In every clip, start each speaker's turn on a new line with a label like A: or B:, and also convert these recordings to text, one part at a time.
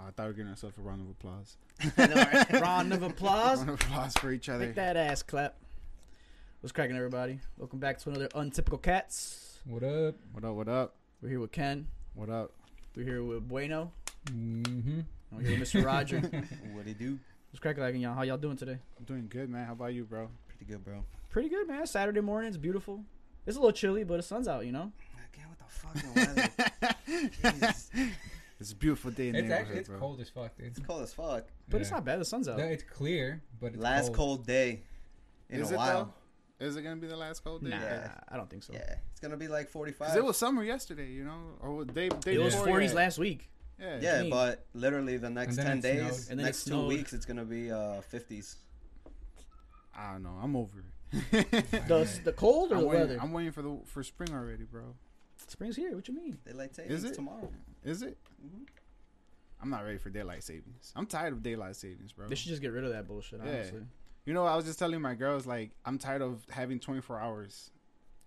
A: I thought we were giving ourselves a round of applause.
B: Round of applause.
A: round of applause for each other.
B: Make that ass clap. What's cracking, everybody? Welcome back to another Untypical Cats.
C: What up?
A: What up? What up?
B: We're here with Ken.
A: What up?
B: We're here with Bueno.
C: Mm-hmm.
B: And we're here with Mr. Roger.
D: What it do?
B: What's cracking, like, y'all? How y'all doing today?
A: I'm doing good, man. How about you, bro?
D: Pretty good, bro.
B: Pretty good, man. Saturday morning. It's beautiful. It's a little chilly, but the sun's out, you know?
D: Again, what the fucking weather? Jesus.
A: It's a beautiful day in the
C: It's
A: neighborhood,
C: actually it's
A: bro.
C: cold as fuck, dude.
D: It's cold as fuck.
B: But it's not bad. The sun's out.
C: No, it's clear, but it's
D: Last cold. day in
A: Is
D: a
A: it
D: while.
A: though? Is it gonna be the last cold day?
B: Nah,
D: Yeah.
B: I don't think so.
D: Yeah, it's gonna be like
A: 'Cause
D: 45.
A: it was summer yesterday, you know, or day day
B: It was
A: before
B: 40s
A: yeah.
B: last week.
A: Yeah.
D: yeah,
B: Dang.
D: but literally the next
C: then
D: 10
C: it
D: days,
C: snowed.
B: And then it
D: next two
B: snowed.
D: weeks, it's gonna be uh 50s.
A: I don't know. I'm over it.
B: The, the cold or
A: I'm,
B: the
A: waiting,
B: weather?
A: I'm waiting for the for spring already, bro.
B: Spring's here. What you mean?
D: Daylight
A: Is
D: savings
A: it?
D: tomorrow.
A: Is it?
B: Mm-hmm.
D: Mhm.
A: I'm not ready for daylight savings. I'm tired of daylight savings, bro.
B: They should just get rid of that bullshit,
A: Yeah.
B: honestly.
A: You know, I was just telling my girls like I'm tired of having 24 hours.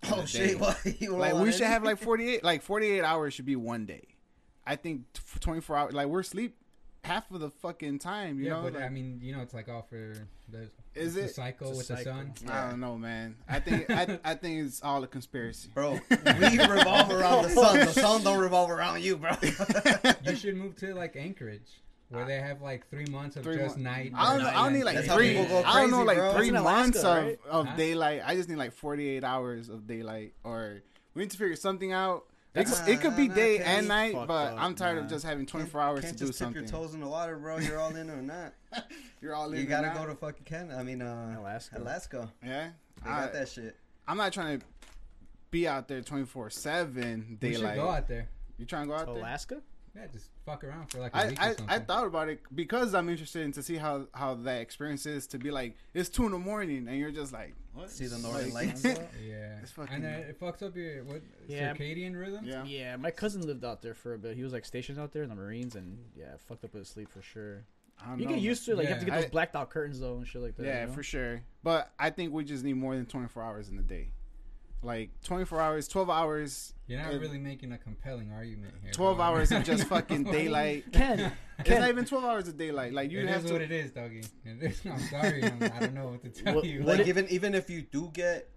A: in
D: Oh
A: a day.
D: shit! What? You
A: Like
D: want
A: we
D: it?
A: should have like 48. Like 48 hours should be one day. I think t- 24 hours. Like we're asleep half of the fucking time. You
C: yeah,
A: know.
C: but
A: Like,
C: I mean, you know, it's like all for the,
A: Is
C: the
A: it?
C: cycle
B: It's a
C: with the
B: cycle.
C: sun.
A: I don't know, man. I think I, I think it's all a conspiracy.
D: Bro, we revolve around the sun. The sun don't revolve around you, bro.
C: You should move to like Anchorage, where they have like three months of
A: Three
C: just
A: mon-
C: night.
A: I don't, know,
C: night
A: I don't need
C: and
A: like
D: That's
C: day.
D: how
A: three.
D: people go
A: I don't know
D: crazy,
A: like
D: bro.
A: three
B: It's in
A: months
B: Alaska, right?
A: of, of
C: Huh?
A: daylight. I just need like forty eight hours of daylight, or we need to figure something out. It,
D: That's-
A: could- it could be
D: Nah, nah,
A: day
D: nah,
A: and
D: can't-
A: night,
B: Fucked
A: but
B: up,
A: I'm tired
B: nah.
A: of just having twenty four
D: Can't
A: hours to
D: just
A: do
D: dip
A: something.
D: your toes in the water, bro. You're all in or not.
A: You're all in.
D: You
A: and
D: gotta
A: out.
D: go to fucking Canada. I mean, uh,
B: Alaska.
D: Alaska.
A: Yeah,
D: They got
A: I-
D: that shit.
A: I'm not trying to be out there 24 seven
C: We should go
A: daylight.
C: out there.
A: You trying to go out there?
B: Alaska?
C: Yeah, just fuck around for like a
A: I,
C: week or
A: I,
C: something.
A: I thought about it because I'm interested in to see how, how that experience is to be like it's two in the morning and you're just like what?
D: See the northern
A: Like-
D: lights. It's
C: Yeah,
A: It's fucking-
C: and then it fucks up your what
B: Yeah.
C: circadian rhythm.
A: yeah.
B: Yeah, my cousin lived out there for a bit. He was like stationed out there in the Marines, and yeah, it fucked up his sleep for sure.
A: I don't
B: You
A: know,
B: get
A: man.
B: used to it. Like you have to
C: Yeah.
B: get those
A: I-
B: blacked out curtains though and shit like that.
A: Yeah,
B: you know?
A: for sure. But I think we just need more than 24 hours in the day. Like 24 hours, 12 hours,
C: You're not
A: It-
C: really making a compelling argument here.
A: 12
C: bro.
A: hours of just fucking
C: What do you-
A: daylight.
B: Ken,
A: It's
B: Ken,
A: not even 12 hours of daylight. Like you
C: It
A: have
C: is
A: to.
C: what it is, doggy. It is. I'm sorry. I'm, I am sorry i do not know what to tell
B: What-
C: you.
B: what
D: Like
B: it-
D: even even if you do get,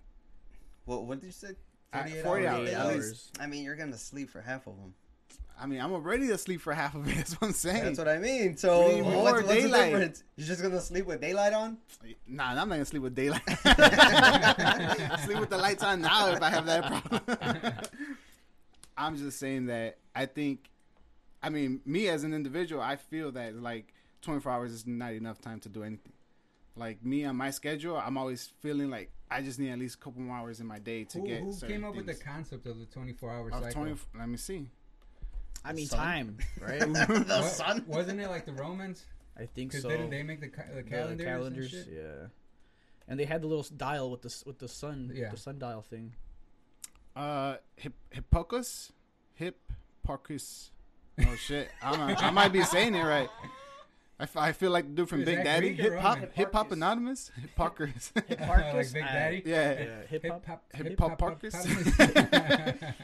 D: what what did you say?
A: Uh,
D: 48
A: 48
D: hours. at
B: hours.
D: least. I mean, you're gonna sleep for half of them.
A: I mean, I'm already asleep for half of it. That's what I'm saying.
D: That's what I mean. So
A: We need more
D: what's, what's the
A: daylight.
D: difference? You're just gonna sleep with daylight on?
A: Nah, I'm not gonna sleep with daylight. sleep with the lights on now if I have that problem. I'm just saying that I think, I mean, me as an individual, I feel that like 24 hours is not enough time to do anything. Like me on my schedule, I'm always feeling like I just need at least a couple more hours in my day to
C: who
A: get.
C: who
A: certain
C: came up with the
A: things.
C: concept of the 24 hour
A: Of
C: cycle?
A: 20 let me see.
B: I mean
D: Sun?
B: time, right?
D: the
C: Wa-
D: sun.
C: Wasn't it like the Romans?
B: I think
C: Because
B: so.
C: didn't they make the, ca- the
B: The
C: calendars?
B: calendars,
C: and shit?
B: yeah. And they had the little s- dial with the s- with the sun,
C: Yeah.
B: the sundial thing.
A: Uh, hip, Hipparchus, Hipparchus. Oh shit! I'm not, I might be saying it right. I, f- I feel like the dude from
C: Is
A: Big
C: that
A: Daddy,
C: Greek or
A: hip hop,
C: Roman?
A: hip hop anonymous, Hipparchus.
C: like
B: Hipparchus,
C: Big
B: I-
C: Daddy.
A: yeah.
B: Yeah, hip hop.
C: hop,
A: hip hop parkers?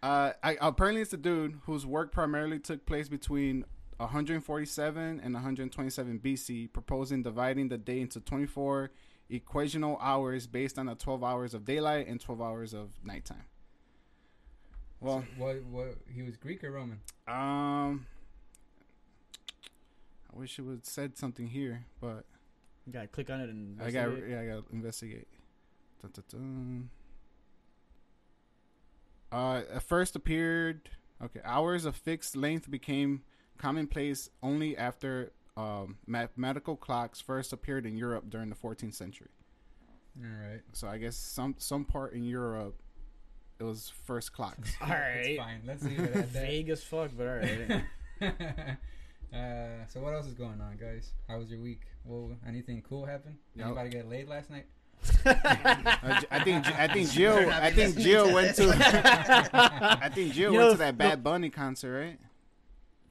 A: Uh, I, apparently it's a dude whose work primarily took place between 147 and 127 BC, proposing dividing the day into 24 equational hours based on the 12 hours of daylight and 12 hours of nighttime. Well,
C: what, what, he was Greek or Roman?
A: Um, I wish it would said something here, but
B: You gotta click on it and
A: I got
B: investigate.
A: yeah, I got to investigate. Dun, dun, dun. Uh, at first appeared okay. Hours of fixed length became commonplace only after um, mathematical clocks first appeared in Europe during the 14th century.
C: All right.
A: So I guess some some part in Europe, it was first clocks.
B: All
C: It's
B: right,
C: fine. Let's leave it at that.
B: vague as fuck, but all right.
C: uh, so what else is going on, guys? How was your week? Well, anything cool happen?
A: Yep.
C: Anybody get laid last night?
A: Uh, G- I think G- I think
D: Better
A: Jill
D: not
A: I
D: be
A: think
D: listening
A: Jill
D: to
A: went
D: this.
A: to I think Jill
B: You
A: went
B: know,
A: to that Bad Bunny concert, right?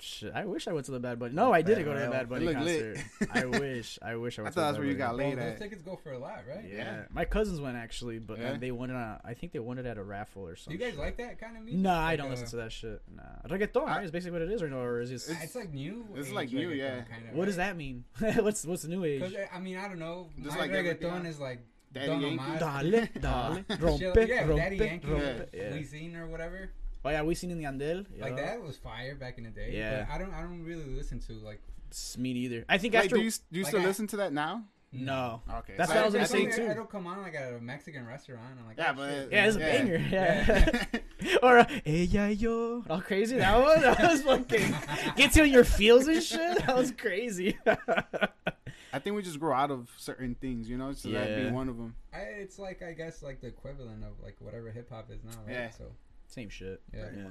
B: Shit, I wish I went to the Bad Buddy. No, I didn't go to the
D: Bad
B: Bad Buddy
A: Look
B: concert.
A: lit.
B: I wish. I wish I went. to the
A: I thought that's
B: Bad
A: where you
B: Bunny.
A: got
C: Well,
A: laid
C: those
A: at.
C: tickets go for a lot, right?
B: Yeah.
A: Yeah.
B: my cousins went actually, but uh,
A: Yeah.
B: they won it. On, I think they won it at a raffle or
C: Do
B: something.
C: you guys like that kind of music?
B: Nah, I don't
C: uh,
B: listen to that shit. Nah, reggaeton right? is basically what it is, or no? Or is it?
C: It's, like new.
A: It's
C: age
A: uh, like new,
C: reggaeton
A: yeah.
C: Kind of,
B: What does that mean? what's what's the new age?
C: Because I mean, I don't know.
A: Just
C: my
A: like everything
C: reggaeton
A: else.
C: is like
A: Daddy
C: Don
A: Yankee?
C: Omar,
B: Dale, dale,
C: shit
B: rompe,
C: like- uh, yeah,
B: rompe,
C: Daddy Yankee,
B: rompe. Yeah.
C: Cuisine or whatever.
B: Oh yeah, we seen in the Andel. Yeah.
C: Like that was fire back in the day.
B: Yeah.
C: But I don't. I don't really listen to like.
B: It's me neither. I think
A: Like,
B: after
A: do you, do you
C: like
A: still
C: I-
A: listen to that now?
B: no.
A: Okay.
B: That's
A: so-
B: what I was gonna
C: I
B: say
C: don't-
B: too.
C: It'll come on like at a Mexican restaurant. I'm like,
A: Yeah,
C: oh,
A: but
C: shit.
B: Yeah, it's a
A: Yeah.
B: banger. Yeah. or uh, ella yo. All crazy that was. That was fucking gets you in your feels and shit. That was crazy.
A: I think we just grow out of certain things, you know. So that'd
B: Yeah.
A: be one of them.
C: I, it's like I guess like the equivalent of like whatever hip hop is now, right?
A: Yeah.
C: So
B: Same shit.
C: yeah.
B: Yeah.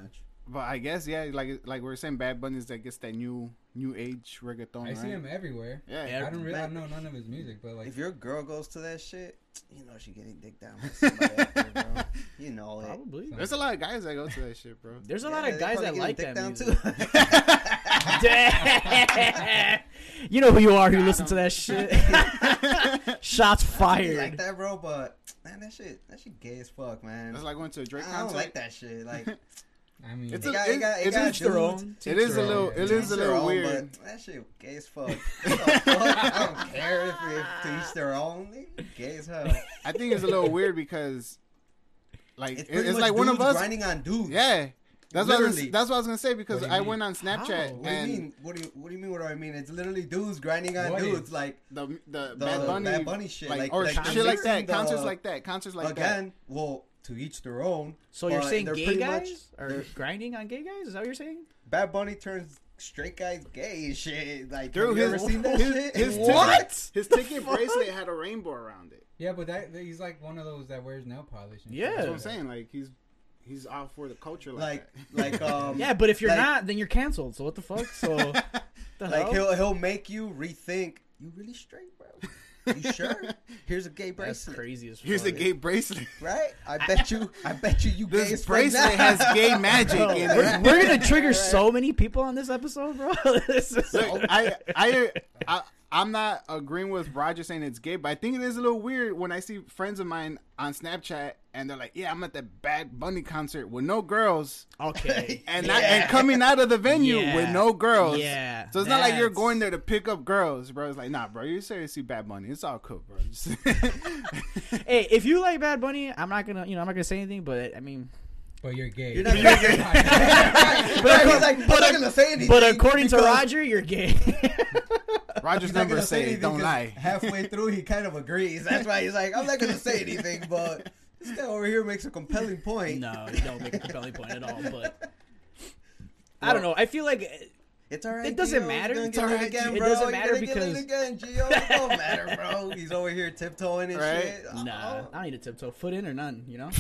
A: But I guess yeah, like like we are saying, Bad Bunny's that gets that new new age reggaeton.
C: I
A: right?
C: see him everywhere.
A: Yeah.
B: Yeah.
C: I don't really I
D: Back-
C: know none of his music, but like
D: If your girl goes to that shit, you know she getting dicked down by somebody out there, bro. You know it.
B: Probably.
A: There's a lot of guys that go to that shit, bro.
B: There's a
D: Yeah,
B: lot of
D: they
B: guys
D: probably
B: that like
D: getting
B: that
D: dicked
B: music.
D: down too.
B: Damn. you know who you are who
A: Yeah, I
B: listen to
A: don't-
B: that shit. Shots
D: You
B: fired.
D: like that, bro, but man, that shit, that shit gay as fuck, man.
A: That's like going to a Drake
D: I don't
A: concert.
D: like that shit. Like, it
C: I mean,
A: It's
C: I
A: a-
D: got, it got, it
A: it's
D: got
A: each their
D: dudes-
A: It is a
C: Teacher,
A: little.
C: yeah.
A: It is a
D: each their
A: little
D: own,
A: weird.
D: but that shit gay as fuck. What the fuck? I don't care if, if to each their own. they Gay as hell.
A: I think it's a little weird because, like,
D: It's,
A: it's,
D: pretty
A: it's
D: much
A: like one of
D: dudes
A: us.
D: grinding on dudes.
A: Yeah, that's what, I was,
D: Literally.
A: gonna- that's what I was gonna say because
C: What do
A: I
C: you mean?
A: went on Snapchat
B: How?
D: What do
A: and
D: you mean? What do you What do you mean? What do I mean? It's literally dudes grinding on
C: What
D: dudes.
C: is-
D: Like
A: the the,
D: the
A: Bad Bunny,
D: shit,
A: like,
D: like,
A: or
D: like the
A: shit like
D: lyrics
A: that,
D: and the-
A: concerts like that, concerts like that.
D: again, well, to each their own.
B: So you're
D: but
B: saying
D: they're
B: gay
D: pretty
B: guys
D: much-
B: are
D: they're-
B: grinding on gay guys? Is that what you're saying?
D: Bad Bunny turns straight guys gay and shit. Like,
A: Dude,
D: have you
A: his-
D: ever seen that
A: his-
D: shit?
A: his ticket-
D: what?
A: His ticket bracelet had a rainbow around it.
C: yeah, but that that- he's like one of those that wears nail polish. And shit.
B: Yeah.
A: That's what I'm saying. Like he's he's all for the culture like,
D: Like,
A: that.
D: like, um,
B: Yeah, but if you're
D: like-
B: not, then you're canceled. So what the fuck? So the
D: like
B: hell?
D: he'll he'll make you rethink. You really straight, bro? You sure? Here's a gay
B: That's
D: bracelet,
B: crazy as fuck.
A: Here's a gay bracelet.
D: right? I bet you. I bet you. You gay
A: This
D: as fuck now.
A: bracelet has gay magic
B: Bro,
A: in
B: we're,
A: it.
B: we're gonna trigger so many people on this episode, bro. This is-
A: Look, I, I, I, I'm not agreeing with Roger saying it's gay, but I think it is a little weird when I see friends of mine on Snapchat and they're like, "Yeah, I'm at that Bad Bunny concert with no girls,"
B: okay.
A: and
D: Yeah.
A: not, and coming out of the venue
B: Yeah.
A: with no girls.
B: Yeah,
A: So it's not like you're
B: that's-
A: going there to pick up girls, bro. It's like, nah, bro, you seriously Bad Bunny. It's all cool, bro. Just-
B: Hey, if you like Bad Bunny, I'm not gonna, you know, I'm not gonna say anything. But I mean,
C: But you're gay.
D: You're not gay. but
B: acco-
D: he's like, I'm not gonna say anything.
B: but according to
D: because
B: Roger, you're gay.
A: Roger's
D: he's not
A: number
D: gonna say
A: say,
D: anything
A: "Don't
D: 'cause
A: lie."
D: Halfway through, he kind of agrees. That's why he's like, I'm not gonna say anything. But this guy over here makes a compelling point.
B: no, you don't make a compelling point at all. But I don't know. I feel like
D: It's all right.
B: It doesn't
D: Gio.
B: matter.
D: You're gonna
B: It's
D: get
B: all right,
D: laid Again,
B: Gio. It
D: bro.
B: doesn't
D: You're
B: matter
D: gonna get laid
B: because-
D: again, Gio. It don't matter, bro. He's over here tiptoeing and
A: Right?
D: shit.
B: nah,
D: Oh.
B: I don't need a tiptoe, foot in or none. You know,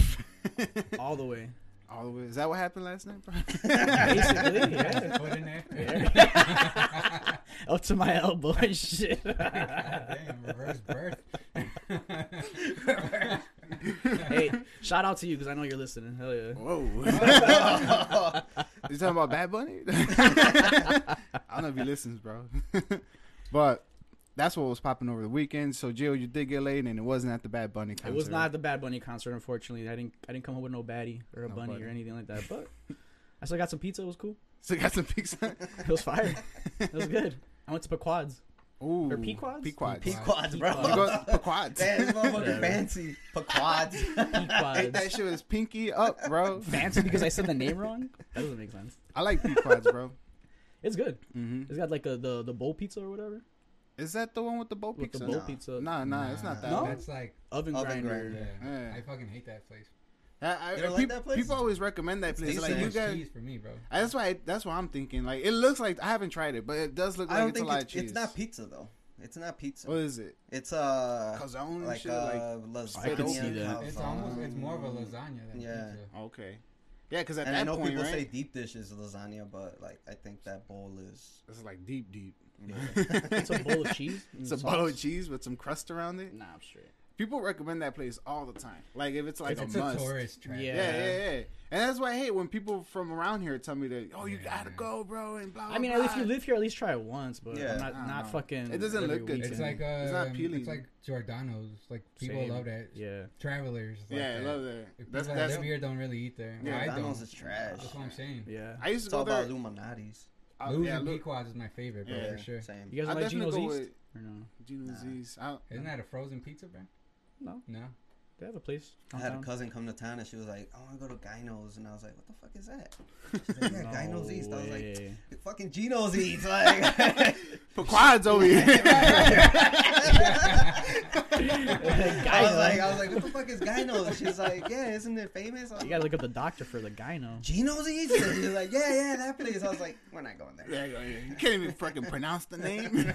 B: all the way.
A: All the way. Oh, Is that what happened last night, bro?
B: Basically,
C: That's
B: yeah.
C: a foot in there.
B: Yeah. Up to my elbow and shit.
C: Damn, reverse birth.
B: hey, shout out to you because I know you're listening. Hell yeah.
A: Whoa. You talking about Bad Bunny? I don't know if he listens, bro. but that's what was popping over the weekend. So, Jill, you did get laid, and it wasn't at the Bad Bunny concert.
B: It was not the Bad Bunny concert, unfortunately. I didn't I didn't come home with no baddie or a
A: No
B: bunny
A: buddy.
B: or anything like that. But I still got some pizza. It was cool.
A: So, you got some pizza.
B: It was fire. It was good. I went to Pequod's.
A: Ooh.
B: Or Pequods?
A: Pequods.
D: Pequods, bro.
A: You go Pequods.
D: Damn, this motherfucker
B: Whatever.
D: fancy. Pequods.
A: Ain't that
B: Pequod's.
A: shit was pinky up, bro.
B: Fancy because I said the name wrong? That doesn't make sense.
A: I like Pequods, bro.
B: It's good.
A: hmm
B: It's got like a, the the bowl pizza or whatever.
A: Is that the one with the bowl
B: With the
A: pizza?
B: bowl
D: Nah.
B: pizza.
A: Nah, nah, it's not that.
B: No?
A: bad.
C: That's like,
B: Oven,
D: Oven
B: grinder.
C: yeah,
D: grinder.
A: Yeah.
C: I fucking hate that place.
A: I, I,
D: You don't like
A: peop-
D: that place?
A: People always recommend that
D: It's
A: place. Like
D: decent.
A: you
C: Too much
A: guys,
C: cheese for me, bro.
A: that's why. that's what I'm thinking. Like it looks like I haven't tried it, but it does look
D: I
A: like
D: don't
A: it's a
D: think
A: lot
D: it's,
A: of cheese.
D: it's not pizza though. It's not pizza.
A: What is it?
D: It's uh
A: Calzone and
D: like
A: shit.
D: uh
B: I
D: lasagna.
B: could see that.
C: It's
D: calzone.
C: almost, it's more of a lasagna than
D: Yeah.
C: pizza.
A: like okay, yeah, because at
D: And I
A: that
D: know
A: point,
D: people
A: right?
D: say deep dish is lasagna, but like I think that bowl is.
A: it's like deep, deep.
D: Yeah.
B: It's a bowl of cheese. and
A: It's a
B: sauce.
A: bowl of cheese with some crust around it.
B: Nah, I'm straight.
A: people recommend that place all the time. Like if it's like
C: it's,
A: a
C: a,
A: must.
C: tourist trap.
B: Yeah.
A: Yeah, yeah, yeah. And that's why I hate when people from around here tell me that, oh, you
C: Yeah.
A: gotta go, bro, and blah.
B: I mean,
A: blah,
B: if you
A: blah.
B: live here, at least try it once. But
D: Yeah,
B: I'm not
A: I don't
B: not
A: know.
B: fucking.
A: It doesn't
B: every
A: look good to
C: It's
A: me.
B: weekend.
C: like uh,
A: It's not appealing.
C: It's like Giordano's. Like people
B: Same.
C: love that.
B: yeah.
C: Travelers. Like
A: yeah, I
C: that.
A: love that.
C: If
A: That's
C: people
A: that's.
C: that live here don't really eat there.
A: Yeah,
C: I
D: McDonald's
C: don't.
D: is trash.
C: That's what I'm saying.
B: Yeah.
A: I used to
D: It's
A: go
D: all
A: there.
D: about Illuminati's.
A: uh,
C: Lou's
A: yeah,
C: and
A: look,
C: Pequod's is my favorite, bro,
A: Yeah.
C: for sure.
D: Same.
B: You guys
A: I
B: like
A: definitely
B: Geno's
A: go
B: East
A: with
B: or no?
A: Geno's
D: Nah.
A: East. I,
C: Isn't that a frozen pizza, bro?
B: No.
C: No.
B: They have a place.
D: I had a
B: downtown.
D: cousin come to town and she was like, I want to go to Gyno's. And I was like, what the fuck is that? She's like, yeah, Gyno's East. I was like,
B: way.
D: "It's fucking Geno's East. Like,
A: Pequod's over here.
D: I was like, I
B: Gyno.
D: was like, what the fuck is Gyno's? And she's like, yeah, isn't it famous? I was
B: You
D: like,
B: gotta look up the doctor for the gyno.
D: Geno's East? And she's like, yeah, yeah, that place. I was like, we're not going there.
A: Yeah, yeah, yeah. you can't even fucking pronounce the name.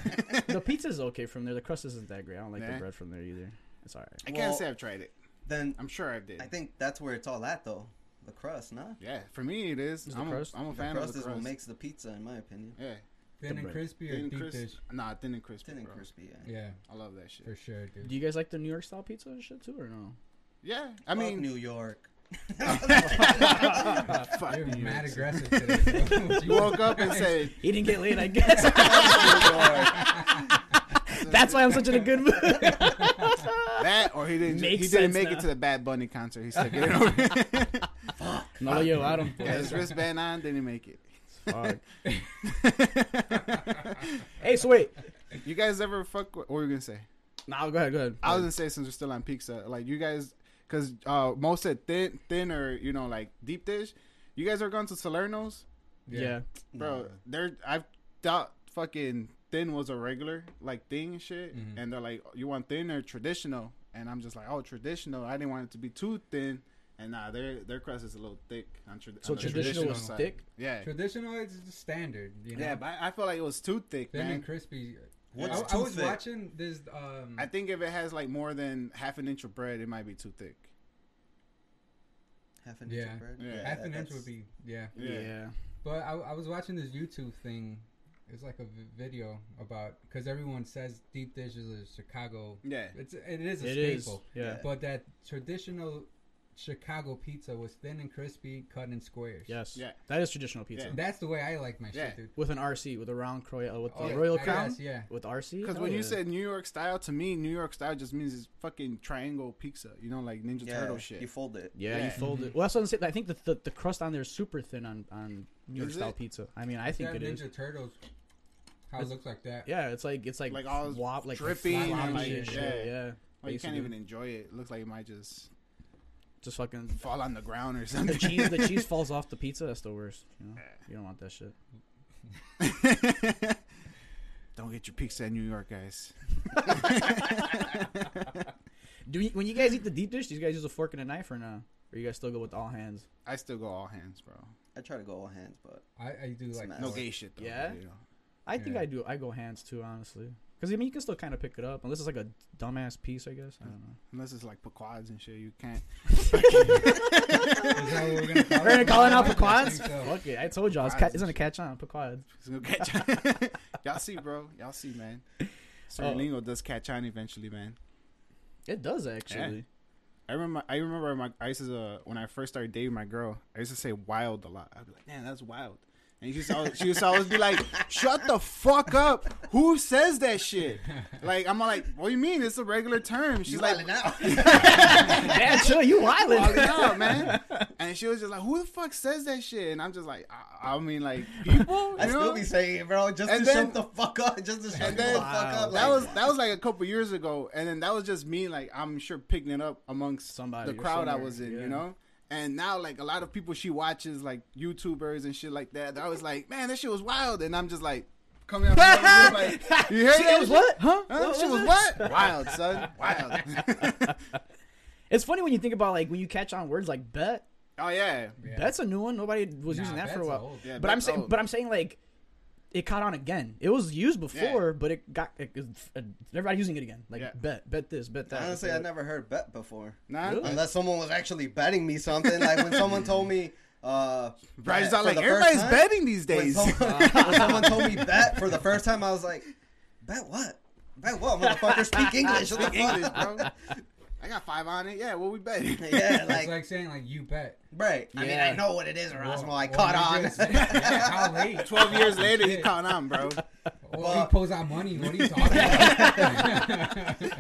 B: the pizza's okay from there. The crust isn't that great. I don't like
A: Nah.
B: the bread from there either. It's alright.
A: I can't
D: Well-
A: say I've tried it.
D: Then
A: I'm sure I did.
D: I think that's where it's all at, though. The crust, nah?
A: yeah, for me it is.
B: Is the
A: I'm, a,
B: crust-
A: I'm a
D: The
A: fan of
D: crust is
A: the crust.
D: what makes the pizza, in my opinion.
A: yeah,
C: Thin and
B: bread.
C: crispy or
A: thin and
C: deep
A: crisp.
C: dish?
A: Nah, thin and crispy.
D: Thin and
A: bro.
D: crispy, eh. yeah.
C: Yeah,
A: I love that shit.
C: for sure, dude.
B: Do you guys like the New York style pizza and shit too, or no?
A: Yeah, I
D: Fuck
A: mean,
D: New York.
A: fuck
C: You're
A: you.
C: mad aggressive today. bro.
A: You woke up and said,
B: He didn't get laid, I guess. That's why I'm such in a good mood.
A: that, or he didn't.
B: Makes
A: he
B: sense
A: didn't make
B: now.
A: it to the Bad Bunny concert. He said, "Get it over." here."
B: no, yo, I don't.
A: Got his wristband on, didn't make it.
B: Fuck. hey, so wait.
A: You guys ever fuck? What were you gonna say?
B: No, go ahead, go ahead.
A: I was gonna say since we're still on pizza, like you guys, because uh, most said thin, thin or you know like deep dish. You guys are going to Salerno's,
B: yeah.
A: bro. They're I've thought fucking thin was a regular like thing and shit,
C: Mhm.
A: and they're like, you want thin or traditional? And I'm just like, oh, traditional. I didn't want it to be too thin. And nah, their their crust is a little thick. On tra-
B: So
A: on the
B: traditional
C: traditional
B: was
A: side.
B: thick.
A: Yeah,
C: Traditional is just standard, you know.
A: yeah. But I, I feel like it was too thick,
C: Thin
A: man.
C: and crispy. I,
D: What's
C: I
D: too
C: was
D: thick?
C: watching this. Um,
A: I think if it has like more than half an inch of bread, it might be too thick.
D: Half an inch
C: Yeah.
D: of bread?
A: Yeah.
C: half an
D: that-
C: inch
D: that's-
C: would be yeah.
B: Yeah.
C: But I, I was watching this YouTube thing. It's like a v- video about because everyone says deep dish is a Chicago.
A: Yeah.
C: It's it is a
B: It is.
C: staple.
B: Yeah.
C: But that traditional Chicago pizza was thin and crispy, cut in squares.
B: Yes.
A: Yeah.
B: That is traditional pizza.
A: Yeah.
C: That's the way I like my
A: Yeah.
C: shit, dude.
B: With an RC, with a round croy, uh, with the
C: Oh, yeah,
B: royal
C: I
B: crown,
C: guess, yeah.
B: with RC.
A: Because
B: Hell
A: when you
B: yeah.
A: said New York style, to me, New York style just means it's fucking triangle pizza. You know, like Ninja
D: Yeah,
A: Turtle shit.
D: You fold it.
B: Yeah,
A: Yeah.
B: you fold it. Well, that's what I'm saying. I think the, the, the crust on there is super thin on, on New York
A: Is
B: style
A: it?
B: pizza. I mean, I think
C: that
B: it is.
C: Ninja Turtles, how it
B: It's-
C: looks like that.
B: Yeah, it's like it's like
A: Like all
B: wop, like
A: dripping
B: floppy
C: and like-
B: and shit.
A: yeah.
B: Yeah,
A: like, you
B: used to
A: can't
B: do
A: even
B: it.
A: enjoy it. It looks like it might just
B: just fucking
A: fall on the ground or
B: the
A: something.
B: cheese. The cheese falls off the pizza. That's the worst. You know, you don't want that shit.
A: Don't get your pizza in New York, guys.
B: Do you, when you guys eat the deep dish, do you guys use a fork and a knife or no? Or you guys still go with all hands?
A: I still go all hands, bro.
D: I try to go all hands, but
C: I, I do like
D: mad.
A: No
D: That's-
A: gay shit, though.
B: Yeah?
A: you know.
B: I think
C: Yeah.
B: I do. I go hands too, honestly. Because I mean, you can still kind of pick it up unless it's like a dumbass piece. I guess I don't know.
A: Unless it's like pequods and shit, you can't.
C: Is that what we're gonna call
B: We're
C: it?
B: calling out
C: I think
B: Pequod's.
C: so.
B: Fuck it. I told y'all. It's, ca- it's gonna catch on. Pequod's.
A: It's gonna catch on. Y'all see, bro. Y'all see, man.
D: Oh.
A: Serlingo does catch on eventually, man.
B: It does actually.
A: I remember. I remember my. I used to uh, when I first started dating my girl. I used to say "wild" a lot. I'd be like, "Man, that's wild." And she used to always, she used to always be like, "Shut the fuck up! Who says that shit?" Like I'm like, "What do you mean? It's a regular term." She's like,
D: now.
B: yeah, sure. You
A: "Wild
B: wildin'.
A: out, man." And she was just like, "Who the fuck says that shit?" And I'm just like, "I, I mean, like people."
D: I
A: you
D: still
A: know?
D: be saying it, bro, just
A: And
D: to
A: then-
D: shut the fuck up, just to shut the
A: then-
D: fuck up.
A: that
D: like-
A: was that was like a couple years ago, and then that was just me. Like I'm sure picking it up amongst
B: Somebody
A: the
B: or
A: crowd I
B: somewhere,
A: was in,
B: yeah.
A: you know. And now, like a lot of people, she watches like YouTubers and shit like that. I was like, man, that shit was wild, and I'm just like coming out. From the room, like, you hear
B: She
A: that?
B: goes, what? Huh?
A: Huh? That shit was
B: it?
A: what? Wild, son. Wild.
B: It's funny when you think about like when you catch on words like bet.
A: oh yeah.
C: Yeah.
B: That's a new one. Nobody was
C: Nah,
B: using that for a
C: that's
B: while.
C: old.
A: Yeah,
B: But I'm saying,
A: oh,
B: but I'm saying like, it caught on again. It was used before, but it got it, it, everybody using it again. Like
A: Yeah.
B: bet, bet this, bet that.
D: Honestly,
B: bet
D: I
B: that.
D: never heard bet before.
A: nah.
B: Really?
D: Unless someone was actually betting me something. Like when someone told me, uh,
A: Bryce's
D: bet
A: out
D: for
A: like
D: the first
A: everybody's
D: time,
A: betting these
D: When
A: days.
D: someone, when someone told me bet for the first time, I was like, bet what? Bet what? Motherfucker, speak English. What the
A: Speak English,
D: fuck?
A: bro. I got five on it. Yeah, what we bet?
D: Yeah,
C: It's
D: like,
C: like saying like you bet.
D: right. I mean, I
B: Yeah.
D: know what it is, Erasmo. I
C: Well,
D: caught
C: well,
D: on.
C: you just- Yeah, how late?
A: Twelve years later, he
C: Shit.
A: caught on, bro.
C: Well,
D: Well-
C: he pulls out money. What are you talking about?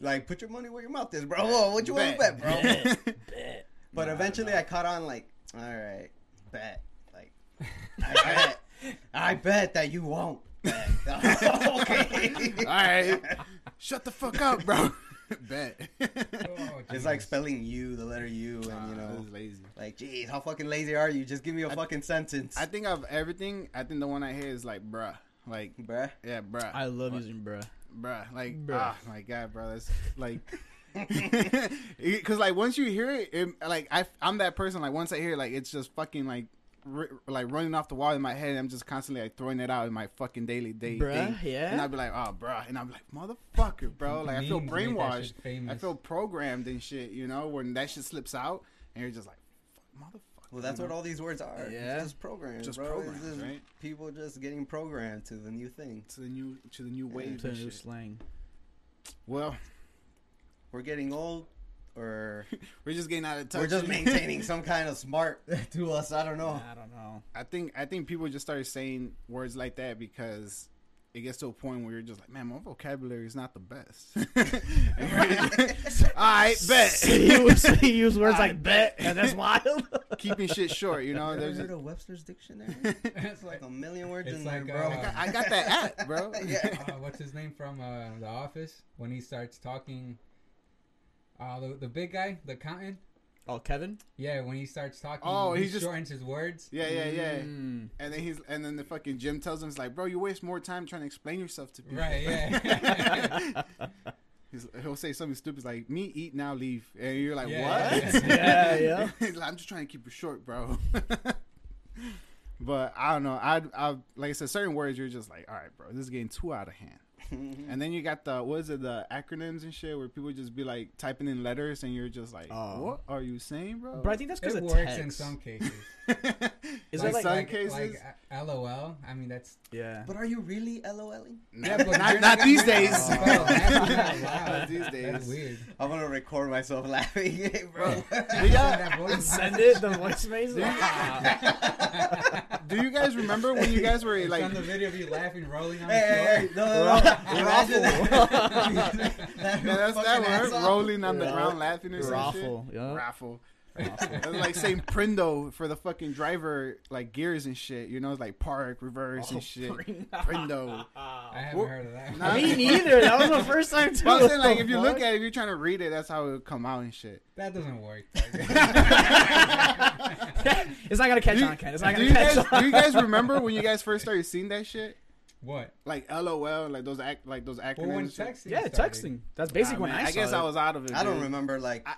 D: like, put your money where your mouth is, bro. Whoa, what you want to bet,
A: Bet.
D: bro?
B: Bet.
D: But eventually, I caught on. Like, all right, bet. Like, I bet. I bet that you won't. Bet. okay.
A: All right, shut the fuck up, bro. bet.
C: Oh,
D: It's like
C: Jesus.
D: spelling you, the letter U, and you
A: I
D: know,
A: Uh, was lazy.
D: like, geez, how fucking lazy are you? Just give me a
A: I-
D: fucking sentence,
A: I think of everything. I think the one I hear is like, bruh, like,
D: bruh.
A: yeah, bruh,
B: I love using bruh.
A: bruh, like,
B: Bruh.
A: ah, my god, bro, that's like. Because like once you hear it, it like I, I'm that person. Like once I hear it, like it's just fucking like, r- like running off the wall in my head. And I'm just constantly like throwing it out in my fucking daily day.
B: Bruh,
A: thing.
B: yeah.
A: And I'd be like, oh, bruh, and I'm like, motherfucker, bro. Like I feel
C: Memes made that
A: brainwashed.
C: shit famous.
A: I feel programmed and shit. You know when that shit slips out, and you're just like, fuck, motherfucker.
D: Well, that's
A: you
D: what
A: know?
D: all these words are.
B: Yeah.
D: It's just programs,
A: Just
D: bro. It's
A: programs,
D: just
A: right?
D: People just getting programmed to the new thing.
A: to the new to the new waves.
B: To
A: and
B: new
A: shit.
B: slang.
A: Well,
D: We're getting old, or
A: we're just getting out of touch.
D: we're just maintaining some kind of smart to us. I don't know.
B: I don't know.
A: I think I think people just started saying words like that because it gets to a point where you're just like, man, my vocabulary is not the best. And we're just- All right, bet.
B: So you, so you use words
A: I
B: like bet,
A: bet.
B: and that's wild.
A: Keeping shit short, you know.
D: You ever
A: There's
D: heard
A: just,
D: of Webster's dictionary?
C: It's like
D: like a million words
C: It's
D: in
C: like,
D: there, bro.
C: uh,
A: I got that app, bro.
D: yeah.
C: uh, what's his name from uh, The Office when he starts talking. Uh, the, the big guy, the accountant.
B: Oh, Kevin.
C: Yeah, when he starts talking,
A: Oh,
C: he,
A: he just-
C: shortens his words.
A: Yeah, yeah, yeah.
B: Mm.
A: And then he's and then the fucking Jim tells him, "It's like, bro, you waste more time trying to explain yourself to people."
C: Right, yeah.
A: He's, he'll say something stupid it's like, "Me eat now, leave," and you're like,
C: Yeah,
A: "What?"
B: yeah, yeah. Yeah,
A: He's like, I'm just trying to keep it short, bro. but I don't know. I, I, like I said, certain words you're just like, all right, bro, this is getting too out of hand. And then you got the what is it, the acronyms and shit, where people just be like typing in letters, and you're just like,
B: Oh.
A: what are you saying, bro?
B: But I think that's because of
C: it works
B: text.
C: in some cases.
B: Is
A: Like
B: it like,
A: some-
C: like,
A: cases?
C: like uh, LOL. I mean, that's
B: yeah?
D: But are you really LOLing?
C: Yeah, but
A: not,
C: you're
A: not
C: not-
A: these days.
C: Oh, that's not
A: not
C: allowed.
A: these
C: that's
A: days.
C: weird.
D: I'm gonna record myself laughing, Hey, bro.
A: Do y'all-
C: That voice-
B: Send it the voicemails. Ah. Wow.
A: do you guys remember when you guys were
C: It's
A: like
C: on the video of you laughing, rolling on
D: Hey, hey, hey, no, no, no. Imagine that. that
A: Yeah, that's
D: fucking
A: that
D: ass
A: one.
D: off.
A: Rolling on the
B: Yeah.
A: ground laughing or
B: Raffle,
A: something.
B: yeah.
A: Raffle. That's like saying Prindo for the fucking driver, like gears and shit. You know, it's like park, reverse
B: Oh,
A: and shit. Prindo.
B: Ah.
C: I haven't
A: Well,
C: heard of that.
A: nah.
B: Me neither. That was my first time too.
A: But I'm saying, like,
B: What
A: if you
B: the
A: look
B: fuck?
A: at it, if you're trying to read it, that's how it would come out and shit.
C: That doesn't work.
B: it's not gonna catch
A: Do you,
B: on, Ken. It's not
A: do
B: gonna
A: you
B: catch
A: guys,
B: on.
A: do you guys remember when you guys first started seeing that shit?
C: what?
A: Like LOL, like those act, like those acronyms.
C: Well, when
A: and shit?
C: texting.
B: yeah,
C: started,
B: texting. That's basically
A: Nah,
B: when
A: man,
B: I, saw
A: guess
B: it.
A: I was out of it.
D: I don't
A: dude.
D: remember like.
A: I-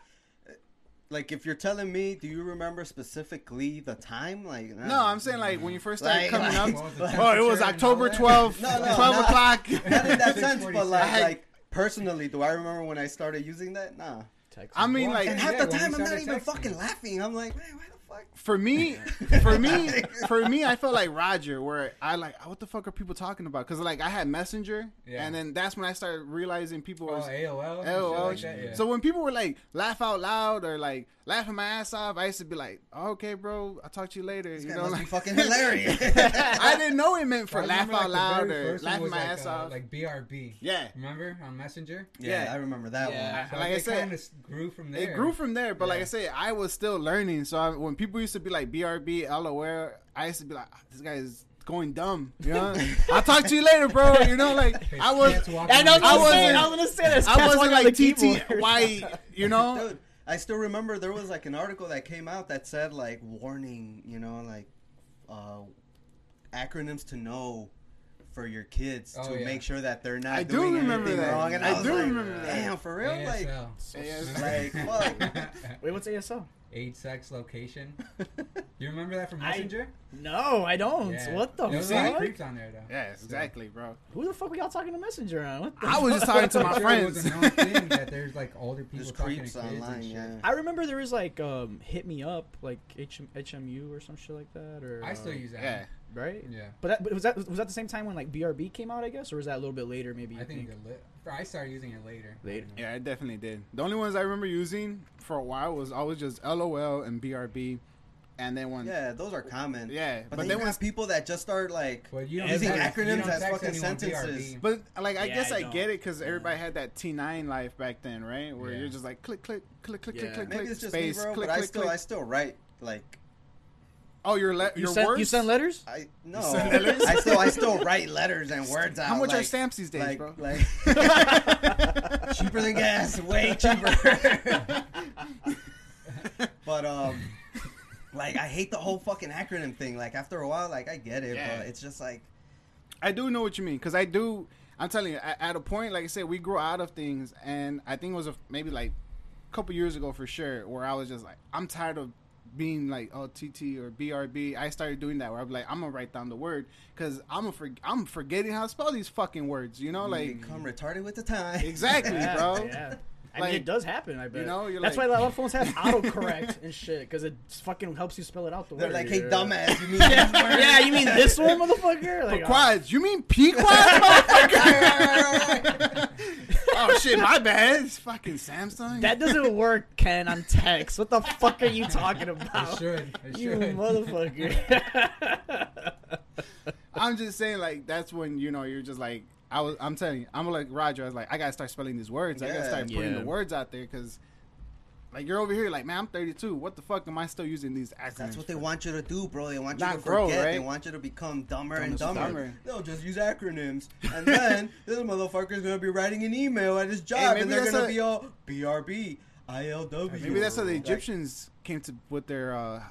D: like if you're telling me, do you remember specifically the time? Like
A: No, I'm saying like when you first started
D: Like-
A: coming
D: like-
A: up.
C: What was the
A: Oh, it was
C: temperature and all
A: October
C: that?
A: 12th,
D: No, no,
A: 12
D: no.
A: o'clock.
D: not in that sense, but
C: 647.
D: like,
A: I had-
D: like personally, do I remember when I started using that? Nah.
B: Texting.
A: I mean,
C: Well,
A: like
D: And half the
C: when we
D: time, I'm not
C: started
D: even
C: texting.
D: fucking laughing. I'm like, man, why the fuck?
A: for me, for me, for me, I felt like Roger, where I like, "Oh, what the fuck are people talking about? Because like I had Messenger,
C: Yeah.
A: and then that's when I started realizing people
C: Oh,
A: was.
C: AOL. and shit
A: LOL.
C: like that, yeah.
A: So when people were like laugh out loud or like laughing my ass off, I used to be like, oh, "Okay, bro, I'll talk to you later."
D: This
A: you
D: guy
A: know,
D: must be
A: like,
D: fucking hilarious.
A: I didn't know it meant
C: I
A: for laugh
C: remember,
A: out
C: like, the
A: loud
C: very
A: or
C: first one
A: laughing
C: was
A: my
C: like,
A: ass
C: uh,
A: off.
C: Like BRB.
A: yeah,
C: Remember on Messenger?
D: yeah,
A: Yeah.
D: I remember that
B: Yeah.
D: one.
C: So
A: Like I
C: it
A: said-
C: kind of grew from there.
A: It grew from there, but like I
C: Yeah.
A: said, I was still learning. So I, when people used to be like BRB, LOL, I used to be like, "Ah, this guy is going dumb. You know, I'll talk to you later, bro. You know, like
C: His
A: I was,
C: cats walking
B: I know.
C: on the
A: I
B: I was.
A: wasn't-
B: I was gonna say that.
A: I wasn't like
B: Why?
A: TTY. You know,
D: Dude, I still remember there was like an article that came out that said like warning, you know, like uh, acronyms to know for your kids
C: Oh,
D: to
C: yeah.
D: make sure that they're not
A: I do
D: doing
A: remember
D: anything
A: that.
D: wrong. And
A: I
D: I, was
A: do
D: like,
A: remember that.
D: Damn, for real, like
C: ASL.
A: ASL.
D: Like, fuck.
B: Wait, what's ASL?
C: Age, sex, location. You remember that from Messenger?
B: No, I don't.
C: Yeah.
B: What the
C: There was a lot of
B: fuck?
C: creeps on there though.
A: yes, exactly, bro.
B: Who the fuck were y'all talking to Messenger on? What the
A: I was just
B: fuck?
A: talking to my
C: I'm sure it was
A: friends.
C: a known thing that there's like older people
D: there's
C: talking
D: creeps
C: to kids
D: online.
C: and shit.
D: Yeah.
B: I remember there was like um, hit me up, like HM, HMU or some shit like that. Or
C: I still
B: um,
C: use that.
A: Yeah,
B: right?
C: Yeah.
B: But, that, but was that was that the same time when like BRB came out? I guess, or was that a little bit later? Maybe
C: I think, the lit. I started using it later.
B: Later.
A: Yeah, I definitely did. The only ones I remember using for a while was always just LOL and BRB, and then when
D: Yeah, those are common.
A: Yeah, but
D: but, then
A: then
D: you
A: when-
D: have people that just start like
C: But you don't
D: using
C: text- you
D: acronyms
C: don't
D: as
C: text
D: fucking
C: anyone
D: sentences.
C: BRB.
A: But like, I
B: Yeah,
A: guess
B: I
A: I,
B: don't.
A: get it because everybody had that T nine life back then, right? Where
C: Yeah.
A: you're just like click, click, click, click,
B: Yeah.
A: click, click,
D: maybe
A: click,
D: it's just
A: space,
D: me, bro.
A: click,
D: but I
A: click,
D: still I
A: click.
D: still write like
A: Oh, your le-
B: You
A: your
B: sent
A: words.
B: you sent letters.
D: I no.
A: send letters?
D: I still I still write letters and words out.
A: How much
D: like,
A: are stamps these days,
D: like,
A: bro?
D: Like cheaper than gas, way cheaper. but um, like I hate the whole fucking acronym thing. Like after a while, like I get it,
A: Yeah.
D: but it's just like
A: I do know what you mean because I do. I'm telling you, a- at a point, like I said, we grow out of things, and I think it was a, maybe like a couple years ago for sure, where I was just like, I'm tired of being like oh TT or BRB. I started doing that where I'm like, I'm gonna write down the word because I'm a for, I'm forgetting how to spell these fucking words. You know,
D: like
A: Oh, like
D: become retarded with the time.
A: exactly,
B: Yeah,
A: bro.
B: yeah. I
A: Like,
B: mean, it does happen. I bet.
A: know, you're
B: That's
A: like-
B: why a lot of phones have autocorrect and shit because it fucking helps you spell it out the
D: They're
B: word.
D: like, hey,
B: yeah.
D: dumbass, you mean
B: Yeah,
D: this word?
B: yeah, you mean this one, motherfucker? Like,
A: Quads, you mean Pequods, motherfucker? oh shit, my bad. It's fucking Samsung.
B: That doesn't work, Ken, on text. What the fuck are you talking
C: It
B: about?
C: should. It
B: Oh. You
C: should.
B: motherfucker.
A: I'm just saying, like, that's when you know you're just like, I was. I'm telling you, I'm like Roger. I was like, I gotta start spelling these words. I gotta
D: Yeah.
A: start putting
B: Yeah.
A: the words out there because, like, you're over here, like, man, I'm 32. What the fuck am I still using these acronyms?
D: That's what they
A: for?"
D: want you to do, bro. They want you
A: Not
D: to
A: grow,
D: forget. They
A: right?
D: want you to become dumber and
A: Dumbest
D: dumber.
A: dumber.
D: No, just use acronyms. And then this motherfucker's gonna be writing an email at his job,
A: maybe
D: and they're
A: that's
D: gonna
A: a-
D: be all BRB, ILW.
A: Maybe that's how the
D: Like,
A: Egyptians came to with their uh, hi-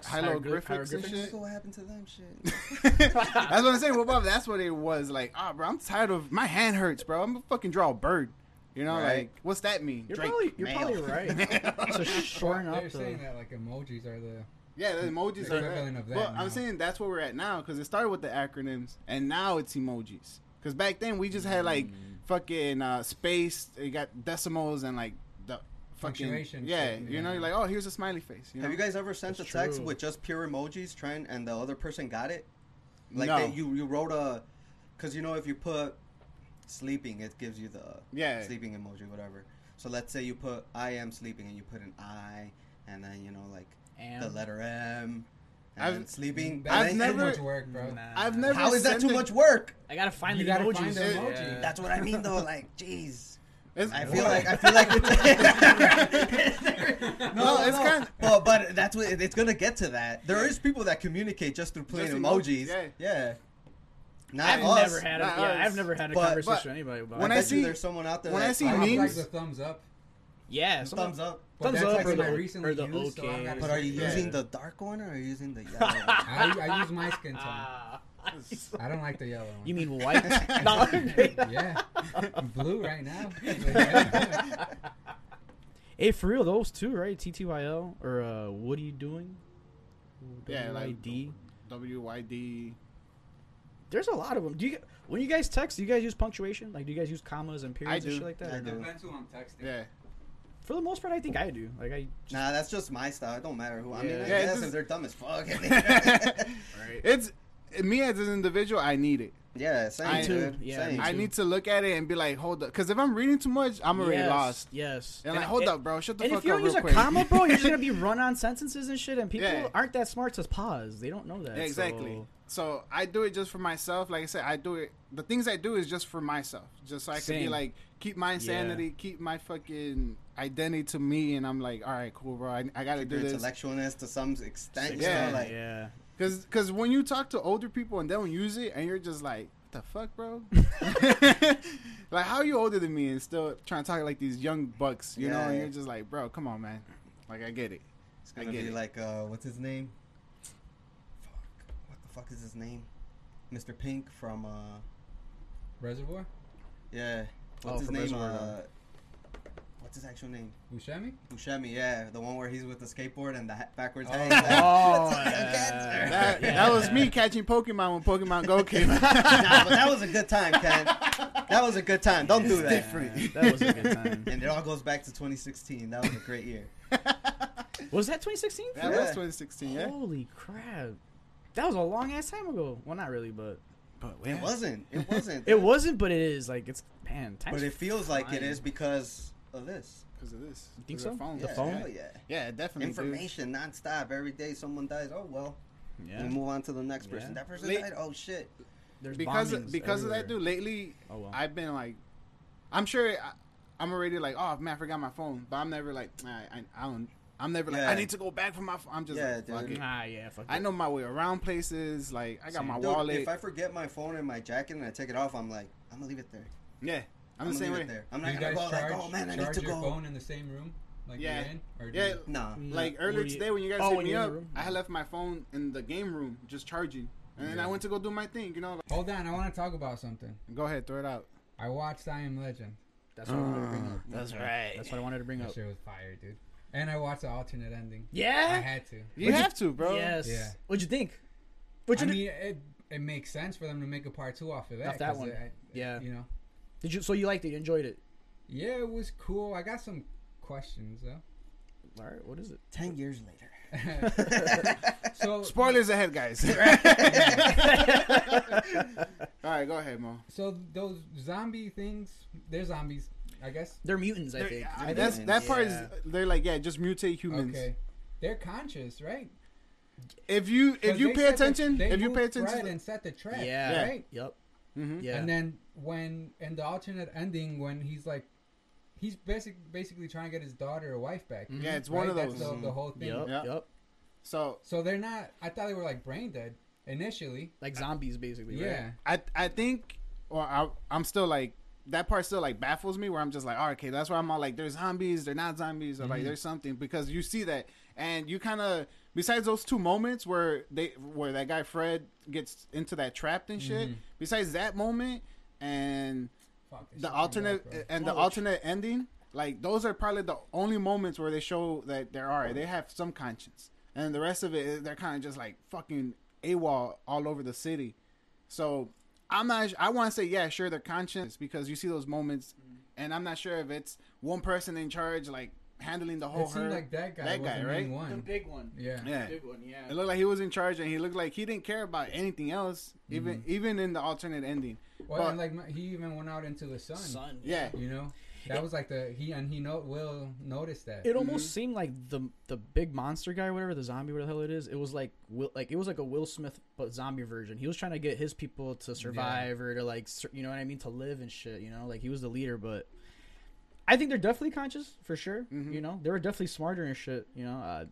B: Sphinx,
A: hieroglyphics and
B: hieroglyphics.
A: shit.
D: Look what happened to them, shit.
A: that's what I'm saying. Well, Bob, that's what it was. Like, ah, bro, I'm tired of my hand hurts, bro. I'm gonna fucking draw a bird. You know,
D: Right.
A: like, what's that mean?
B: You're
A: Drake.
B: probably you're
D: male.
B: probably right. so shorten
C: They're
B: up the.
C: saying that like emojis are the.
A: Yeah, the emojis
C: The
A: are
C: equivalent
A: that.
C: of that
A: Well,
C: now.
A: I'm saying that's where we're at now because it started with the acronyms and now it's emojis. Because back then we just
C: Mm.
A: had like fucking uh, space, it got decimals and like the fucking
C: Punctuation
A: Yeah,
C: shit,
A: you know,
C: yeah.
A: you're like, oh, here's a smiley face. You know?
D: Have you guys ever sent
B: That's
D: a text
B: true.
D: with just pure emojis trying and the other person got it? Like
A: No.
D: they, you you wrote a cuz you know if you put sleeping it gives you the
A: Yeah.
D: sleeping emoji whatever. So let's say you put I am sleeping and you put an I and then you know like the
B: Am.
D: letter M and
A: I've-
D: then sleeping.
C: That's
A: I've
D: and then-
A: never-
C: too much work, bro.
B: Nah.
A: I've never.
D: How is
A: sent
D: that too
A: a-
D: much work?
B: I gotta find
C: You
B: the
C: gotta
B: emojis.
C: find the emoji.
B: Yeah.
D: That's what I mean though like jeez.
A: It's-
D: I feel like I feel like it's,
A: No, it's kinda-
D: well, but that's what it's gonna get to that. There is people that communicate just through plain
A: Just emojis,
D: emojis.
A: yeah.
D: yeah. Not
B: I've
D: us.
B: never had a,
A: not
B: yeah,
A: us.
B: I've never had a
D: But-
B: conversation
A: but
B: with anybody about
A: when
D: I
A: I
B: it.
D: bet you
A: see-
D: there's someone out there
A: when I
D: that's
A: see
C: I
D: like,
C: don't like
A: memes-
C: the thumbs up.
B: yeah, some
D: thumbs up.
C: But
B: Thumbs
C: that's
B: up
C: something
B: or the-
C: I recently
B: or the
C: used, so I
B: okay.
C: gotta
D: But are
C: say
D: you
C: yeah.
D: using the dark one or are you using the yellow? one?
C: I, I use my skin tone.
B: Ah.
C: I don't like the yellow one.
B: you mean white? No,
C: Yeah, I'm blue right now.
B: Hey, for real, those two, right? TTYL or uh, what are you doing?
A: Yeah, like-
B: WYD.
A: WYD.
B: There's a lot of them. Do you when you guys text? Do you guys use punctuation? Like, do you guys use commas and periods
A: do.
B: and shit like that?
D: I
B: or no?
D: do.
C: who I'm texting.
A: Yeah.
B: For the most part, I think I do. Like, I
D: nah, that's just my style. It don't matter who. I mean,
B: Yeah.
D: I
A: Yeah,
D: guess
A: this-
D: if they're dumb as fuck.
A: It's me as an individual. I need it.
D: yeah, same
A: I-
D: dude.
B: Yeah,
D: same.
B: me
A: I
B: too.
A: need to look at it and be like, hold up, because if I'm reading too much, I'm already
B: yes,
A: lost.
B: Yes.
A: And, like, hold
B: and-
A: up, bro, shut the
B: And
A: fuck
B: if you
A: up
B: don't use
A: real
B: a
A: quick.
B: comma, bro, you're just gonna be run on sentences and shit. And people
A: Yeah.
B: aren't that smart to pause. They don't know that.
A: Yeah, exactly.
B: so-
A: So I do it just for myself. Like I said, I do it. The things I do is just for myself, just so I can be
B: Same.
A: like, keep my insanity, keep my fucking identity to me, and I'm like, all right, cool, bro. I, I gotta
D: Your
A: do this
D: intellectualness to some extent. you know,
A: Yeah.
D: like,
B: yeah.
A: because because when you talk to older people and they don't use it, and you're just like, what the fuck, bro? like, how are you older than me and still trying to talk like these young bucks, you know?
D: Yeah.
A: And you're just like, bro, come on, man. Like, I get it.
D: It's gonna
A: I get
D: be
A: it.
D: like uh, what's his name? Fuck. What the fuck is his name? Mr. Pink from uh
C: Reservoir?
D: yeah. What's
B: Oh,
D: his
B: from
D: name?
B: Reservoir
D: Uh, what's his actual name?
C: Buscemi?
D: Buscemi, yeah, the one where he's with the skateboard and the ha- backwards
C: Oh.
D: hang.
B: Oh,
D: That's
B: yeah.
D: cancer.
A: That,
B: Yeah.
A: that was me catching Pokemon when Pokemon Go came out.
D: nah, but that was a good time, Ken. That was a good time. Don't do that.
A: different.
B: That was a good time.
D: And it all goes back to 2016. That was a great year.
B: Was that 2016?
A: That
D: Yeah.
A: was 2016, yeah.
B: Holy crap! That was a long ass time ago. Well, not really, but
A: But
D: It wasn't. It wasn't.
B: it wasn't. But it is like it's man. Time's
D: But it feels like it
B: flying.
D: is because of this.
A: because of this.
B: You think
A: 'Cause of
B: so?
A: Phones.
B: The
D: yeah,
B: phone?
D: hell yeah.
A: Yeah, definitely. dude.
D: Information nonstop. Every day someone dies. Oh well. We
B: yeah.
D: move on to the next person.
B: Yeah.
D: That person
A: Late-
D: died. Oh shit.
B: There's
A: Because
B: bombings
A: because
B: everywhere.
A: of that, dude. Lately,
B: Oh well.
A: I've been like, I'm sure I, I'm already like, oh man, I forgot my phone. But I'm never like, nah, I, I don't. I'm never like,
D: Yeah.
A: I need to go back for my. phone. I'm just
D: Yeah,
A: like, fuck
D: dude.
A: it.
B: ah yeah. Fuck
A: I
B: it.
A: know my way around places. Like I got
B: Same.
A: my
D: Dude,
A: wallet.
D: if I forget my phone in my jacket and I take it off, I'm like, I'm gonna leave it there.
A: yeah, I'm, the
D: I'm gonna
A: same
D: leave
A: way.
D: it there. I'm
C: Do
D: not
C: you
D: gonna
C: guys
D: go
C: charge,
D: like, oh man, I need
C: charge
D: to
C: your
D: go.
C: phone in the same room? Like
A: Yeah.
C: you're in? Or do
A: Yeah.
C: you-
D: Nah.
B: Yeah.
A: Like
B: Or
A: earlier
B: you-
A: today when you guys
B: oh,
A: hit
B: when
A: me
B: you're in
A: up,
B: the room.
A: I had left my phone in the game room just charging, and then
C: Yeah.
A: I went to go do my thing. You know, like,
C: Hold on, I want to talk about something.
A: go ahead, throw it out.
C: I watched I Am Legend.
B: That's what I wanted to bring up.
A: that's right.
B: That's what I wanted to bring
C: That
B: up.
C: shit was fire, dude. And I watched the alternate ending. I
B: Yeah.
C: had to.
A: You
B: What'd you-
A: have to, bro.
B: Yes.
C: Yeah.
B: What'd you think? What'd
C: I
B: you?
C: mean, it, it makes sense for them to make a part two off of that.
B: Off that
C: 'cause
B: one.
C: I-
B: Yeah.
C: You know.
B: did you? So you liked it? You enjoyed it?
C: Yeah, it was cool. I got some questions though.
B: All right. What is it?
D: Ten years
C: so
A: Spoilers ahead, guys.
D: later.
A: All right, go ahead, Mo.
C: So those zombie things, they're zombies, I guess.
B: They're mutants, I
A: They're-
B: think.
A: I-
B: They're
A: that's
B: mutants.
A: that part
B: Yeah.
A: is they're like yeah, just mutate humans.
C: Okay, they're conscious, right?
A: If you
C: 'Cause
A: if you
C: they
A: pay
C: set the-
A: attention,
C: they
A: if you
C: moved
A: pay
C: Fred
A: attention,
C: and set the trap,
B: Yeah.
A: Yeah.
C: right?
B: Yep.
A: Mhm.
B: Yeah.
C: And then when in the alternate ending, when he's like, he's basic basically trying to get his daughter or wife back.
A: yeah, it's one
C: right?
A: of
C: That's
A: those.
C: the, the whole thing.
B: Yep.
A: Yeah.
B: Yep.
A: So
C: So they're not. I thought they were like brain dead initially.
B: Like zombies, basically.
C: Yeah.
B: Right?
A: I I think or I I'm still like that part still like baffles me where I'm just like, oh, okay, that's why I'm all like, they're zombies, they're not zombies, or like there's something because you see that and you kind of besides those two moments where they where that guy Fred gets into that trap and shit. Besides that moment and
C: Fuck, this
A: the
C: shit's
A: alternate
C: pretty rough,
A: and the
B: Holy
A: alternate ending like those are probably the only moments where they show that there are they have some conscience and the rest of it they're kind of just like fucking AWOL all over the city so i'm not i want to say yeah sure they're conscious because you see those moments
C: Mm.
A: and i'm not sure if it's one person in charge like handling the
C: bro.
B: oh,
A: whole
C: It seemed
A: herd
C: like that guy
A: that
C: was
A: guy,
C: the
A: right?
C: main one.
B: big one.
C: Yeah.
A: yeah
B: one.
A: it looked like he was in charge and he looked like he didn't care about anything else even
C: Mm-hmm.
A: even in the alternate ending
C: Well,
A: But-
C: and like my- he even went out into the
B: Sun.
A: yeah
C: You know, that was like the he and he know will notice that.
B: It almost seemed like the the big monster guy, or whatever the zombie, whatever the hell it is. It was like Will, like it was like a Will Smith but zombie version. He was trying to get his people to survive or to like, sur- you know what I mean, to live and shit. You know, like he was the leader, but I think they're definitely conscious for sure. You know, they were definitely smarter and shit. You know, uh,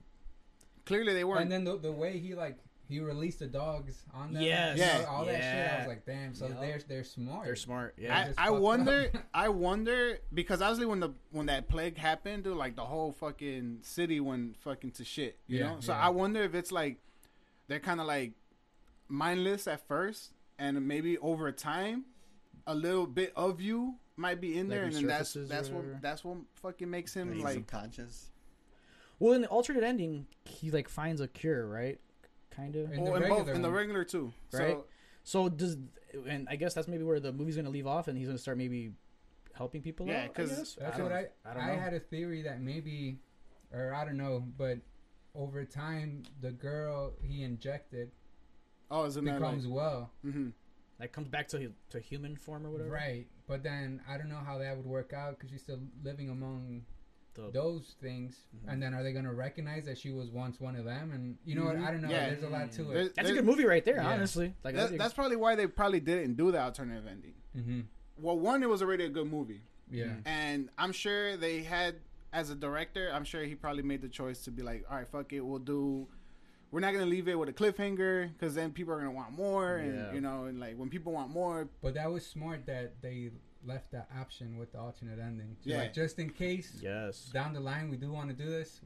A: clearly they weren't
C: and then the, the way he like he released the dogs on them.
B: Yes.
C: you know,
A: Yeah.
C: all that shit. I
B: Yeah.
C: was like, damn. So
B: Yup.
C: they're they're smart.
B: they're smart.
C: I
B: Yeah,
A: I,
C: just
A: I
C: fucked
A: wonder
C: up.
A: I wonder because obviously when the when that plague happened, dude, like the whole fucking city went fucking to shit. You
C: Yeah,
A: know? So
C: yeah.
A: I wonder if it's like they're kinda like mindless at first and maybe over time a little bit of you might be
B: Like
A: in there and then that's
B: resurfaces or
A: that's
B: whatever.
A: what that's what fucking makes him
D: He's
A: like
D: subconscious.
B: well, in the alternate ending, he like finds a cure, right? Kind of.
C: In the
A: or oh, in both
C: regular
A: in the
C: one.
A: regular too.
B: Right?
A: So
B: So does, and I guess that's maybe where the movie's gonna leave off, and he's gonna start maybe helping people.
A: Yeah,
B: out, I
A: 'cause
B: guess?
C: That's
B: I
C: what
B: don't-
C: I
B: I
C: I,
B: don't know.
C: had a theory that maybe, or I don't know, but over time the girl he injected
A: oh isn't that like,
C: becomes well,
A: hmm
B: That comes back to to human form or whatever.
C: right? But then I don't know how that would work out because she's still living among
B: The-
C: those things.
B: Mm-hmm.
C: And then are they gonna recognize that she was once one of them? And you know
B: Mm-hmm.
C: what? I don't know.
A: Yeah.
C: There's a lot to
A: There-
C: it.
B: That's a
A: there-
B: good movie right there,
C: Yeah.
B: honestly. Like
A: that-
B: that'd be-
A: that's probably why they probably didn't do the alternative ending.
C: Mm-hmm.
A: Well one it was already a good movie.
C: Yeah.
B: Mm-hmm.
A: And I'm sure they had as a director, I'm sure he probably made the choice to be like, all right, fuck it, we'll do. We're not gonna leave it with a cliffhanger because then people are gonna want more, and
B: Yeah.
A: you know, and like when people want more,
C: But that was smart that they left that option with the alternate ending. So,
A: Yeah.
C: Like, just in case
B: yes.
C: down the line we do want to do this,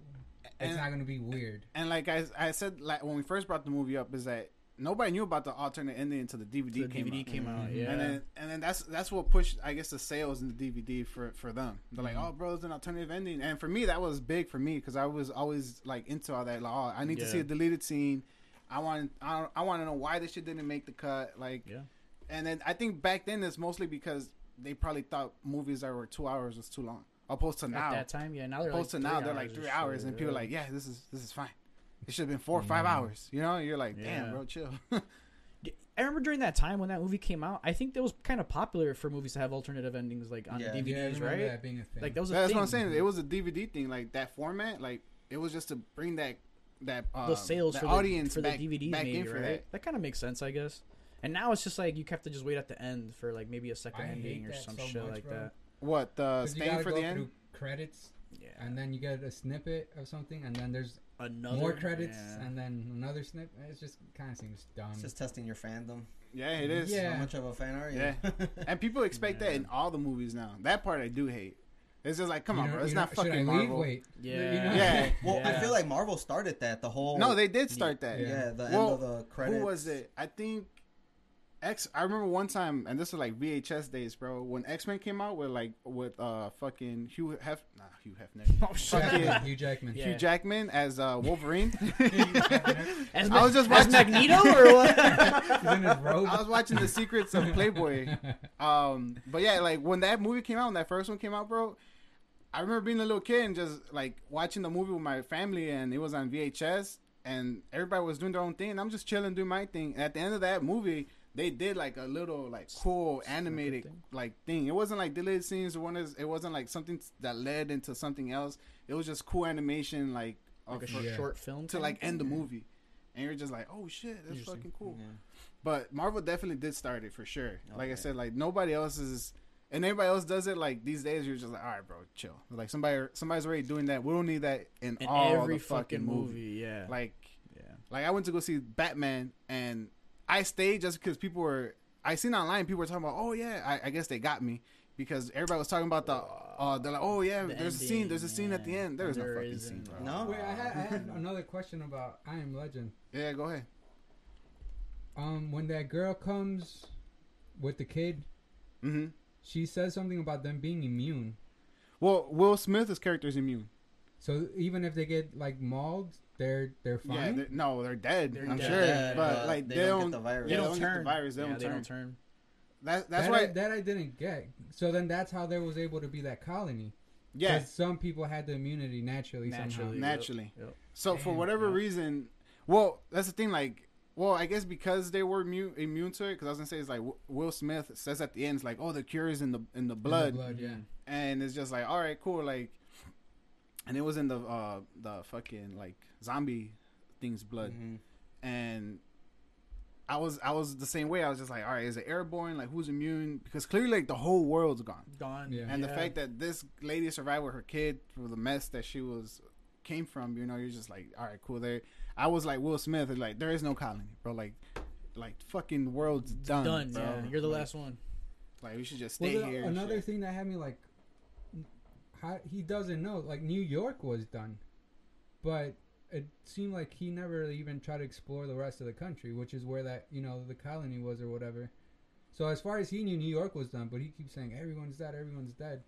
A: And-
C: it's not going to be weird.
A: and like I, I said, like when we first brought the movie up, is that nobody knew about the alternate ending until the DVD
B: The
A: came
B: DVD
A: out. Mm-hmm.
B: came out, yeah.
A: And then, and then that's that's what pushed, I guess, the sales in the DVD for for them. They're
B: Mm-hmm.
A: like, "Oh, bro, it's an alternative ending," and for me, that was big for me because I was always like into all that. Like, oh, I need to
B: Yeah.
A: see a deleted scene. I want I, I want to know why this shit didn't make the cut. Like,
B: Yeah.
A: and then I think back then it's mostly because they probably thought movies that were two hours was too long, opposed to now.
B: At that time, yeah. Now they're
A: opposed
B: like
A: to now,
B: three
A: they're
B: hours
A: like
B: or
A: three hours,
B: so,
A: and people are
B: yeah. Mm-hmm.
A: like, "Yeah, this is this is fine." It should have been four or five hours. You know, you're like, damn,
B: Yeah.
A: bro, chill.
B: I remember during that time when that movie came out, I think that was kind of popular for movies to have alternative endings, like on
D: Yeah.
B: the
C: Yeah, I
B: DVDs,
C: remember
B: right?
C: That being a thing.
B: Like that was a
A: That's
B: thing.
A: what I'm saying. It was a DVD thing, like that format. Like it was just to bring that that um,
B: the sales
A: that
B: for the
A: audience
B: for
A: back,
B: the DVDs,
A: back
B: maybe
A: in for
B: right?
A: that.
B: That, kind of makes sense, I guess. And now it's just like you have to just wait at the end for like maybe a second
C: I hate
B: ending or
C: that
B: some
C: so
B: shit
C: much,
B: like
C: bro.
B: that.
A: What the
C: 'Cause you
A: stain
C: gotta
A: for
C: go
A: the end?
C: through credits,
B: Yeah,
C: and then you get a snippet of something, and then there's
B: another
C: more credits,
B: yeah.
C: and then another snippet. It just kind of seems dumb.
D: It's just testing your fandom.
A: Yeah, it is.
C: Yeah.
D: How much of a fan are you?
A: And people expect that
B: Yeah.
A: in all the movies now. That part I do hate. It's just like, come
C: You
A: on,
C: know-
A: bro. It's
C: you know-
A: not
C: should I
A: fucking
C: leave?
A: Marvel.
C: Wait.
B: yeah,
C: You know?
A: Yeah.
D: well, I
B: Yeah.
D: feel like Marvel started that. The whole
A: No, they did start that.
D: yeah, the
A: Well,
D: end of the credits.
A: Who was it? I think X. I remember one time, and this was like VHS days, bro. When X Men came out with like with uh fucking Hugh Hef, nah Hugh Hefner,
B: Oh shit!
A: Fuck yeah.
C: Jackman, Hugh Jackman.
B: Yeah.
A: Hugh Jackman as uh Wolverine.
B: As,
A: I was just watching.
B: Magneto or what?
C: He's in his robe.
A: I was watching The Secrets of Playboy. Um, but yeah, like when that movie came out, when that first one came out, bro, I remember being a little kid and just like watching the movie with my family, and it was on VHS, and everybody was doing their own thing, and I'm just chilling, doing my thing. And at the end of that movie, they did like a little like cool animated
B: thing?
A: like thing. It wasn't like deleted scenes. One is it wasn't like something that led into something else. It was just cool animation, like,
B: like a
A: of-
B: short,
C: Yeah.
B: short film
A: to
B: thing?
A: like end the movie. And you're just like, oh shit, that's
B: Interesting.
A: fucking
D: Yeah.
A: cool. But Marvel definitely did start it for sure. Like I
D: Okay.
A: said, like nobody else is, and everybody else does it. Like these days, you're just like, all right, bro, chill. Like somebody, somebody's already doing that. We don't need that in,
B: in
A: all
B: every
A: the fucking
B: movie.
A: movie.
B: Yeah,
A: Like,
B: yeah.
A: like I went to go see Batman, and I stayed just because people were. I seen online people were talking about, oh yeah, I, I guess they got me because everybody was talking about the. Uh, they're like, oh yeah,
B: The
A: there's a scene, there's a
B: ending,
A: scene at the
B: yeah.
A: end. There is no
B: There
A: fucking scene,
B: isn't.
A: bro.
D: No.
C: Wait, I had, I had another question about I Am Legend.
A: Yeah, go ahead.
C: Um, when that girl comes with the kid,
A: hmm
C: she says something about them being immune.
A: Well, Will Smith's character is immune.
C: So even if they get like mauled, they're they're
A: Yeah,
C: fine.
A: they're, no, they're dead.
B: They're
A: I'm
B: dead,
A: sure,
D: Yeah,
A: but like they, don't.
D: get the virus.
A: they
B: They
A: don't
B: don't
A: get the
B: turn.
A: virus, they
B: yeah,
A: don't
B: they
A: turn.
B: don't turn.
A: that, that's
C: that
A: why.
C: I, that I didn't get. So then that's how there was able to be that colony.
A: yeah,
C: 'Cause some people had the immunity naturally,
B: Naturally.
C: somehow.
A: naturally.
B: Yep.
A: So for
C: Damn,
A: whatever
B: yeah.
A: reason, well, that's the thing. Like, well, I guess because they were immune, immune to it. Because I was gonna say it's like W- Will Smith says at the end, it's like, "Oh, the cure is in the in the
C: In the
A: blood,",
C: blood, yeah.
A: and it's just like, "All right, cool." Like, and it was in the uh the fucking like zombie things blood,
D: Mhm.
B: Mm-hmm.
A: and I was I was the same way. I was just like, "All right, is it airborne? Like, who's immune?" Because clearly, like the whole world's gone.
B: Gone.
C: Yeah.
A: and the fact that this lady survived with her kid through the mess that she was came from, you know, you're just like, all right, cool. There, I was like Will Smith, like there is no colony, bro. Like, like fucking world's done,
B: done.
A: bro.
B: Yeah, you're the
A: Like-
B: last one.
A: Like we should just
C: Well,
A: stay
C: the-
A: here. and
C: another
A: shit.
C: thing that had me like, how, he doesn't know. Like New York was done, but it seemed like he never really even tried to explore the rest of the country, which is where that you know the colony was or whatever. So as far as he knew, New York was done, but he keeps saying everyone's dead, everyone's dead,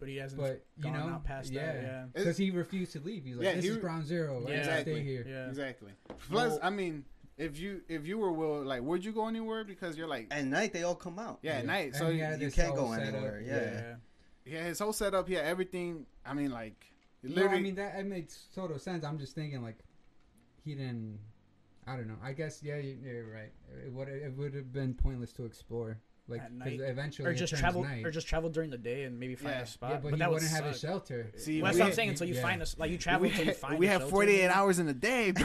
B: But he hasn't
C: but you
B: gone
C: know,
B: out past
C: yeah,
B: that. Yeah.
C: because he refused to leave. He's like,
A: Yeah,
C: this
A: he
C: is
A: re-
C: Ground Zero, right?
B: Yeah.
A: Exactly.
C: Stay here.
B: Yeah.
A: exactly. Plus,
D: Well-
A: I mean, if you if you were Will, like, would you go anywhere? Because you're like,
D: At night, they all come out.
A: yeah, at
C: Yeah.
A: night.
C: And
A: So
C: he
A: yeah,
C: had
D: you
C: this
D: can't
C: whole
D: go
C: setup,
D: anywhere, yeah.
A: his whole setup, yeah, everything. I mean, like,
C: No,
A: literally,
C: I mean that it makes total sense. I'm just thinking like he didn't. I don't know. I guess yeah, you, you're right. It would it would have been pointless to explore like
B: At
C: 'cause
B: night.
C: eventually
B: Or
C: it
B: just
C: turns
B: travel,
C: night.
B: or just travel during the day and maybe find
A: Yeah.
B: a spot.
C: yeah, but,
B: that
C: he
B: would
C: wouldn't have
B: suck.
C: a shelter.
A: See,
B: Well, that's
A: we-
B: what I'm saying. Until you
C: yeah.
B: find us, like you travel until you
A: had-
B: find.
A: we
B: a
A: have
B: shelter.
A: 48 hours in a day, bro.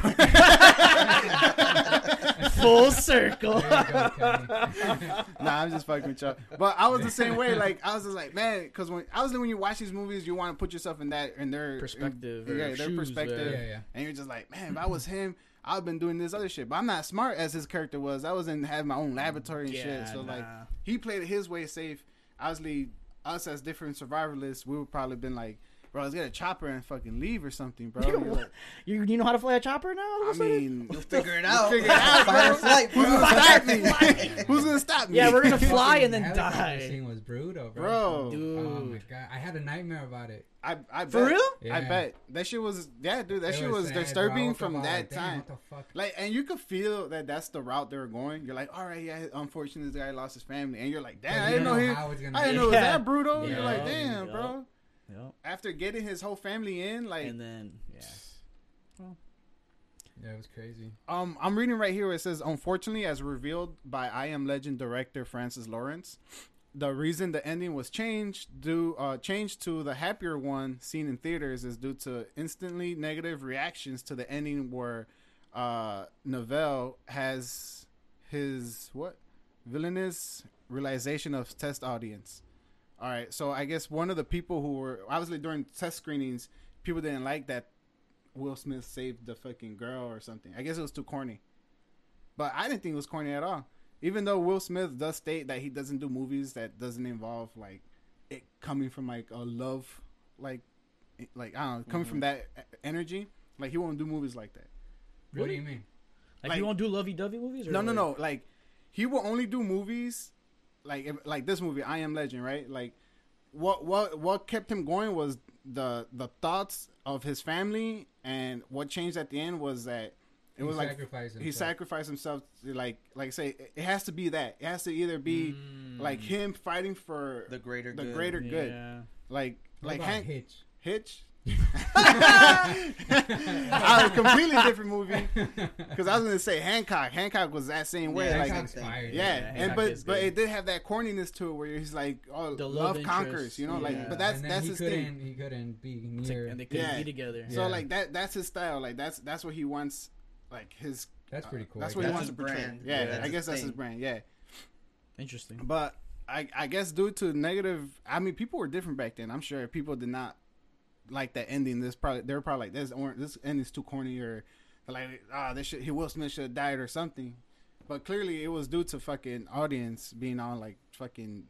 B: Full circle.
C: There you go, Kenny.
A: nah, I'm just fucking with y'all. But I was the same way. Like I was just like, man, because when I was when you watch these movies, you want to put yourself in that in their
B: Perspective
A: in-
B: or
A: yeah, their
B: shoes,
A: perspective,
C: yeah, yeah.
A: and you're just like, man, if I was him, I've been doing this other shit. But I'm not smart as his character was. I was in having my own laboratory and shit.
B: Yeah,
A: So like,
B: nah.
A: he played it his way safe. Obviously, us as different survivalists, we would probably been like, bro, let's get a chopper and fucking leave or something, bro. You're like,
B: you, you know how to fly a chopper now? all of a
A: I
B: sudden?
A: mean.
D: You'll figure it out.
A: figure it out,
D: Fight or
A: bro.
D: flight,
A: Who's
D: bro.
A: gonna stop me? Who's gonna stop me?
B: yeah, we're gonna fly
C: Fucking
B: and then
C: helicopter
B: die,
C: Scene was brutal, bro.
A: bro.
B: dude.
C: Oh my god, I had a nightmare about it.
A: I, I
B: For
A: bet.
B: real?
A: I
C: Yeah.
A: bet that shit was yeah, dude. That
C: It
A: shit was,
C: sad, bro. I
A: disturbing
C: woke up, I
A: from
C: was
A: that
C: like, "Damn,
A: time.
C: What the fuck?
A: Like, and you could feel that that's the route they were going. You're like, all right, yeah, unfortunately, this guy lost his family, and you're like,
C: But
A: damn, I
C: you
A: didn't know,
C: don't
A: he,
C: how it's gonna
A: I didn't
C: be.
A: know it was
B: Yeah.
A: that brutal. You're
C: Yeah.
A: like, damn,
B: Yeah.
A: bro.
B: Yep.
A: After getting his whole family in, like,
B: And then yeah.
C: Yeah, it was crazy.
A: Um, I'm reading right here where it says, unfortunately, as revealed by I Am Legend director Francis Lawrence, the reason the ending was changed due uh, changed to the happier one seen in theaters is due to instantly negative reactions to the ending where uh, Novell has his what villainous realization of test audience. All right, so I guess one of the people who were obviously during test screenings, people didn't like that Will Smith saved the fucking girl or something. I guess it was too corny. But I didn't think it was corny at all. Even though Will Smith does state that he doesn't do movies that doesn't involve like it coming from like a love like like I don't know, coming from that e- energy, like he won't do movies like that.
C: What do
B: Really?
C: you mean?
B: Like,
A: Like-
B: you won't do lovey dovey movies? Or
A: No, no,
B: like-
A: no. Like he will only do movies like if, like this movie, I Am Legend, right? Like what what what kept him going was the the thoughts of his family, and what changed at the end was that it
C: He
A: was like
C: sacrificed
A: he
C: himself.
A: sacrificed himself. To like like say it- it has to be that it has to either be
C: Mm.
A: like him fighting for
D: The greater
A: the
D: good.
A: greater good,
B: Yeah.
A: like
C: What
A: like
C: about
A: Hank
C: Hitch.
A: Hitch. I was completely different movie because I was gonna say Hancock. Hancock was that same way.
D: Yeah,
A: like,
D: Hancock's
A: yeah,
C: fired.
A: and
B: Hancock
A: but
B: is
A: but
B: good.
A: it did have that corniness to it where he's like, oh,
B: The
A: love,
B: love interest,
A: conquers, you know,
B: yeah.
A: like. But that's
C: and then
A: that's
C: he
A: his
C: couldn't,
A: thing.
C: He couldn't be
B: It's like-
C: near.
B: and they couldn't
A: Yeah.
B: be together.
C: Yeah.
A: So like that that's his style. Like that's that's what he wants. Like his.
C: that's pretty cool.
A: That's
C: I
A: what he
D: That's
A: wants
C: guess.
A: to
D: his
A: portray.
D: brand.
A: Yeah,
D: Yeah, that's
A: I
D: his
A: guess that's his
D: thing.
A: brand. Yeah.
B: Interesting.
A: But I, I guess due to negative, I mean, people were different back then. I'm sure people did not like that ending. This probably they were probably like this or this ending's too corny or they're like ah this shit he Will Smith should have died or something. But clearly it was due to fucking audience being on like fucking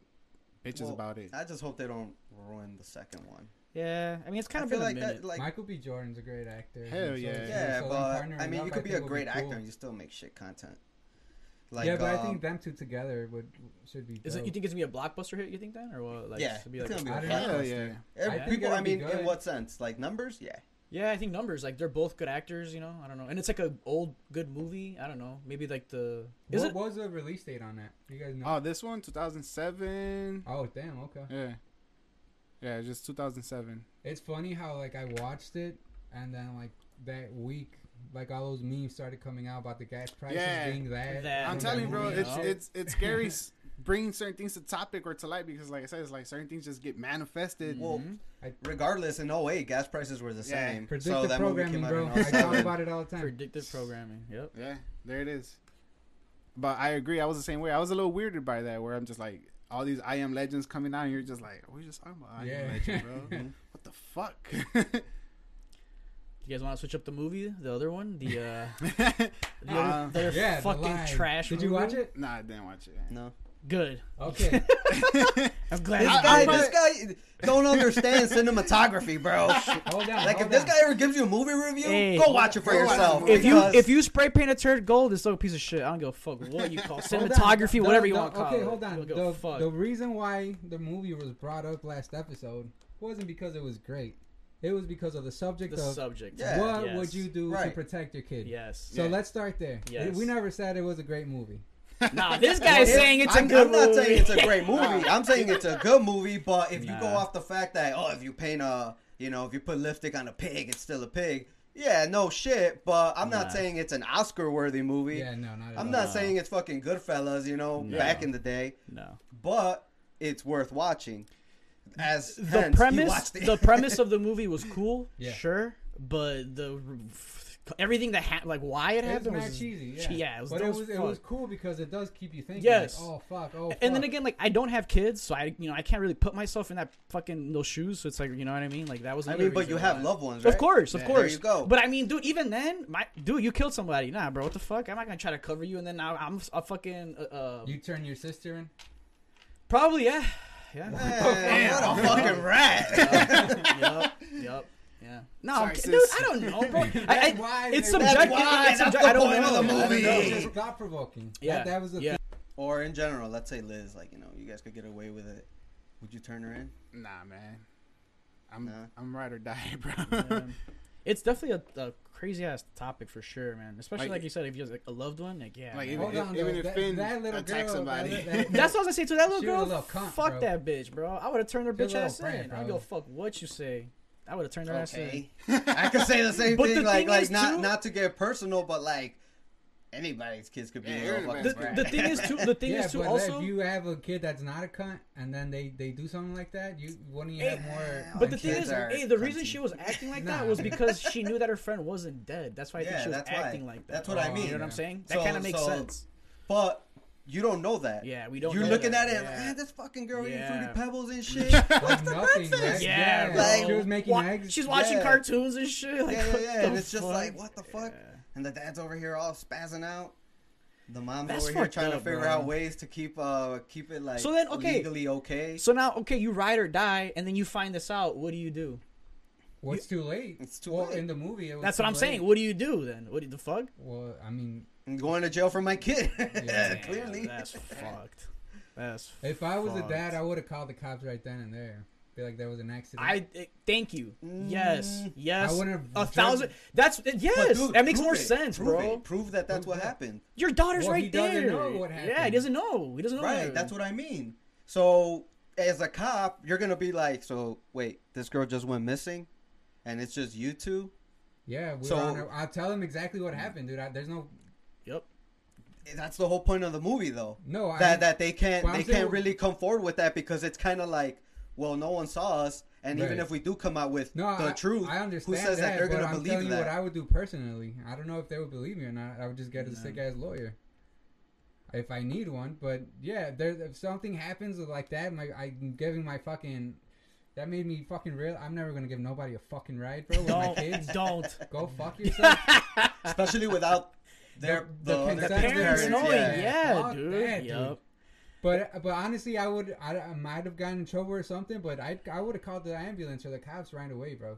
A: bitches
D: Well,
A: about it.
D: I just hope they don't ruin the second one.
B: Yeah, I mean it's kind
D: I
B: of
D: feel
B: been
D: like
B: a minute.
D: that, like
C: Michael B. Jordan's a great actor.
A: Hell
C: and so-
A: yeah.
D: yeah,
C: so them partnering
D: but I mean,
C: up,
D: you could be
C: think
D: a
C: would
D: great
C: cool.
D: actor and you still make shit content. Like,
C: yeah, but I
D: um,
C: think them two together would should be.
B: Is it,
C: dope.
B: you think it's gonna be a blockbuster hit? You think then, or what? Like,
D: Yeah,
B: it's gonna be
D: it's
B: like
D: gonna be
C: I
D: a
C: don't
D: blockbuster.
C: know.
A: Hell yeah.
D: Every-
C: I think
D: people,
C: it'll
D: I
C: be
D: mean,
C: good.
D: in what sense? Like numbers? Yeah.
B: Yeah, I think numbers. Like they're both good actors, you know. I don't know, and it's like a old good movie. I don't know. Maybe like the is
C: What
B: it?
C: was the release date on that? You guys know?
A: Oh, this one 2007.
C: Oh, damn. Okay.
A: Yeah. Yeah, just 2007.
C: It's funny how like I watched it and then like that week, like all those memes started coming out about the gas prices
A: Yeah.
C: being that.
B: That-
A: I'm
C: from
A: telling you,
C: that
A: bro,
C: movie.
A: it's it's it's scary s- bringing certain things to topic or to light because, like I said, it's like certain things just get manifested.
D: Well,
B: mm-hmm.
C: I-
D: regardless, in 08, gas prices were the
A: Yeah.
D: same.
C: Predictive
D: so that movie
C: programming,
D: came out
C: bro.
D: in
C: I
D: 07.
C: talk about it all the time.
B: Predictive programming. Yep.
A: Yeah, there it is. But I agree. I was the same way. I was a little weirded by that, where I'm just like, all these I am legends coming out, and you're just like, we just talking about I am
C: Yeah. Mm-hmm.
A: legend, bro. what the fuck?
B: You guys want to switch up the movie? The other one, the uh, the other,
A: Uh,
B: the other
C: yeah, the
B: fucking
C: line.
B: trash.
C: Did you watch
B: movie?
C: it?
A: nah, I didn't watch it.
D: No.
B: Good.
C: Okay.
B: I'm
D: This
B: glad.
A: I-
D: guy,
A: I'm not-
D: this guy don't understand cinematography, bro.
C: hold on.
D: like,
C: hold
D: if this
C: on.
D: guy ever gives you a movie review,
B: Hey.
D: go watch it for
A: Go watch
D: yourself.
A: the movie.
B: if you
D: because
B: if you spray paint a turd gold, it's still a piece of shit. I don't give a fuck what you call it.
C: Hold on.
B: cinematography,
C: The-
B: whatever you
C: the-
B: want to call
C: okay,
B: it.
C: hold
B: I
C: on.
B: don't give
C: The,
B: a fuck.
C: the reason why the movie was brought up last episode wasn't because it was great. It was because of the subject
B: The
C: of
B: subject.
D: Yeah.
C: what
B: Yes.
C: would you do to
D: Right.
C: protect your kid.
B: Yes.
C: So
A: Yeah.
C: let's start there.
B: Yes.
C: We never said it was a great movie.
B: Nah, this guy's
D: Well,
B: saying it's a
D: I'm,
B: good
D: I'm not
B: movie.
D: saying it's a great movie. I'm saying it's a good movie, but if you go
B: Nah.
D: off the fact that oh, if you paint a, you know, if you put lipstick on a pig, it's still a pig. Yeah, no shit. But I'm
B: Nah.
D: not saying it's an Oscar-worthy movie.
C: Yeah, no, not at
D: I'm
C: all.
D: not saying it's fucking Goodfellas, you know, back in the day.
B: no.
D: But it's worth watching. As
B: the
D: hence, you
B: premise
D: watched it.
B: the premise of the movie was cool
C: Yeah.
B: sure but the everything that happened like why it
C: It was
B: happened
C: mad
B: was
C: cheesy, yeah.
B: yeah it was,
C: but
B: dumb
C: it
B: as
C: was, it
B: fuck.
C: was cool because it does keep you thinking.
B: Yes.
C: Like, oh fuck. Oh.
B: and then
C: fuck.
B: again like i don't have kids so i you know i can't really put myself in that fucking those shoes so it's like you know what i mean like that was
D: I
B: another
D: mean, but
B: reason
D: you have
B: why.
D: loved ones, right?
B: Of course, of
A: Yeah.
B: course.
D: There you go.
B: But I mean, dude, even then, my dude, you killed somebody. Nah, bro, what the fuck? I'm not gonna try to cover you, and then now I'm a fucking uh, uh
C: you turn your sister in.
B: probably yeah, yeah,
D: Man, what a fucking rat.
B: yep, yep, yeah. No, I'm
A: Sorry,
B: ki- dude,
A: sis.
B: I don't know, bro. I, I,
C: That's why
B: it's
C: they-
D: That's
B: subjective.
D: why,
B: it's
D: that's
B: subjective.
D: the
B: I don't
D: point of
B: know.
D: the
B: I don't
D: movie.
B: know.
C: It was just thought provoking.
B: Yeah.
C: That, that was the
B: Yeah.
D: or in general, let's say Liz, like you know, you guys could get away with it. Would you turn her in?
A: Nah, man. I'm
D: Nah.
A: I'm ride or die, bro.
B: Um, it's definitely a, a crazy ass topic for sure, man. Especially like,
A: Like-
B: you said, if you have like, a loved one, like yeah. man.
A: Like, even,
C: Hold on,
A: even
C: though.
A: if
C: That-
A: Finn
C: that little
A: attacks
C: girl,
A: somebody,
C: that- that-
B: that's what I was gonna say to that little
C: She was
B: girl.
C: a little cunt,
B: fuck
C: bro.
B: that bitch, bro. I would have turned her
C: She was
B: bitch
C: a little
B: ass in.
C: brat,
B: I don't
C: bro.
B: give a fuck what you say. I would have turned their ass in.
D: Okay. I could say the same
B: But
D: thing.
B: the
D: like,
B: thing
D: like
B: is,
D: not
B: too-
D: not to get personal, but like anybody's kids could be
A: Yeah,
D: a little fucking
A: everybody's
B: The,
A: Right.
D: brat.
B: the thing is too. The thing
C: yeah,
B: is too.
C: but
B: Also,
C: if you have a kid that's not a cunt, and then they, they do something like that, you wouldn't you
B: Hey,
C: have more?
B: Eh, But the
D: Kids
B: thing is,
D: are
B: hey, the reason
D: cunty.
B: she was acting like that
C: Nah.
B: was because she knew that her friend wasn't dead. That's why I think
D: Yeah,
B: she was
D: that's why.
B: acting like that.
D: That's what I
C: Oh,
D: mean.
B: You know what I'm
C: Yeah.
B: saying? That
D: So-
B: kind of makes
D: so-
B: sense.
D: But you don't know that.
B: Yeah, we don't
D: You're
B: know
D: looking
B: that.
D: at it
B: Yeah.
D: like, man, this fucking girl eating
B: Yeah.
D: fruity pebbles and shit. What's
C: Like
D: the
C: nothing,
D: breakfast?
C: right?
B: Yeah,
C: Yeah,
B: bro.
D: like,
C: she was making
B: Wa-
C: eggs.
B: She's watching
D: Yeah.
B: cartoons and shit. Like,
D: yeah, yeah,
B: what
D: yeah.
B: the
D: And it's just
B: fuck?
D: like, what the fuck?
B: Yeah.
D: And the dad's over here all spazzing out. The mom's
B: That's
D: over here
B: fucked
D: trying to
B: up,
D: figure
B: bro.
D: out ways to keep uh keep it like
B: So then, okay.
D: legally okay.
B: So now, okay, you ride or die, and then you find this out. What do you do?
C: What's too late?
D: It's too
C: well,
D: late.
C: in the movie. It was
B: That's what
C: too
B: I'm
C: late.
B: saying. What do you do then? What do- the fuck?
C: Well, I mean,
D: I'm going to jail for my kid.
C: Yeah.
B: Damn,
D: Clearly.
B: that's fucked. That's.
C: if I was
B: fucked.
C: a dad, I would have called the cops right then and there. Be like, there was an accident.
B: I eh, thank you. Yes,
D: Mm.
B: yes.
C: I wouldn't
B: a
C: have
B: thousand. That's eh, yes.
D: But dude,
B: that makes
D: prove
B: more
D: it.
B: sense,
D: prove
B: bro.
D: It. Prove that that's
C: Prove
D: what
C: that.
D: happened.
B: Your daughter's
C: Well,
B: right
C: he doesn't
B: there.
C: know what
B: Yeah, he
C: happened.
B: doesn't know. He doesn't know.
D: Right. That's what I mean. So as a cop, you're gonna be like, so wait, this girl just went missing, and it's just you two.
C: yeah, we
D: So-
C: were on our, I'll tell them exactly
B: Mm.
C: what happened, dude. I, there's no,
B: Yep.
D: That's the whole point of the movie, though.
C: no. I,
D: that that they can't
C: Well, I'm
D: they
C: saying-
D: can't really come forward with that because it's kind of like, well, no one saw us, and even
C: Right.
D: if we do come out with
C: no,
D: the
C: I,
D: truth,
C: I understand
D: who says that, they're
C: but
D: gonna
C: I'm telling
D: believe
C: you what
D: that?
C: I would do personally. I don't know if they would believe me or not. I would just get a
B: No.
C: sick ass lawyer. If I need one, but yeah, there. If something happens like that, my I'm giving my fucking. That made me fucking real. I'm never gonna give nobody a fucking ride, bro. With my
B: Don't
C: kids,
B: don't.
C: go fuck yourself.
D: Especially without their
C: The- the
D: the,
C: consent
D: the
C: of their
B: Parents
C: Parents,
B: knowing,
C: yeah.
B: yeah,
C: Fuck
B: dude.
C: that, dude.
B: Yep.
C: But but honestly, I would I, I might have gotten in trouble or something. But I I would have called the ambulance or the cops right away, bro.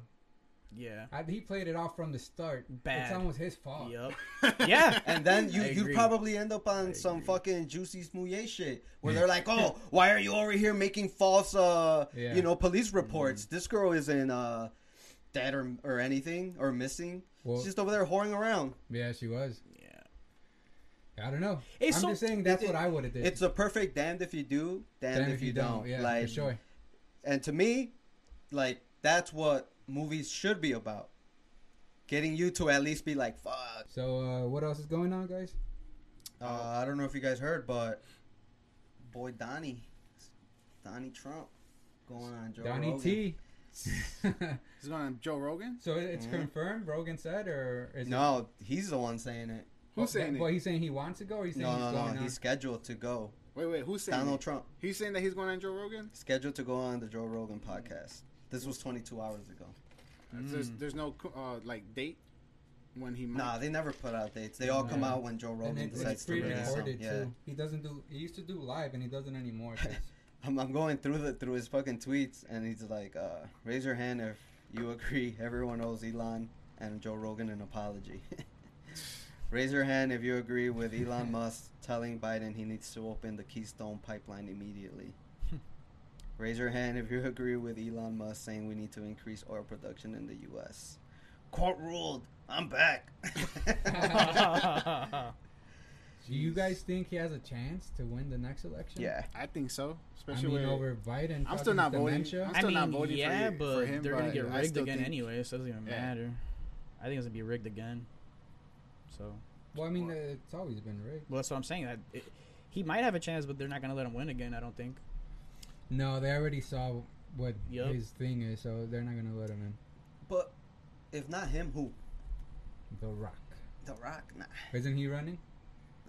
B: Yeah.
C: I, he played it off from the start.
B: Bad.
C: It's almost his fault.
B: Yep. Yeah.
D: And then you
B: I
D: you
B: agree.
D: probably end up on some fucking juicy smouye shit where they're like, oh, why are you over here making false, uh,
C: Yeah.
D: you know, police reports? This girl isn't uh, dead or or anything or missing.
C: Well-
D: She's just over there whoring around.
C: Yeah, she was.
B: yeah.
C: I don't know.
B: Hey,
C: I'm
B: so-
C: just saying that's
D: it-
C: what I would have did.
D: It's a perfect damned if you do, damned,
C: Damn
D: if, you don't.
C: Yeah,
D: like,
C: for sure.
D: And to me, like that's what movies should be about. Getting you to at least be like, fuck.
C: So uh, what else is going on, guys?
A: Oh.
D: Uh, I don't know if you guys heard, but boy Donnie, Donnie Trump, going on Joe
C: Donnie
D: Rogan.
C: T.
A: He's going on Joe Rogan.
C: so it- it's
D: Mhm.
C: confirmed. Rogan said, or is it?
D: No, he's the one saying it.
C: Well,
A: Who's saying
C: Well,
A: it?
C: he's saying he wants to go. Or he's saying
D: No,
C: he's
D: no,
C: going on.
D: no. He's scheduled to go.
A: Wait, wait. Who's saying
D: Donald
A: it?
D: Trump
A: He's saying that he's going on Joe Rogan.
D: scheduled to go on the Joe Rogan podcast. This was 22 hours ago.
A: There's
C: Hmm.
A: there's no uh, like date when he might.
D: Nah, they never put out dates. They all come
C: No.
D: out when Joe Rogan
C: and it,
D: decides
C: it's
D: to release them.
C: pre-recorded
D: Yeah.
C: too. He doesn't do. He used to do live, and he doesn't anymore. 'cause-
D: I'm, I'm going through the through his fucking tweets, and he's like, uh, "Raise your hand if you agree everyone owes Elon and Joe Rogan an apology." Raise your hand if you agree with Elon Musk telling Biden he needs to open the Keystone Pipeline immediately. Raise your hand if you agree with Elon Musk saying we need to increase oil production in the U.S. Court ruled. I'm back.
C: do you guys think he has a chance to win the next election?
D: yeah.
A: I think so.
C: I
A: Especially
C: mean,
A: with
C: over Biden.
A: I'm still not
C: fucking
A: voting.
C: dementia.
A: I'm
B: I
A: still
B: mean,
A: not voting for
B: yeah,
A: you-
B: but
A: for him,
B: they're gonna
A: but
B: get
A: I
B: rigged
A: still
B: again
A: think-
B: anyway, so it doesn't even
A: Yeah.
B: matter. I think it's gonna be rigged again. So,
C: Well, I mean, uh, it's always been rigged.
B: well, that's what I'm saying. That it, he might have a chance, but they're not gonna let him win again. I don't think.
C: No, they already saw what
B: Yep.
C: his thing is, so they're not gonna let him in.
D: But if not him, who?
C: The Rock.
D: The Rock? Nah,
C: Isn't he running?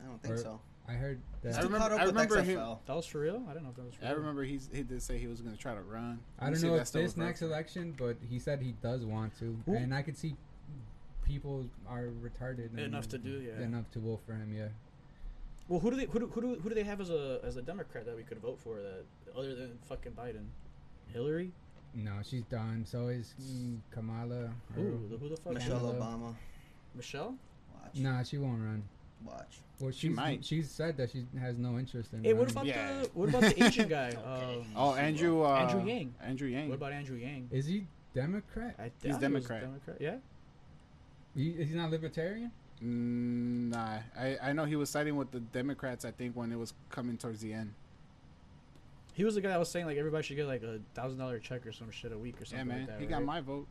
D: I don't think
C: Or-
D: so.
C: I heard
D: He's
A: I
D: too
C: that.
A: remember-
D: caught up
A: I
D: with
A: remember
D: XFL.
A: him-
B: That was for real. I don't know if that was. For
A: I
B: real.
A: remember he's, he did say he was going to try to run.
C: I
A: Let me
C: don't
A: see
C: know
A: that's
C: if
A: still
C: this
A: reversed.
C: next election, but he said he does want to,
B: Who-
C: and I could see people are retarded
B: Enough
C: and-
B: to do, yeah.
C: Enough to vote for him, yeah.
B: Well, who do they who do, who do who do they have as a as a Democrat that we could vote for that other than fucking Biden, Hillary?
C: No, she's done. So is mm, Kamala. or-
B: Who the, who the fuck?
D: Michelle
C: Canada.
D: Obama.
B: Michelle?
D: Watch.
C: Nah, she won't run.
D: Watch.
C: Well, she's, she
A: might.
C: She's said that she has no interest in.
B: Hey, what
C: running.
B: about
A: Yeah.
B: the what about the Asian guy?
D: Okay.
B: Um,
A: Oh, Andrew. Uh,
B: Andrew Yang.
A: Andrew Yang.
B: What about Andrew Yang?
C: Is he Democrat?
B: I
A: He's
B: doubt he was a
A: Democrat.
B: Democrat, yeah.
C: He, is he not libertarian?
A: Mm, nah, I, I know he was siding with the Democrats. I think when it was coming towards the end.
B: He was the guy that was saying like everybody should get like a thousand dollar check or some shit a week or
A: Yeah,
B: something
A: man.
B: like that.
A: he
B: right?
A: got my vote.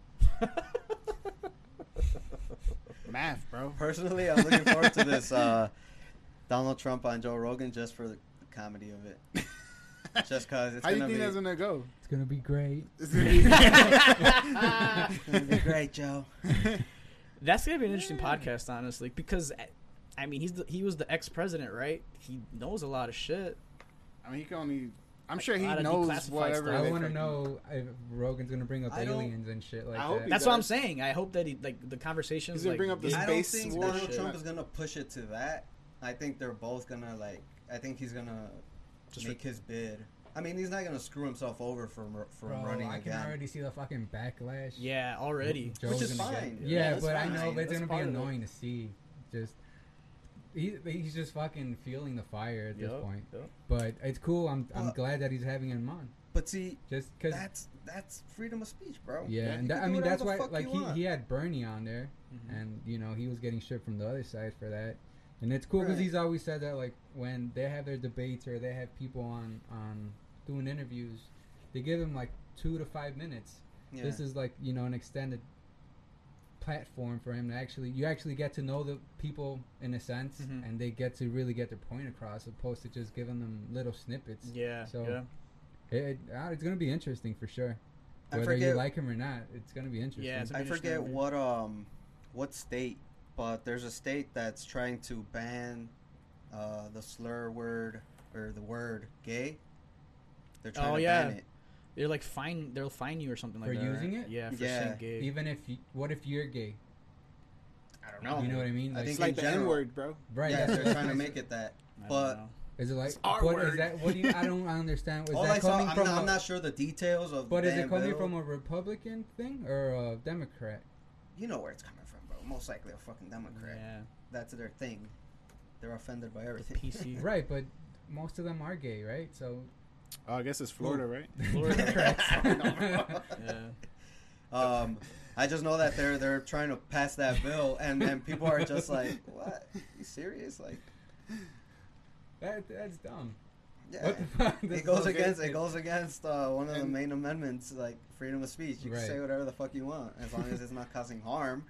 A: Math, bro.
D: Personally, I'm looking forward to this uh, Donald Trump on Joe Rogan just for the comedy of it. Just cause it's
A: How you
D: gonna
A: think
D: be,
A: that's gonna go?
C: It's gonna be great.
A: It's gonna be-
D: it's gonna be great, Joe.
B: That's gonna be an interesting podcast, honestly, because eh, I mean he's the, he was the ex president, right? He knows a lot of shit.
A: I mean, he can only. I'm sure
B: a
A: he
B: lot of
A: knows
B: declassified
A: whatever.
B: stuff.
C: I
A: they
C: want to
A: fucking-
C: know if Rogan's gonna bring up
D: I don't-
C: aliens and shit like
A: I hope
C: that.
A: he
B: That's what I'm
A: does.
B: saying. I hope that he like the conversations.
A: He's gonna
B: like,
A: bring up the
B: get-
D: I don't
A: Space
D: think
A: war
D: Donald
B: shit.
D: Trump is gonna push it to that. I think they're both gonna like. I think he's gonna
B: Just
D: make his bid. I mean, he's not gonna screw himself over from from
C: Bro,
D: running
C: I can
D: again.
C: already see the fucking backlash.
B: yeah, already.
C: Joe's
D: Which is
C: gonna get-
D: fine.
C: Yeah,
D: Yeah, that's
C: but
D: fine.
C: I know
D: That's
C: it's gonna
B: part
C: be
B: of it.
C: annoying to see. Just he, he's just fucking feeling the fire at this
B: Yup,
C: point.
B: yup.
C: But it's cool. I'm I'm
D: Well-
C: glad that he's having him on.
D: But see,
C: Just because.
D: that's that's freedom of speech, bro.
C: Yeah,
A: Yeah,
C: and
A: you
C: that,
D: can
C: I
D: do
C: mean
D: whatever
C: that's
D: the
C: why
D: fuck
C: like
D: you
C: he,
D: want. Mm-hmm.
C: he had Bernie on there,
B: Mhm.
C: and you know he was getting shit from the other side for that, and it's cool because
D: Right.
C: he's always said that like when they have their debates or they have people on on doing interviews, they give them like two to five minutes.
D: Yeah.
C: This is like you know an extended platform for him to actually you actually get to know the people in a sense,
D: Mm-hmm.
B: Mhm.
C: and they get to really get their point across, opposed to just giving them little snippets.
B: Yeah,
C: So-
B: yeah.
C: It, it- uh, it's gonna be interesting for sure.
D: I
C: Whether you
D: forget-
C: like him or not, it's gonna be interesting.
B: Yeah, it's-
D: I
B: British
D: forget
B: Columbia.
D: what um what state, but there's a state that's trying to ban uh, the slur word or the word gay. They're trying
B: Oh,
D: to
B: yeah.
D: ban it.
B: They're like fine. They'll fine you or something like
C: For
B: that.
C: using
B: right?
C: it?
B: Yeah, for
D: Yeah.
B: saying gay.
C: Even if you, what if you're gay?
D: I don't know.
C: You know what I mean?
D: I
C: Like,
D: think
A: It's like the
D: in general.
A: N word, bro.
C: right?
D: Yeah,
C: that's
D: they're
C: what-
D: trying to make it that.
B: I don't
D: But
B: know.
C: Is it like
A: It's our
C: what is
A: word.
C: that? What do you? I don't understand. Is
D: all
C: that
D: I saw,
C: coming
D: I'm
C: from?
D: not,
C: a,
D: I'm not sure the details of.
C: but
D: the
C: is it
D: damn
C: coming
D: bill.
C: from a Republican thing or a Democrat?
D: You know where it's coming from, bro. Most likely a fucking Democrat.
B: yeah,
D: That's their thing. They're offended by everything.
B: PC.
C: Right, but most of them are gay, right? So
A: Oh, I guess it's Florida, right?
B: Florida.
C: Democrats.
B: yeah.
D: Um, I just know that they're they're trying to pass that bill, and then people are just like, "What? You serious? Like,
C: that, that's dumb.
D: yeah."
C: What the fuck? That's
D: It goes
C: so
D: against it
C: stupid.
D: goes against uh, one of the
A: And-
D: main amendments, like freedom of speech. You
C: Right.
D: can say whatever the fuck you want as long as it's not causing harm.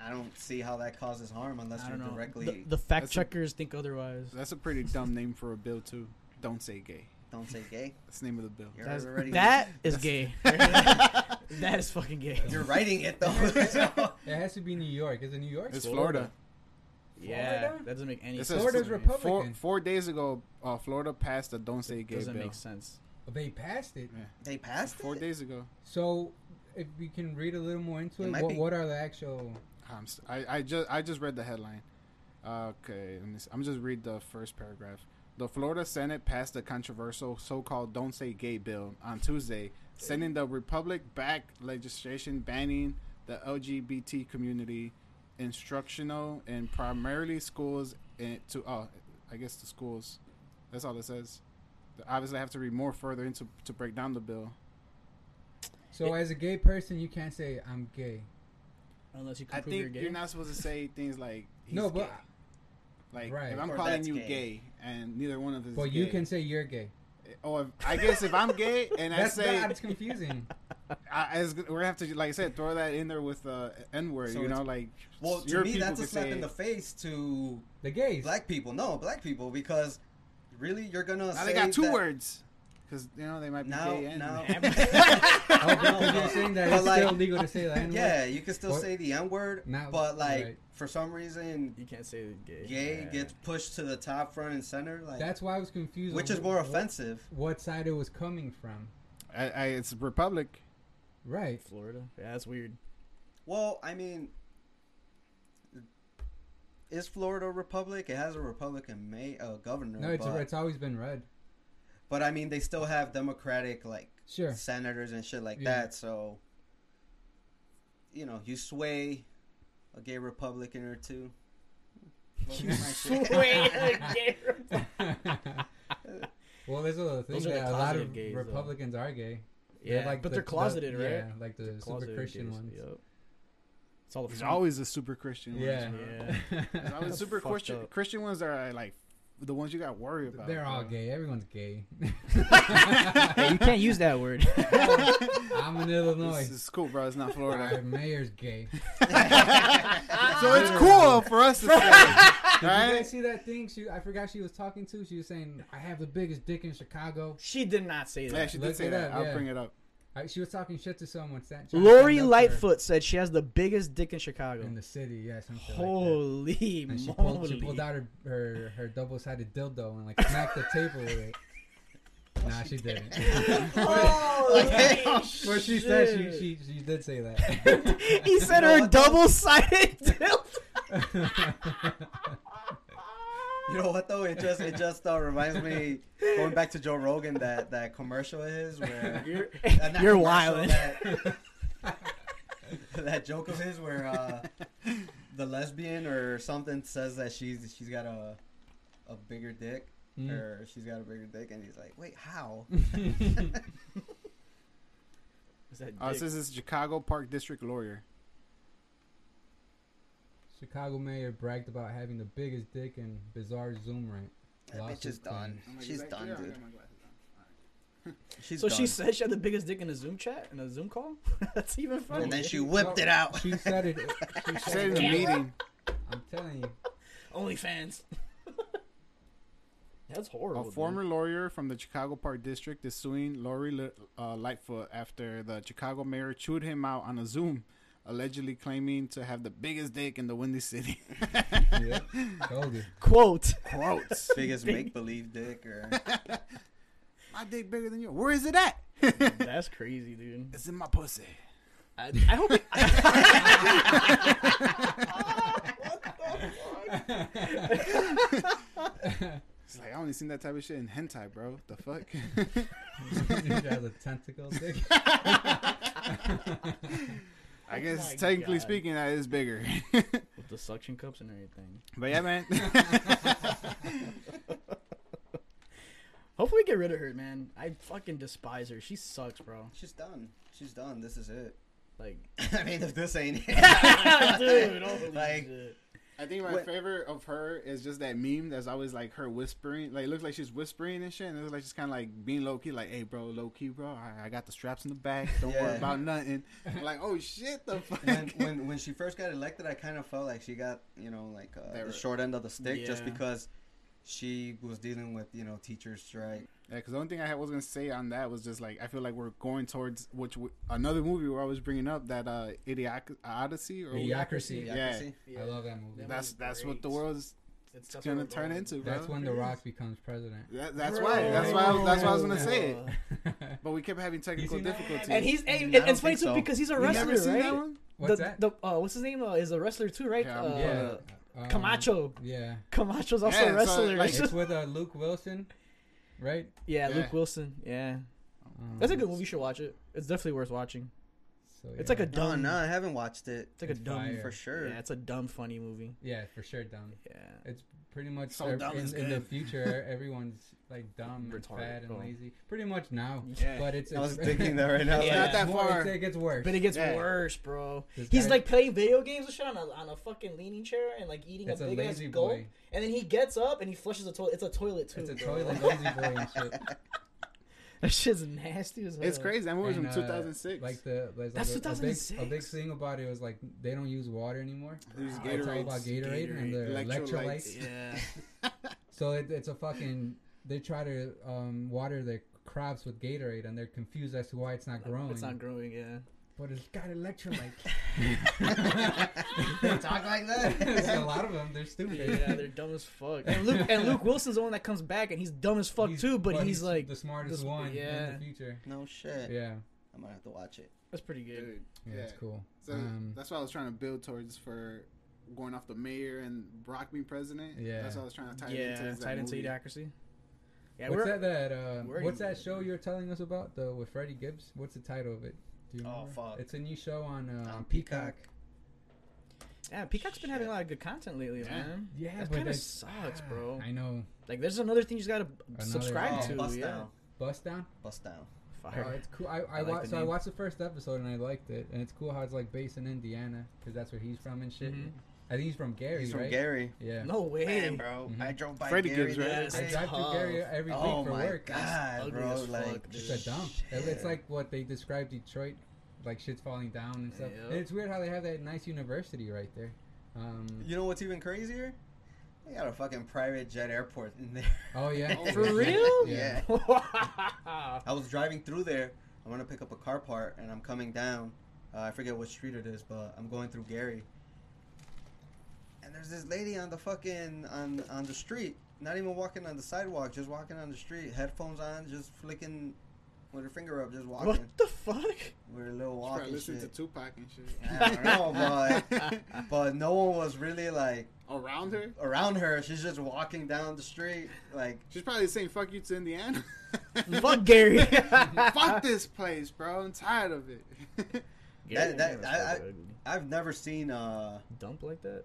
D: I don't see how that causes harm unless
B: I
D: you're
B: don't know.
D: directly
B: The, the fact
A: That's a-
B: checkers think otherwise.
A: That's a pretty dumb name for a bill too. Don't say gay.
D: don't say gay.
A: That's the name of the bill.
D: You're
B: That's,
D: already
B: that is gay. that is fucking gay.
D: you're writing it though. so-
C: It has to be New York. Is it New York?
A: It's Florida.
B: Yeah,
C: Florida?
B: that doesn't make any
A: It
B: sense.
A: says
B: to
C: Florida's
B: me.
C: Republican.
A: Four, four days ago, uh, Florida passed a "Don't Say Gay"
B: doesn't
A: bill.
B: make sense.
C: They passed it.
D: they passed
A: Four
D: it.
A: days ago.
C: So if we can read a little more into
D: It
C: it,
D: might
C: what,
D: be-
C: what are the actual?
A: I'm s- I, I just I just read the headline. Okay, let me s- I'm just read the first paragraph. The Florida Senate passed the controversial so-called "Don't Say Gay" bill on Tuesday, sending the Republic-backed legislation banning the LGBT community, instructional and primarily schools and to oh, I guess the schools. That's all it says. Obviously, I have to read more further into to break down the bill.
C: So as a gay person, you can't say I'm gay.
B: Unless you can
A: I
B: prove you're
A: think
B: gay.
A: you're not supposed to say things like he's
C: no, but
A: gay. Like
C: Right.
A: if I'm
D: Or
A: calling
D: that's
A: you gay.
D: gay.
A: and neither one of us.
C: but
A: is
C: you
A: gay.
C: can say you're gay.
A: Or if, I guess if I'm gay and I
C: That's
A: say,
C: that's confusing.
A: I, I was, gonna- we're gonna have to like I said, throw that in there with the N word.
D: So
A: you know,
D: it's-
A: like
D: Well, to
A: your
D: me,
A: people
D: that's a
A: could
D: slap
A: say
D: in the face to
C: The gays.
D: black people. No, black people, because really, you're gonna
A: Now
D: say
A: they got two
D: that-
A: words because you know they might be
D: Now,
A: gay and
D: now,
C: Oh, because you're saying that
D: But
C: it's
D: like-
C: still legal to say that. anyway?
D: yeah, you can still
C: What?
D: say the N word,
C: Now-
D: but like
C: right.
D: for some reason,
B: You can't say gay.
D: gay
B: Yeah.
D: gets pushed to the top, front, and center. Like
C: That's why I was confused.
D: which
C: on
D: is
C: wh-
D: more
C: wh-
D: offensive.
C: What side it was coming from?
A: I, I, it's Republic.
C: Right.
B: Florida. Yeah, that's weird.
D: Well, I mean, is Florida a republic? It has a Republican may uh, governor,
C: No, it's
D: but,
C: it's always been red.
D: but I mean, they still have Democratic like
C: Sure.
D: senators and shit like
C: Yeah.
D: that. So, you know, you sway a gay Republican or two. You
C: well, there's a little thing
B: Those are the
C: that a lot
B: closeted
C: of
B: gays, though.
C: Republicans are gay.
B: Yeah,
C: like
B: but
C: the-
B: they're
C: the-
B: closeted, right?
C: Yeah, like the super
B: Closeted
C: Christian
B: gays.
C: ones.
B: Yep. It's all the
A: There's
B: fun.
A: always a super Christian.
C: Yeah.
A: Ones, bro.
B: Yeah.
A: There's always
B: That's
A: super
B: fucked
A: Christian
B: up.
A: Christian ones that are like the ones you got to worry about.
C: They're all
A: bro.
C: gay. Everyone's gay.
B: Hey, you can't use that word.
C: I'm in
A: This
C: Illinois.
A: is cool, bro. It's not
C: Our
A: Florida.
C: mayor's gay.
A: so it's cool for us to say.
C: Did you
A: right?
C: guys see that thing? She, I forgot she was talking to. She was saying, "I have the biggest dick in Chicago."
B: she did not say
A: Yeah,
B: that.
A: she
C: Look
A: did say
C: it
A: that.
C: up,
A: I'll
C: yeah.
A: bring it up.
C: I, she was talking shit to someone. Sat, trying to
B: Lori
C: stand up for
B: Lightfoot said she has the biggest dick in Chicago.
C: her in the city. Yeah, something like
B: Holy
C: that. And she pulled,
B: moly!
C: she pulled out her, her, her double sided dildo and like smacked the table with it. Nah, she didn't.
B: Holy
C: Well, she said she,
B: Oh, shit.
C: she she did say that.
B: he said her double-sided dildo.
D: You know what though? It just it just uh, reminds me going back to Joe Rogan that that commercial of his where
B: You're,
D: uh, not
B: you're
D: commercial,
B: wildin'.
D: That, that joke of his where uh, the lesbian or something says that she's she's got a a bigger dick
B: Hmm.
C: Mm.
B: Er.
D: or she's got a bigger dick and he's like, wait, how?
B: Oh,
A: Uh, it says it's Chicago Park District lawyer.
C: Chicago mayor bragged about having the biggest dick in bizarre Zoom rant.
D: That
C: Lawsuit
D: bitch is done.
C: claims.
D: She's done, dude. She's
B: so
D: done.
B: she said she had the biggest dick in a Zoom chat in a Zoom call. That's even funny.
D: and then she whipped it out.
C: She said it. She
A: She said in
C: said
A: the
C: it.
A: meeting.
C: I'm telling you.
B: OnlyFans. That's horrible.
A: A
B: dude.
A: former lawyer from the Chicago Park District is suing Lori Li- uh, Lightfoot after the Chicago mayor chewed him out on a Zoom, allegedly claiming to have the biggest dick in the Windy City.
C: Yeah. Told you.
B: quote.
A: Quotes.
D: Biggest make believe dick or
A: My dick bigger than yours. Where is it at?
B: That's crazy, dude.
A: It's in my pussy.
B: I, I hope. It,
A: It's like I only seen that type of shit in hentai, bro. The fuck?
C: She has a tentacle dick.
A: I guess
B: my
A: technically
B: God.
A: speaking, that is bigger.
B: with the suction cups and everything.
A: but yeah, man.
B: Hopefully, we get rid of her, man. I fucking despise her. She sucks, bro.
D: she's done. She's done. This is it.
B: Like,
D: I mean, if this ain't it.
B: dude, holy
D: Like-
B: shit.
A: I think my
D: What-
A: favorite of her is just that meme that's always like her whispering. Like, it looks like she's whispering and shit. And it looks like she's kind of like being low key, like, hey, bro, low key, bro. I, I got the straps in the back. Don't
D: Yeah.
A: worry about nothing. I'm like, oh, shit, the fuck.
D: when, when when she first got elected, I kind of felt like she got you know like uh,
A: They were-
D: the short end of the stick just
B: Yeah.
D: because she was dealing with you know teachers strike.
A: Yeah, because the only thing I had- was gonna say on that was just like I feel like we're going towards which w- another movie where I was bringing up that uh Idioc- Odyssey or
C: Idiocracy.
B: Yeah.
D: Idiocracy.
B: Yeah.
C: I love that movie.
B: That
A: that's
B: movie's
A: that's what the
B: great.
A: world's
B: It's that's
A: gonna
B: where we're
A: turn
B: going.
A: into, bro.
C: That's when The Rock becomes president.
A: That, that's why that's why I was, that's why I was gonna say it. But we kept having technical
C: seen that?
A: difficulties.
B: And he's and,
D: I
B: and
D: don't
B: it's funny
D: think
B: too
D: so.
B: because he's a
A: you
B: wrestler,
A: never seen
B: right?
A: that one?
C: What's
B: the,
C: that?
B: The, uh, what's his name? Uh, is a wrestler too, right?
A: Yeah, I'm-
B: uh,
C: yeah. um,
B: Camacho.
C: Yeah.
B: Camacho's also
A: Yeah,
B: a
A: so,
B: wrestler.
A: like,
B: It's
C: It's
B: just-
C: with uh, Luke Wilson, right?
B: yeah,
A: yeah.
B: Luke Wilson. Yeah,
C: Um,
B: that's a good movie. You should watch it. It's definitely worth watching.
C: so,
B: It's like a
D: No,
B: dumb.
D: no, I haven't watched it
B: It's like a
C: It's
B: dumb.
C: fire.
D: for sure.
B: Yeah, it's a dumb funny movie.
C: yeah, for sure dumb.
B: Yeah,
C: It's pretty much
A: So
C: ev-
A: dumb is
C: in, in the
A: good.
C: future. Everyone's like dumb and
B: Retarded,
C: fat and
B: bro.
C: lazy. Pretty much now,
A: Yeah.
C: but it's.
D: I was
C: it's-
D: thinking that right now.
B: Yeah.
A: Not
D: like,
A: that
C: More-
A: far.
C: it's- It gets worse.
B: but it gets
A: Yeah.
B: worse, bro.
C: This
B: He's
C: guy-
B: like playing video games and shit on a, on a fucking leaning chair and like eating
C: It's
B: a
C: a
B: big ass
C: lazy
B: gulp,
C: boy.
B: and then he gets up and he flushes a toilet. It's a toilet too.
C: It's a
B: bro.
C: toilet lazy boy and shit.
B: that shit's nasty as hell.
A: It's crazy. That movie was
C: And,
A: from
C: uh,
A: 2006.
C: Like the there's
B: That's
C: like a, A, big, a big
B: 2006.
C: thing about it was like they don't use water anymore.
A: It was
C: It's all about
A: Gatorades.
C: Gatorade, and the
A: Electrolytes.
C: electrolytes.
B: Yeah.
C: So it, it's a fucking. They try to um, water their crops with Gatorade, and they're confused as to why it's not growing.
B: It's not growing, yeah.
C: but it's got electrolyte.
D: Talk like that.
C: There's a lot of them. They're stupid.
B: Yeah, they're dumb as fuck. And Luke and Luke Wilson's the one that comes back, and he's dumb as fuck
C: He's-
B: too. But, he's, like,
C: the smartest
B: this-
C: one in
B: yeah.
C: the future.
D: No shit.
C: Yeah,
D: I'm gonna have to watch it.
B: that's pretty good.
A: Dude,
C: yeah, it's cool.
A: So
C: um,
A: that's what I was trying to build towards for going off the mayor and Brock being president.
C: Yeah.
A: That's what I was trying to tie it into.
B: yeah,
A: is that
B: tied into
A: movie.
B: idiocracy. Yeah,
C: what's
B: we're
C: that? That uh,
B: we're
C: what's that
B: in-
C: show you're telling us about? The with Freddie Gibbs. What's the title of it? Do you
D: Oh,
C: remember?
D: fuck.
C: It's a new show on uh,
D: On
C: on Peacock.
D: Peacock.
B: yeah. Peacock's been having a lot of good content lately,
A: Yeah.
B: man.
C: Yeah,
B: That
C: but
B: kind of
C: that's-
B: sucks, bro.
C: I know.
B: Like, there's another thing you just gotta
C: Another-
B: subscribe
D: Oh,
C: Too,
B: to.
D: bust
B: Yeah,
D: down.
C: Bust down.
D: Bust down.
B: fire.
C: Oh, it's cool. I, I,
B: I like
C: wa-
B: the
C: so I
B: name.
C: watched the first episode and I liked it, and it's cool how it's like based in Indiana because that's where he's from and shit.
B: Mhm.
C: I think he's from Gary.
D: He's from
C: right?
D: Gary.
C: Yeah.
B: No way.
D: Man, bro,
C: Mhm.
D: I drove by
A: Freddie
D: Gary
A: Gibbs,
D: the
A: right?
D: other
B: Yes,
D: day.
B: it's
C: I drive
B: tough.
C: through Gary every week
D: Oh
C: for
D: my
C: work.
D: god,
B: ugly
D: bro!
B: as fuck,
D: Like
C: It's a dump. It-
D: shit.
C: It's like what they described Detroit, like shit's falling down and stuff.
B: Yep.
C: And it's weird how they have that nice university right there. Um,
D: You know what's even crazier? They got a fucking private jet airport in there.
C: Oh yeah.
A: Oh,
B: For
A: Yeah.
B: real?
D: Yeah.
B: Wow.
D: I was driving through there. I'm gonna pick up a car part, and I'm coming down. Uh, I forget what street it is, but I'm going through Gary. And there's this lady on the fucking on on the street, not even walking on the sidewalk, just walking on the street, headphones on, just flicking with her finger up, just walking
B: What the fuck?
D: with her little
A: Probably
D: walking
A: listening to
D: shit.
A: Tupac and shit.
D: I don't know, But no one was really like
A: Around her?
D: around her. She's just walking down the street, like
A: She's probably saying "fuck you" to Indiana.
B: Fuck Gary.
A: Fuck this place, bro. I'm tired of it.
B: Gary
D: that-
B: was
D: I-
B: fucking ugly.
D: I've never seen uh, a
B: dump like that.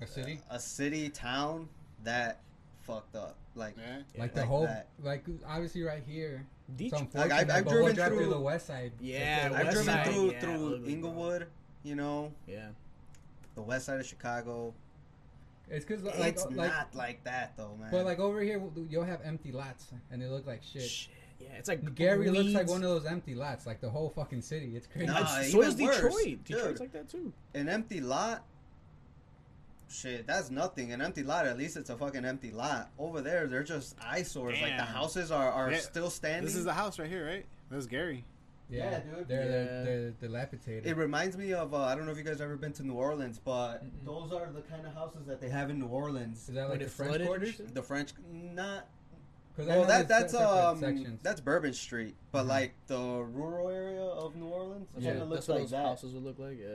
C: A city.
D: a city town that fucked up. Like
A: Man,
C: like the
D: like
C: whole,
D: that.
C: like obviously right here. It's
B: Detroit.
C: unfortunate,
D: I've- I've
C: but we'll
D: driven
C: drive
D: through-
C: the west side.
B: Yeah,
C: Like,
D: I've
B: West
D: driven
B: side,
D: through
B: yeah,
D: through
B: ugly, bro.
D: Inglewood, you know,
B: Yeah.
D: the west side of Chicago.
C: It's because like, uh,
D: it's
C: like,
D: not like that though, man.
C: but like over here, you'll have empty lots, and they look like shit.
B: Shit. Yeah, it's like
C: Gary looks like
B: weeds.
C: one of those empty lots, like the whole fucking city. It's crazy.
D: Nah,
B: And so
D: even
B: is
D: worse,
B: Detroit. Detroit's
D: dude.
B: like that too.
D: an empty lot. Shit, that's nothing. An empty lot. At least it's a fucking empty lot. Over there, they're just eyesores. Like the
A: Damn.
D: houses are, are
A: Yeah,
D: still standing.
A: this is the house right here, right? That's Gary.
C: yeah,
D: Yeah, dude.
C: They're,
B: Yeah.
C: They're, they're dilapidated.
D: It reminds me of uh, I don't know if you guys ever been to New Orleans, but
C: Mm-mm.
D: those are the kind of houses that they have in New Orleans.
C: Is that
B: When
C: like
B: it
C: the French
B: flooded and
C: Quarters?
B: shit?
D: The French, not
C: Because
D: well. That that's um that's Bourbon Street, but
C: Mhm.
D: like the rural area of New Orleans, it
B: That's
C: Yeah.
D: kind
B: what,
D: of
B: that's
D: looks
B: what
D: like
B: those
D: that.
B: houses would look like. Yeah.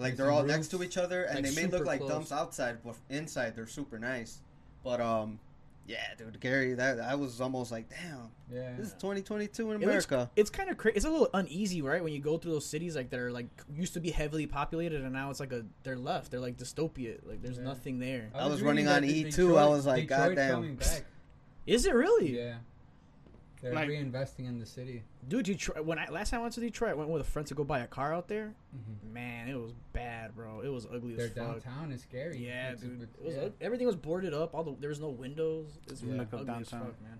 D: Like
C: Like
D: they're
C: some
D: all
C: roofs,
D: next to each other, and
B: like
D: they may look
B: super
D: like
B: close.
D: dumps outside, but inside they're super nice. But um, yeah, dude, Gary, that I was almost like, damn,
C: yeah.
D: this is 2022 in
B: It looks-
D: America.
B: It's kind of crazy. It's a little uneasy, right? When you go through those cities, like that are like used to be heavily populated, and now it's like a they're left. They're like dystopia. Like there's
C: Yeah.
B: nothing there.
D: I was
C: reading
D: running on
C: that the
D: E2, I was like,
C: Detroit's
D: goddamn.
C: coming back.
B: Is it really,
C: Yeah, they're
A: Like-
C: reinvesting in the city.
B: dude? Detroit. When I last time I went to Detroit, I went with a friend to go buy a car out there.
C: Mhm.
B: Man, it was bad, bro. It was ugly
C: Their
B: as fuck.
C: downtown is scary.
B: Yeah,
C: It's-
B: dude.
C: it's-
B: It was
C: yeah.
B: ug- everything was boarded up. All the there was no windows. It's
C: Yeah.
B: ugly
A: Look up
B: as
A: downtown.
B: fuck, man.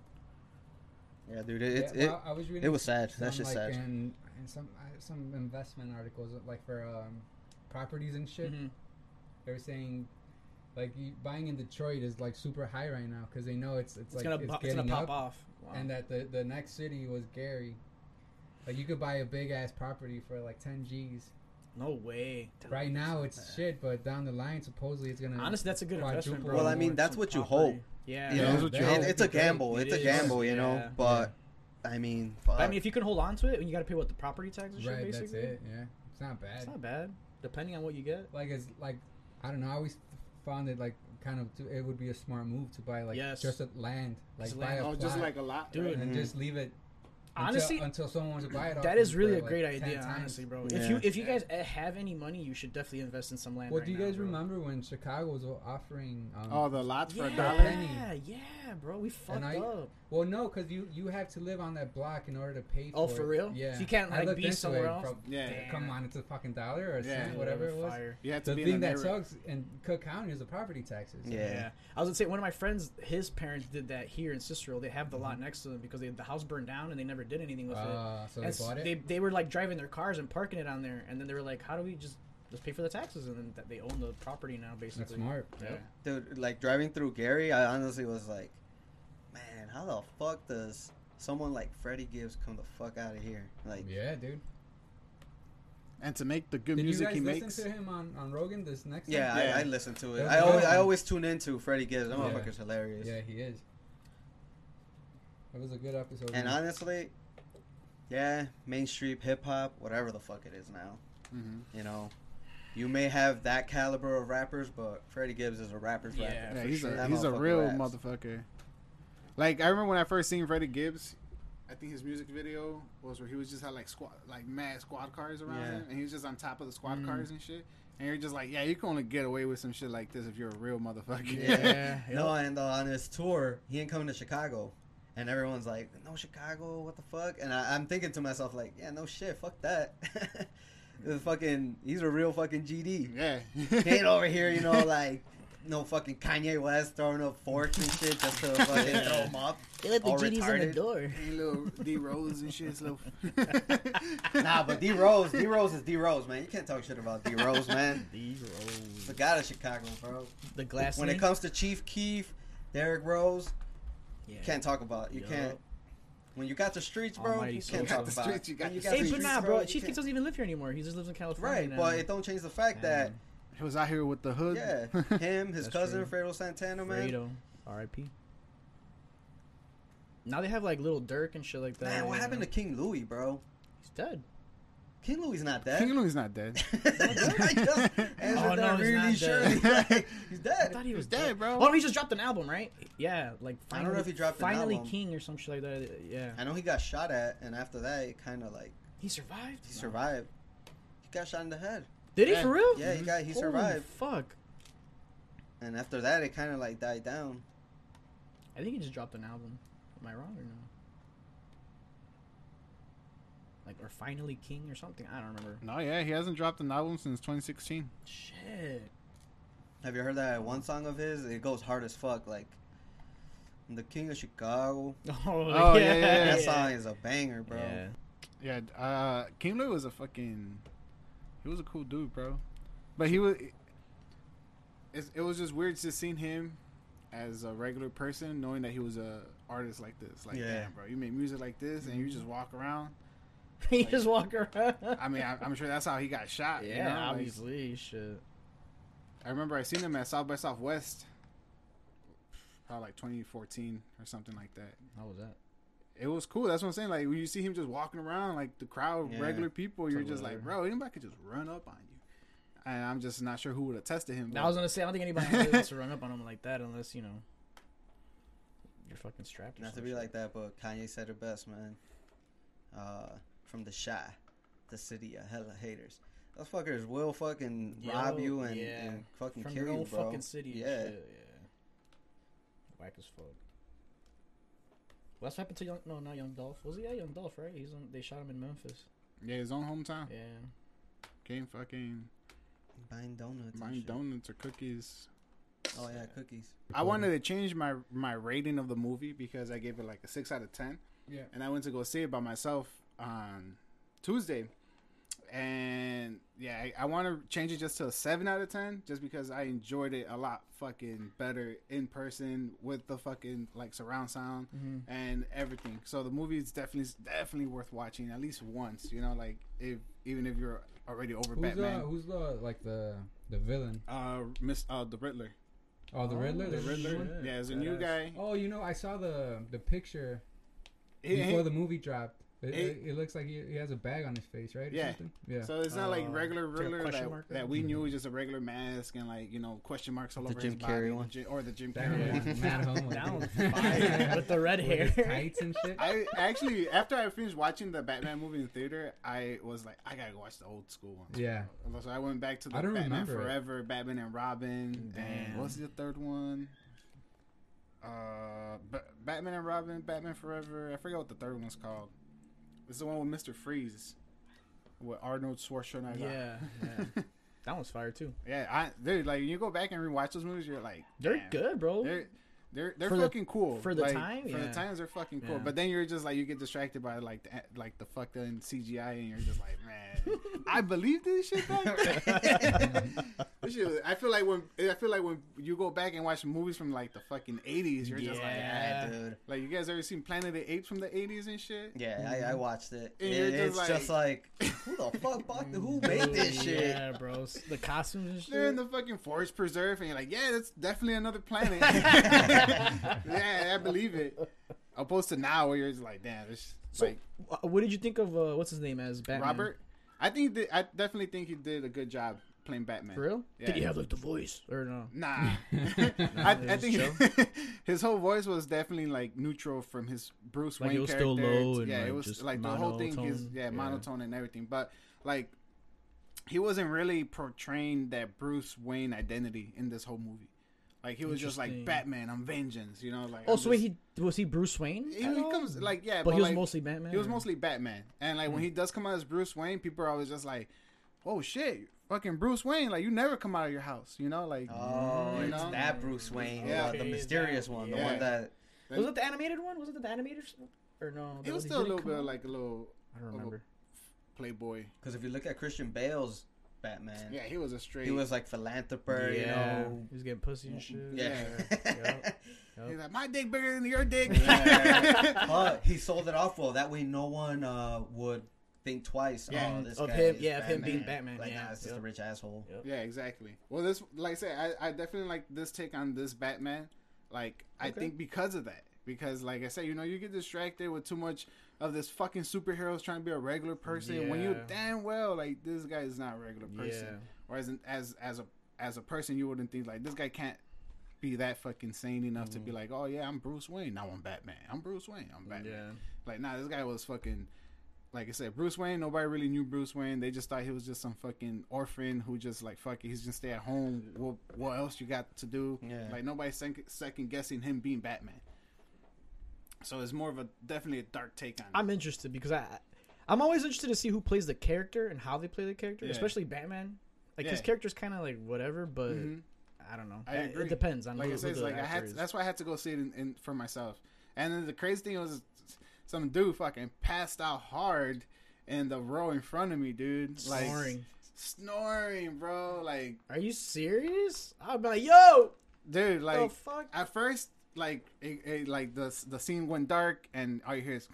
D: Yeah, dude, it it,
C: Yeah, well, I was
D: it,
C: reading
D: it was sad.
C: some,
D: That's just
C: like,
D: sad.
C: In, in some uh, some investment articles like for um, properties and shit.
B: Mhm.
C: They were saying like you, buying in Detroit is like super high right now because they know it's it's,
B: It's
C: like
B: gonna
C: it's
B: bo- it's
C: getting
B: gonna pop
C: up,
B: off. Wow.
C: and that the the next city was Gary. Like you could buy a big ass property for like ten G's.
B: no way.
C: Right now it's shit, but down the line supposedly it's gonna.
B: Honestly, that's a good investment,
C: Quadruple
B: bro.
D: Well, I mean,
B: More
D: that's
B: some
D: what you
B: property.
D: hope.
B: Yeah.
D: You know,
C: Yeah,
A: that's what you
D: and
A: hope.
D: it's a
C: It'd be great.
D: gamble.
B: It
D: It's a
B: is,
D: gamble, you know.
B: yeah.
D: But I mean, fuck.
B: But, I mean, if you can hold on to it, and you got to pay what the property tax and shit,
C: right,
B: basically.
C: that's it. Yeah, it's not bad.
B: It's not bad, depending on what you get.
C: like it's like I don't know. I always found it like kind of to, it would be a smart move to buy like
B: Yes.
C: just a land, like
B: Just
C: buy
B: land.
C: a
A: Oh,
C: plot
A: just like a lot,
B: Dude.
A: dude.
C: and
D: Mhm.
C: just leave it. until-
B: Honestly,
C: until, someone wants to buy it, off
B: that
C: you
B: is
C: for,
B: really a
C: like,
B: great
C: 10
B: idea,
C: times.
B: honestly, bro.
D: Yeah.
B: If you if you guys eh, have any money, you should definitely invest in some land.
C: Well,
B: right
C: do you guys
B: now, bro.
C: remember when Chicago was offering? Um,
B: Oh.
A: All Oh, the lots for a dollar.
B: Yeah, yeah, bro. We fucked
C: I-
B: up.
C: well, no, because you you have to live on that block in order to pay. for
B: Oh, for
C: it.
B: real?
C: Yeah,
B: So you can't,
C: I
B: like,
C: looked
B: be
C: into
B: somewhere
C: it
B: else?
C: from-
A: Yeah.
B: Damn.
C: come on, it's a fucking dollar or a
A: Yeah.
C: cent, whatever it was.
B: Fire.
A: You have to
C: The
A: be
C: thing
A: in the
C: that
A: neighborhood.
C: sucks in Cook County is the property taxes.
D: Yeah.
B: Yeah. I was gonna say one of my friends, his parents did that here in Cicero. They have the lot next to them because they, the house burned down and they never did anything with it.
C: Uh, so they
B: And s-
C: bought it.
B: They, they were like driving their cars and parking it on there, and then they were like, "How do we just just pay for the taxes?" And then that they own the property now, basically.
C: That's smart.
B: Yeah.
D: dude, like driving through Gary, I honestly was like, man, how the fuck does someone like Freddie Gibbs come the fuck out of here? Like,
C: Yeah, dude.
A: And to make the good
C: Did
A: music
C: you guys
A: he
C: listen
A: makes.
C: to him on, on Rogan this next
D: yeah,
C: time?
A: Yeah.
D: I, I listen to it.
C: That was
D: I
C: a good
D: always, I
C: one.
D: always tune into Freddie Gibbs. That
C: Yeah.
D: motherfucker's hilarious.
C: Yeah, he is. That was a good episode.
D: And
C: man.
D: honestly, yeah, mainstream hip hop, whatever the fuck it is now,
A: Mhm.
D: you know, you may have that caliber of rappers, but Freddie Gibbs is a rapper's
B: Yeah.
D: rapper.
A: Yeah,
B: for
A: he's
B: sure.
A: a
D: That
A: he's a
D: motherfucker
A: real
D: raps.
A: motherfucker. Like I remember when I first seen Freddie Gibbs, I think his music video was where he was just had like squad like mad squad cars around
D: Yeah.
A: him, and he was just on top of the squad
B: Mm.
A: cars and shit. And you're just like, yeah, you can only get away with some shit like this if you're a real motherfucker.
B: Yeah. yep.
D: No, and uh, on his tour, he ain't coming to Chicago. And everyone's like, no, Chicago, what the fuck? And I, I'm thinking to myself, like, yeah, no shit, fuck that. the fucking he's a real fucking GD.
A: Yeah.
D: He ain't over here, you know, like no fucking Kanye West throwing up forks and shit just to fucking throw him up.
B: They let the
D: All
B: genies in the
D: retarded.
B: door.
A: Ain't little D Rose and shit. Slow.
D: Nah, but D Rose, D Rose is D Rose, man. You can't talk shit about D Rose, man.
B: These rolls.
D: The god of Chicago, bro.
B: The glass.
D: When it comes to Chief Keef, Derrick Rose,
B: yeah.
D: you can't talk about. it. You
B: Yup.
D: can't. When you got the streets, bro,
B: Almighty
D: you can't
B: social.
D: talk
A: The
D: about.
A: streets,
D: it.
A: you got
D: When
A: the
B: Hey,
A: streets.
B: but
A: streets,
B: nah, bro.
D: you
B: Chief Keef
D: can't-
B: doesn't even live here anymore. He just lives in California.
D: Right,
B: now.
D: but it don't change the fact that
B: Damn.
A: He was out here with the hood.
D: yeah, him, his
B: That's
D: cousin
B: true.
D: Fredo Santana, man.
B: Fredo, R.I.P. Now they have like little Dirk and shit like that.
D: Man, what happened to King Louis, bro?
B: He's dead.
D: King Louis not dead.
A: King Louis not dead.
D: I just answered
B: Oh, no,
D: that
B: he's
D: really
B: not dead.
D: surely. Like, he's
B: I
D: dead.
B: thought he was
A: dead,
B: dead,
A: bro.
B: Oh, no, he just dropped an album, right? Yeah, like
D: I don't
B: finally,
D: know if he dropped an
B: finally
D: album.
B: King or some shit like that. Yeah,
D: I know he got shot at, and after that, it kind of like
B: he survived.
D: he survived. He got shot in the head,
B: Did he
A: Yeah.
B: for real?
D: Yeah, he got- he
B: Holy
D: survived.
B: Fuck.
D: and after that, it kind of like died down.
B: I think he just dropped an album. Am I wrong or no? Like or finally King or something. I don't remember.
A: No, yeah, he hasn't dropped an album since 2016.
B: Shit.
D: Have you heard that one song of his? It goes hard as fuck. Like, I'm the king of Chicago.
B: Oh,
A: Oh, yeah, yeah, yeah.
D: That song is a banger, bro.
B: Yeah.
A: Yeah, uh, King Louis was a fucking. He was a cool dude, bro. But he was. It's, it was just weird just seeing him as a regular person, knowing that he was a artist like this. Like,
D: Yeah.
A: damn, bro, you make music like this, and you just walk around.
B: he just walk around.
A: I mean, I, I'm sure that's how he got shot. you know?
B: yeah,
A: Like,
B: obviously. Shit.
A: I remember I seen him at South by Southwest, probably like 2014 or something like that.
B: How was that?
A: It was cool. That's what I'm saying. Like when you see him just walking around, like the crowd,
D: Yeah.
A: regular people,
B: It's
A: you're
B: like,
A: just like, bro, anybody could just run up on you. And I'm just not sure who would have tested him.
B: I was gonna say I don't think anybody wants to run up on him like that unless you know you're fucking strapped. Or
D: Not to
B: some
D: be
B: shit.
D: like that, but Kanye said it best, man. Uh, from the shy, the city of hella haters. Those fuckers will fucking rob
B: Yo,
D: you and,
B: yeah.
D: and fucking
B: from
D: kill
B: your own
D: you, bro.
B: fucking city. Yeah.
D: yeah.
B: And shit, yeah. Whack as fuck. Well, that's what happened to young. No, not young Dolph. Was he? Yeah, young Dolph. Right? He's on. They shot him in Memphis.
A: yeah, his own hometown.
B: Yeah.
A: Came fucking
D: Buying donuts. and
A: buying
D: shit.
A: donuts or cookies.
D: Oh yeah, cookies.
A: I wanted to change my my rating of the movie because I gave it like a six out of ten.
C: Yeah.
A: and I went to go see it by myself on Tuesday. And yeah, I, I want to change it just to a seven out of ten, just because I enjoyed it a lot fucking better in person with the fucking like surround sound
B: Mm-hmm.
A: and everything. So the movie is definitely definitely worth watching at least once. You know, like if even if you're already over
C: Who's uh, the
A: Batman,
C: who's the like the the villain?
A: uh, Miss uh, the Riddler,
C: Oh, the
B: Oh,
C: Riddler.
B: the
C: There's a new
B: Riddler.
C: one?
B: Yeah,
A: yeah, it's a new
B: badass.
A: guy.
C: Oh, you know, I saw the the picture
A: He- he-
C: before the movie dropped. It,
A: it-
C: it, it looks like he, he has a bag on his face, right? or
A: Yeah.
C: something? Yeah. Mm-hmm.
A: So it's not like
B: Uh,
A: regular
B: like a
A: Riddler
B: question
A: that,
B: mark?
A: that we knew was just a regular mask and like you know question marks all
D: The
A: over
D: Jim
A: his body
D: Carrey
A: The
D: one.
A: Ji- or the Jim
C: That
A: Carrey
C: one
A: one.
C: was mad homo.
B: That one's fire with the red
C: With his
B: hair.
C: tights and shit.
A: I actually after I finished watching the Batman movie in theater, I was like, I gotta go watch the old school one.
C: Yeah.
A: So I went back to the
C: I don't
A: Batman
C: remember it.
A: Forever, Batman and Robin,
B: Damn.
A: and what's the third one? Uh, ba- Batman and Robin, Batman Forever. I forget what the third one's called. It's the one with Mister Freeze, with Arnold Schwarzenegger.
B: Yeah, yeah. That one's fire too.
A: Yeah, I dude, like you go back and rewatch those movies, you're like,
B: They're
A: damn,
B: good, bro.
A: They're they're they're
B: For the-
A: fucking cool
B: for the
A: Like,
B: time,
A: For
B: yeah.
A: the times, they're fucking cool.
B: Yeah.
A: But then you're just like you get distracted by like the, like the fucked up CGI, and you're just like, man, I believe this shit. Back then. this shit was- I feel like when I feel like when you go back and watch movies from like the fucking eighties, you're just like,
B: Yeah.
A: ah, dude.
D: dude.
A: like you guys ever seen Planet of the Apes from the eighties and shit?
D: Yeah, I, I watched it.
A: And
D: It-
A: you're just
D: it's
A: like-
D: just like, who the fuck bought the, who made this shit?
B: Yeah, bro. S- The costumes and shit.
A: They're in the fucking forest preserve, and you're like, yeah, that's definitely another planet. yeah, I believe it. Opposed to now, where you're just like, damn, this
B: so,
A: like
B: wh- what did you think of uh, what's his name as Batman?
A: Robert. I think that, I definitely think he did a good job playing Batman.
B: For real?
A: Yeah.
B: Did he have like the voice or no?
A: Nah, I, I
B: it was
A: think his whole voice was definitely like neutral from his Bruce
B: Like,
A: Wayne
B: it was
A: character.
B: still low and,
A: yeah, it
B: like,
A: was
B: just
A: like the whole thing is
B: monotone.
A: yeah,
B: Yeah.
A: monotone and everything. But like, he wasn't really portraying that Bruce Wayne identity in this whole movie. Like he was just like
B: Interesting.
A: Batman, I'm vengeance, you know. Like
B: Oh,
A: I'm
B: so wait,
A: just-
B: he was he Bruce Wayne?
A: he,
B: at
A: he
B: all?
A: comes like yeah,
B: but, he was
A: like,
B: mostly Hmm. Batman.
A: he was
B: or-
A: mostly Batman, and like when he does come out as Bruce Wayne, people are always just like, oh shit, fucking Bruce Wayne, like you never come out of your house, you know, like
B: Ah.
D: Oh,
A: you
D: it's
A: know?
D: that Bruce Wayne,
A: Yeah.
D: uh, the
B: Okay,
D: mysterious
B: that-
D: one, the
A: yeah.
D: one that
B: Was it the animated one? Was it the animated? s- Or no?
A: it
B: that-
A: was
B: he
A: still a
B: didn't
A: little
B: come
A: bit
B: out?
A: of like a little
B: I don't remember.
A: playboy.
D: because if you look at Christian Bale's Batman,
A: Yeah, he was a straight.
D: he was like philanthropist, you know.
B: he was getting pussy and shit.
D: Yeah.
B: Yep.
A: He's like, my dick bigger than your dick.
D: Yeah. but he sold it off well. That way, no one uh, would think twice.
A: Yeah.
D: Oh, this
B: Of
D: guy
B: him-
D: is
B: yeah, of him being Batman,
D: Like,
B: yeah.
D: nah, it's just a
B: Yep.
D: rich asshole.
B: Yep.
A: Yeah, exactly. Well, this, like I said, I, I definitely like this take on this Batman. Like, I
B: Okay.
A: think because of that. Because, like I said, you know, you get distracted with too much of this fucking superheroes trying to be a regular person when you
B: Yeah.
A: damn well, like, this guy is not a regular person.
B: Yeah.
A: Or as, an, as, as, a, as a person, you wouldn't think, like, this guy can't be that fucking sane enough to be like, oh, yeah, I'm Bruce Wayne. Now I'm Batman. I'm Bruce Wayne. I'm Batman.
B: Yeah.
A: Like, nah, this guy was fucking. Like I said, Bruce Wayne. Nobody really knew Bruce Wayne. They just thought he was just some fucking orphan who just like fuck it. He's just stay at home. What what else you got to do?
D: Yeah.
A: Like nobody second, second guessing him being Batman. So it's more of a definitely a dark take on. it.
B: I'm interested because I, I'm always interested to see who plays the character and how they play the character,
A: Yeah.
B: especially Batman. Like his
A: Yeah.
B: character's kind of like whatever, but
A: Mhm.
B: I don't know.
A: I
B: It-
A: agree.
B: It depends on
A: like
B: who,
A: I said,
B: who
A: it's
B: the
A: like I
B: actor
A: had.
B: is.
A: That's why I had to go see it in, in, for myself. And then the crazy thing was, some dude fucking passed out hard in the row in front of me, dude. Like
B: Snoring.
A: snoring, bro. Like
B: Are you serious? I'm like, yo,
A: dude,
B: the
A: like.
B: fuck.
A: at first, like it, it, like the the scene went dark, and all you hear is,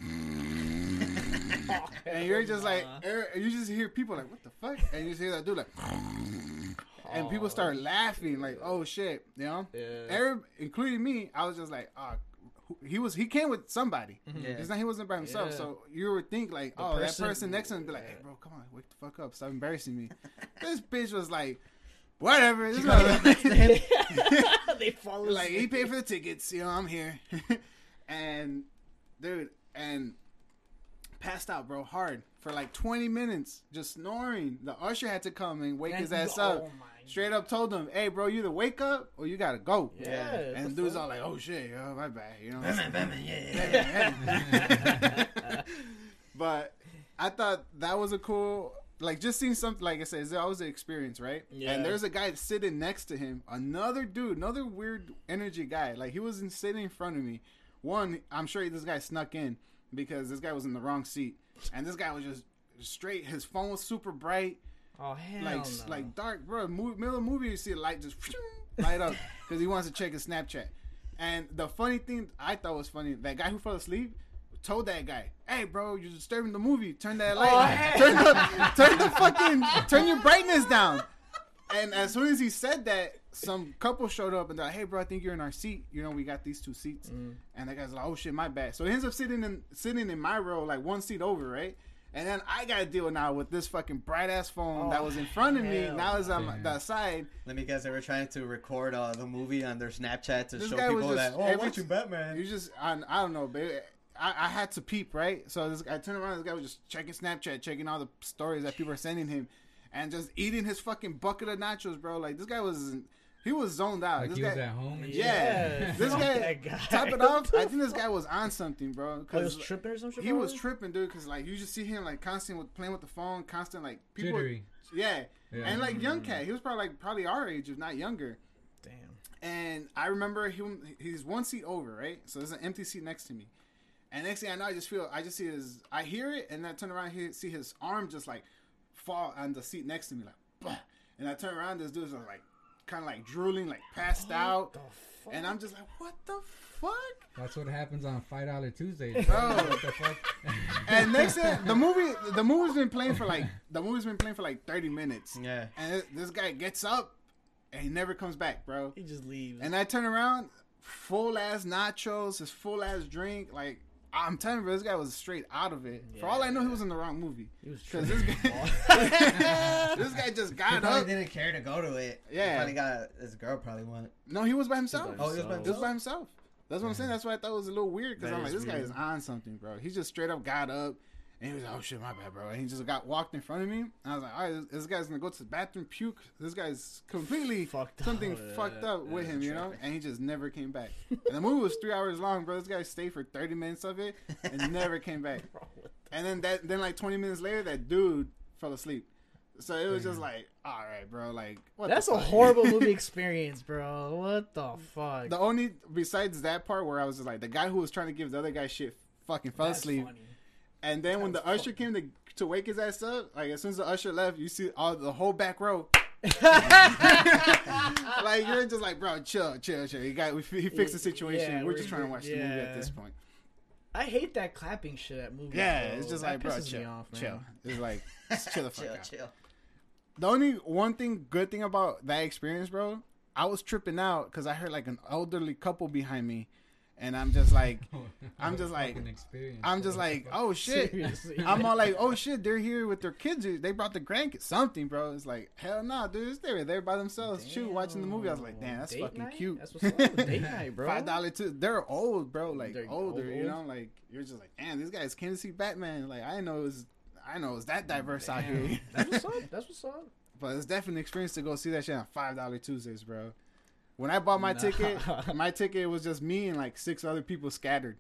A: and you're just like, er- you just hear people like, what the fuck, and you just hear that dude like, and people start laughing like, oh shit, you know,
B: Yeah.
A: Every, including me, I was just like, oh, who- he was he came with somebody.
D: Yeah.
A: It's not he wasn't by himself,
B: Mm-hmm. Yeah.
A: so you would think like, oh,
B: person-
A: that person next to him would be like,
B: Yeah.
A: hey, bro, come on, wake the fuck up, stop embarrassing me. this bitch was like, whatever. This mother-
B: they follow.
A: like he paid for the tickets, you know, I'm here. and dude, and passed out, bro, hard for like 20 minutes, just snoring. The usher had to come and wake his ass
B: Oh
A: up. Straight up told him, "Hey, bro, you either wake up or you gotta go."
B: Yeah.
A: And
B: what
A: the dude's
B: the
A: all like, "Oh shit, yo, my bad," you know.
D: Batman, Batman, yeah, yeah, yeah.
A: but I thought that was a cool, like, just seeing something. Like I said, it's always an experience, right?
B: Yeah.
A: And there's a guy sitting next to him, another dude, another weird energy guy. Like he was in, sitting in front of me. One, I'm sure this guy snuck in because this guy was in the wrong seat, and this guy was just straight. His phone was super bright
B: Oh hell
A: like
B: no.
A: s- like dark, bro. Movie, middle of the movie, you see a light just light up because he wants to check his Snapchat. And the funny thing I thought was funny, that guy who fell asleep told that guy, "Hey, bro, you're disturbing the movie. Turn that light,
B: Oh, hey.
A: turn the turn the fucking turn your brightness down." And as soon as he said that, some couple showed up and they're like, "Hey, bro, I think you're in our seat. You know, we got these two seats."
B: Mm-hmm.
A: And that guy's like, "Oh shit, my bad." So he ends up sitting in sitting in my row, like one seat over, right? And then I gotta deal now with this fucking bright ass phone that was in front of me.
B: hell
A: Now it's on
C: no.
A: the side.
D: Let me guess, they were trying to record uh, the movie on their Snapchat to
A: This
D: show
A: guy was
D: people
A: just-
D: that, oh, I'm
A: every-
D: watching Batman.
A: You just, I, I don't know, baby. I, I had to peep, right? So this, I turned around. This guy was just checking Snapchat, checking all the stories that people are sending him, and just eating his fucking bucket of nachos, bro. Like this guy was, he was zoned out.
C: Like
A: this
C: he
A: guy,
C: was at home. And
A: Yeah. This
B: fuck
A: guy-
B: that guy.
A: top it off. I think this guy was on something, bro.
B: Oh, he was
A: Because
B: tripping or some shit.
A: he was
B: probably?
A: tripping, dude. Because like you just see him like constant with playing with the phone, constant like people,
C: Jittery.
A: yeah.
C: Yeah.
A: And like
B: Mm.
A: young cat, he was probably like probably our age, if not younger.
B: Damn.
A: And I remember him. He's one seat over, right? So there's an empty seat next to me. And next thing I know, I just feel, I just see his, I hear it, and then I turn around, here, see his arm just like fall on the seat next to me, like, bah. and I turn around, this dude's like, kind of like drooling, like passed out,
B: The fuck.
A: and I'm just like, what the fuck?
C: That's what happens on Five Dollar Tuesday.
A: Bro.
C: What the fuck?
A: And next thing, the movie, the movie's been playing for like, the movie's been playing for like 30 minutes.
D: Yeah.
A: And this- this guy gets up, and he never comes back, bro.
B: he just leaves.
A: And I turn around, full ass nachos, his full ass drink. Like I'm telling you, bro, this guy was straight out of it. For all I know, he was in the wrong movie.
B: he was
A: 'Cause
B: tripping.
A: this guy, this guy just
D: He
A: got
D: probably
A: up.
D: didn't care to go to it.
A: Yeah.
D: He probably got, his girl probably went.
A: No, he was by himself.
B: by
D: Oh, he was by
A: He was by himself. That's what I'm saying. That's why I thought it was a little weird because
D: That
A: I'm like,
D: is
A: this guy
D: weird.
A: is on something, bro. He just straight up got up and he was like, oh shit, my bad, bro. And he just got walked in front of me. And I was like, all right, this, this guy's gonna go to the bathroom, puke. This guy's completely
B: Fucked up.
A: something
B: Yeah,
A: fucked up with
B: yeah,
A: him, you know. And he just never came back. And the movie was three hours long, bro. This guy stayed for thirty minutes of it and never came back.
B: Bro, what
A: And then that, then like twenty minutes later, that dude fell asleep. So it was just like, all right, bro. Like, what
B: That's
A: the
B: a
A: fuck?
B: horrible movie experience, bro. What the fuck?
A: The only besides that part where I was just like, the guy who was trying to give the other guy shit fucking fell
B: That's
A: asleep,
B: funny.
A: and then when the usher came to to wake his ass up, like as soon as the usher left, you see all the whole back row. like you're just like, bro, chill, chill, chill. You got we, he fixed the situation.
B: Yeah,
A: we're,
B: we're
A: just trying to watch the movie at
B: yeah.
A: this point.
B: I hate that clapping shit at movies.
A: Yeah,
B: bro.
A: it's just
B: That
A: like, bro,
B: pisses
A: chill,
B: me off, man.
A: chill. It's like, just chill the fuck
D: chill,
A: out.
D: chill.
A: The only one thing good thing about that experience, bro, I was tripping out because I heard like an elderly couple behind me, and I'm just like, I'm just like-
C: Fucking experience.
A: I'm just
C: bro.
A: like, oh shit.
B: Seriously.
A: I'm all like, oh shit, they're here with their kids. They brought the grandkids, something, bro. It's like, hell no, dude. They were there by themselves, too, watching the movie. I was like, damn, that's
B: Date
A: fucking
B: night?
A: cute.
B: That's what's up. Date night, bro.
A: Five dollar too. They're old, bro. Like
B: They're
A: older, you
B: old.
A: know. Like you're just like, damn, these guys can't see Batman. Like I didn't know it was, I didn't know it was that diverse out here.
B: That's what's up. That's what's up.
A: But it's definitely an experience to go see that shit on five dollar Tuesdays, bro. When I bought my ticket, my ticket was just me and like six other people scattered,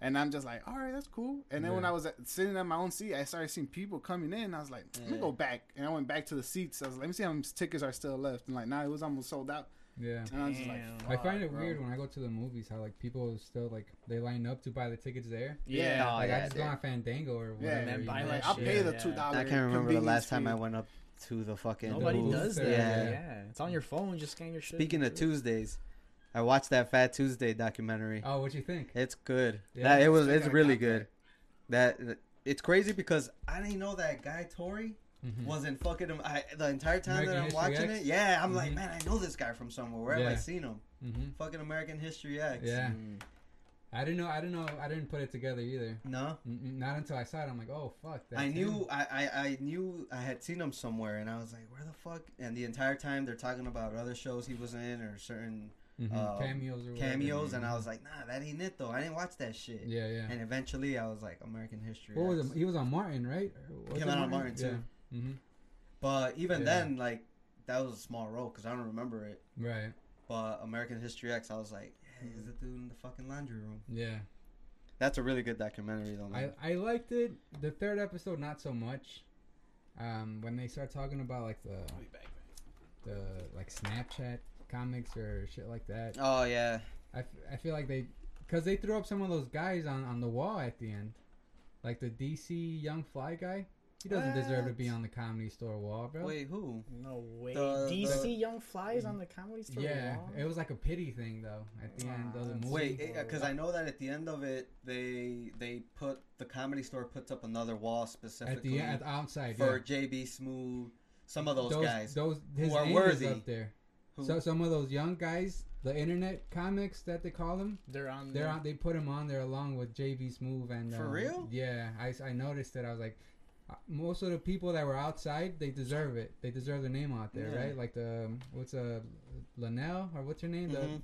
A: and I'm just like, all right, that's cool. And then when
C: Yeah.
A: I was at, sitting at my own seat, I started seeing people coming in. I was like, let me
D: Yeah.
A: go back, and I went back to the seats. I was like, let me see how many tickets are still left. And like, nah, it was almost sold out.
C: yeah.
A: And I was just like,
B: Damn.
C: I find it
A: bro.
C: weird when I go to the movies how like people still like they line up to buy the tickets there.
A: Yeah,
D: Oh,
C: like I
D: yeah,
C: just
D: dude.
C: go on Fandango or
A: yeah, Oh.
C: whatever.
A: and
B: then
C: you
B: buy
C: know?
A: like,
B: that
A: I'll
B: shit.
A: pay the
B: Yeah.
A: two dollar.
D: I can't remember the last time I went up to the fucking.
B: Nobody
D: booth.
B: does that.
C: booth.
B: Yeah.
D: Yeah.
B: it's on your phone. Just scan your shit.
D: Speaking of Tuesdays, I watched that Fat Tuesday documentary.
C: Oh, what you think?
D: It's good.
C: Yeah,
D: that, it was.
A: still
D: It's
A: gotta
D: really
A: cop that.
D: good. That it's crazy because I didn't know that guy Tori
C: Mhm.
D: wasn't fucking him. I, the entire time
C: American
D: that I'm
C: History
D: watching
C: X?
D: it, yeah, I'm like,
C: Mhm.
D: man, I know this guy from somewhere. Where have
C: Yeah.
D: I seen him?
C: hmm
D: Fucking American History X.
C: Yeah.
B: Mm.
C: I didn't know. I didn't know. I didn't put it together either.
D: No,
C: Mm-mm, not until I saw it. I'm like, oh fuck.
D: I
C: that's
D: knew
C: him.
D: I, I, I knew I had seen him somewhere, and I was like, where the fuck? And the entire time they're talking about other shows he was in or certain
C: Mhm.
D: um,
C: cameos or whatever.
D: cameos, and I was like, nah, that ain't it though. I didn't watch that shit.
C: Yeah, yeah.
D: And eventually, I was like, American History.
C: What was
D: X.
C: it? He was on Martin, right? Or was
D: Came
C: it
D: out on Martin, too.
C: Yeah. hmm
D: But even
C: Yeah.
D: then, like that was a small role because I don't remember it.
C: Mm-hmm. Right.
D: But American History X, I was like, yeah,
C: Hmm.
D: he's the dude in the fucking laundry room.
C: Yeah.
D: That's a really good documentary, though.
C: I
D: Man.
C: I liked it. The third episode, not so much. Um, when they start talking about like the the like Snapchat comics or shit like that,
D: oh yeah,
C: I, f- I feel like they because they threw up some of those guys on on the wall at the end, like the DC Young Fly guy. He doesn't deserve to be
D: What?
C: on the comedy store wall, bro.
D: wait, who?
B: No way.
D: The-
B: DC
D: the-
B: Young Flies on the comedy store.
C: Yeah,
B: wall?
C: it was like a pity thing though. At the end of
B: Ah,
C: the movie,
D: Wait,
B: Whoa.
D: because I know that at the end of it, they they put the comedy store puts up another wall
C: at
D: specifically
C: the end, at the outside,
D: E for
C: yeah.
D: JB Smooth, some of those, guys.
C: those his
D: are
C: name
D: worthy.
C: is up there.
D: who,
C: So some of those young guys, the internet comics that they call them,
B: They're on.
C: they're
B: there.
C: on, they put him on there along with JV Smooth and
D: For
C: um,
D: real?
C: Yeah, I, s- I noticed it. I was like, uh, most of the people that were outside, they deserve it. They deserve their name out there,
D: Yeah.
C: right? Like the um, what's uh, Linnell or what's her name?
D: Mhm.
C: The,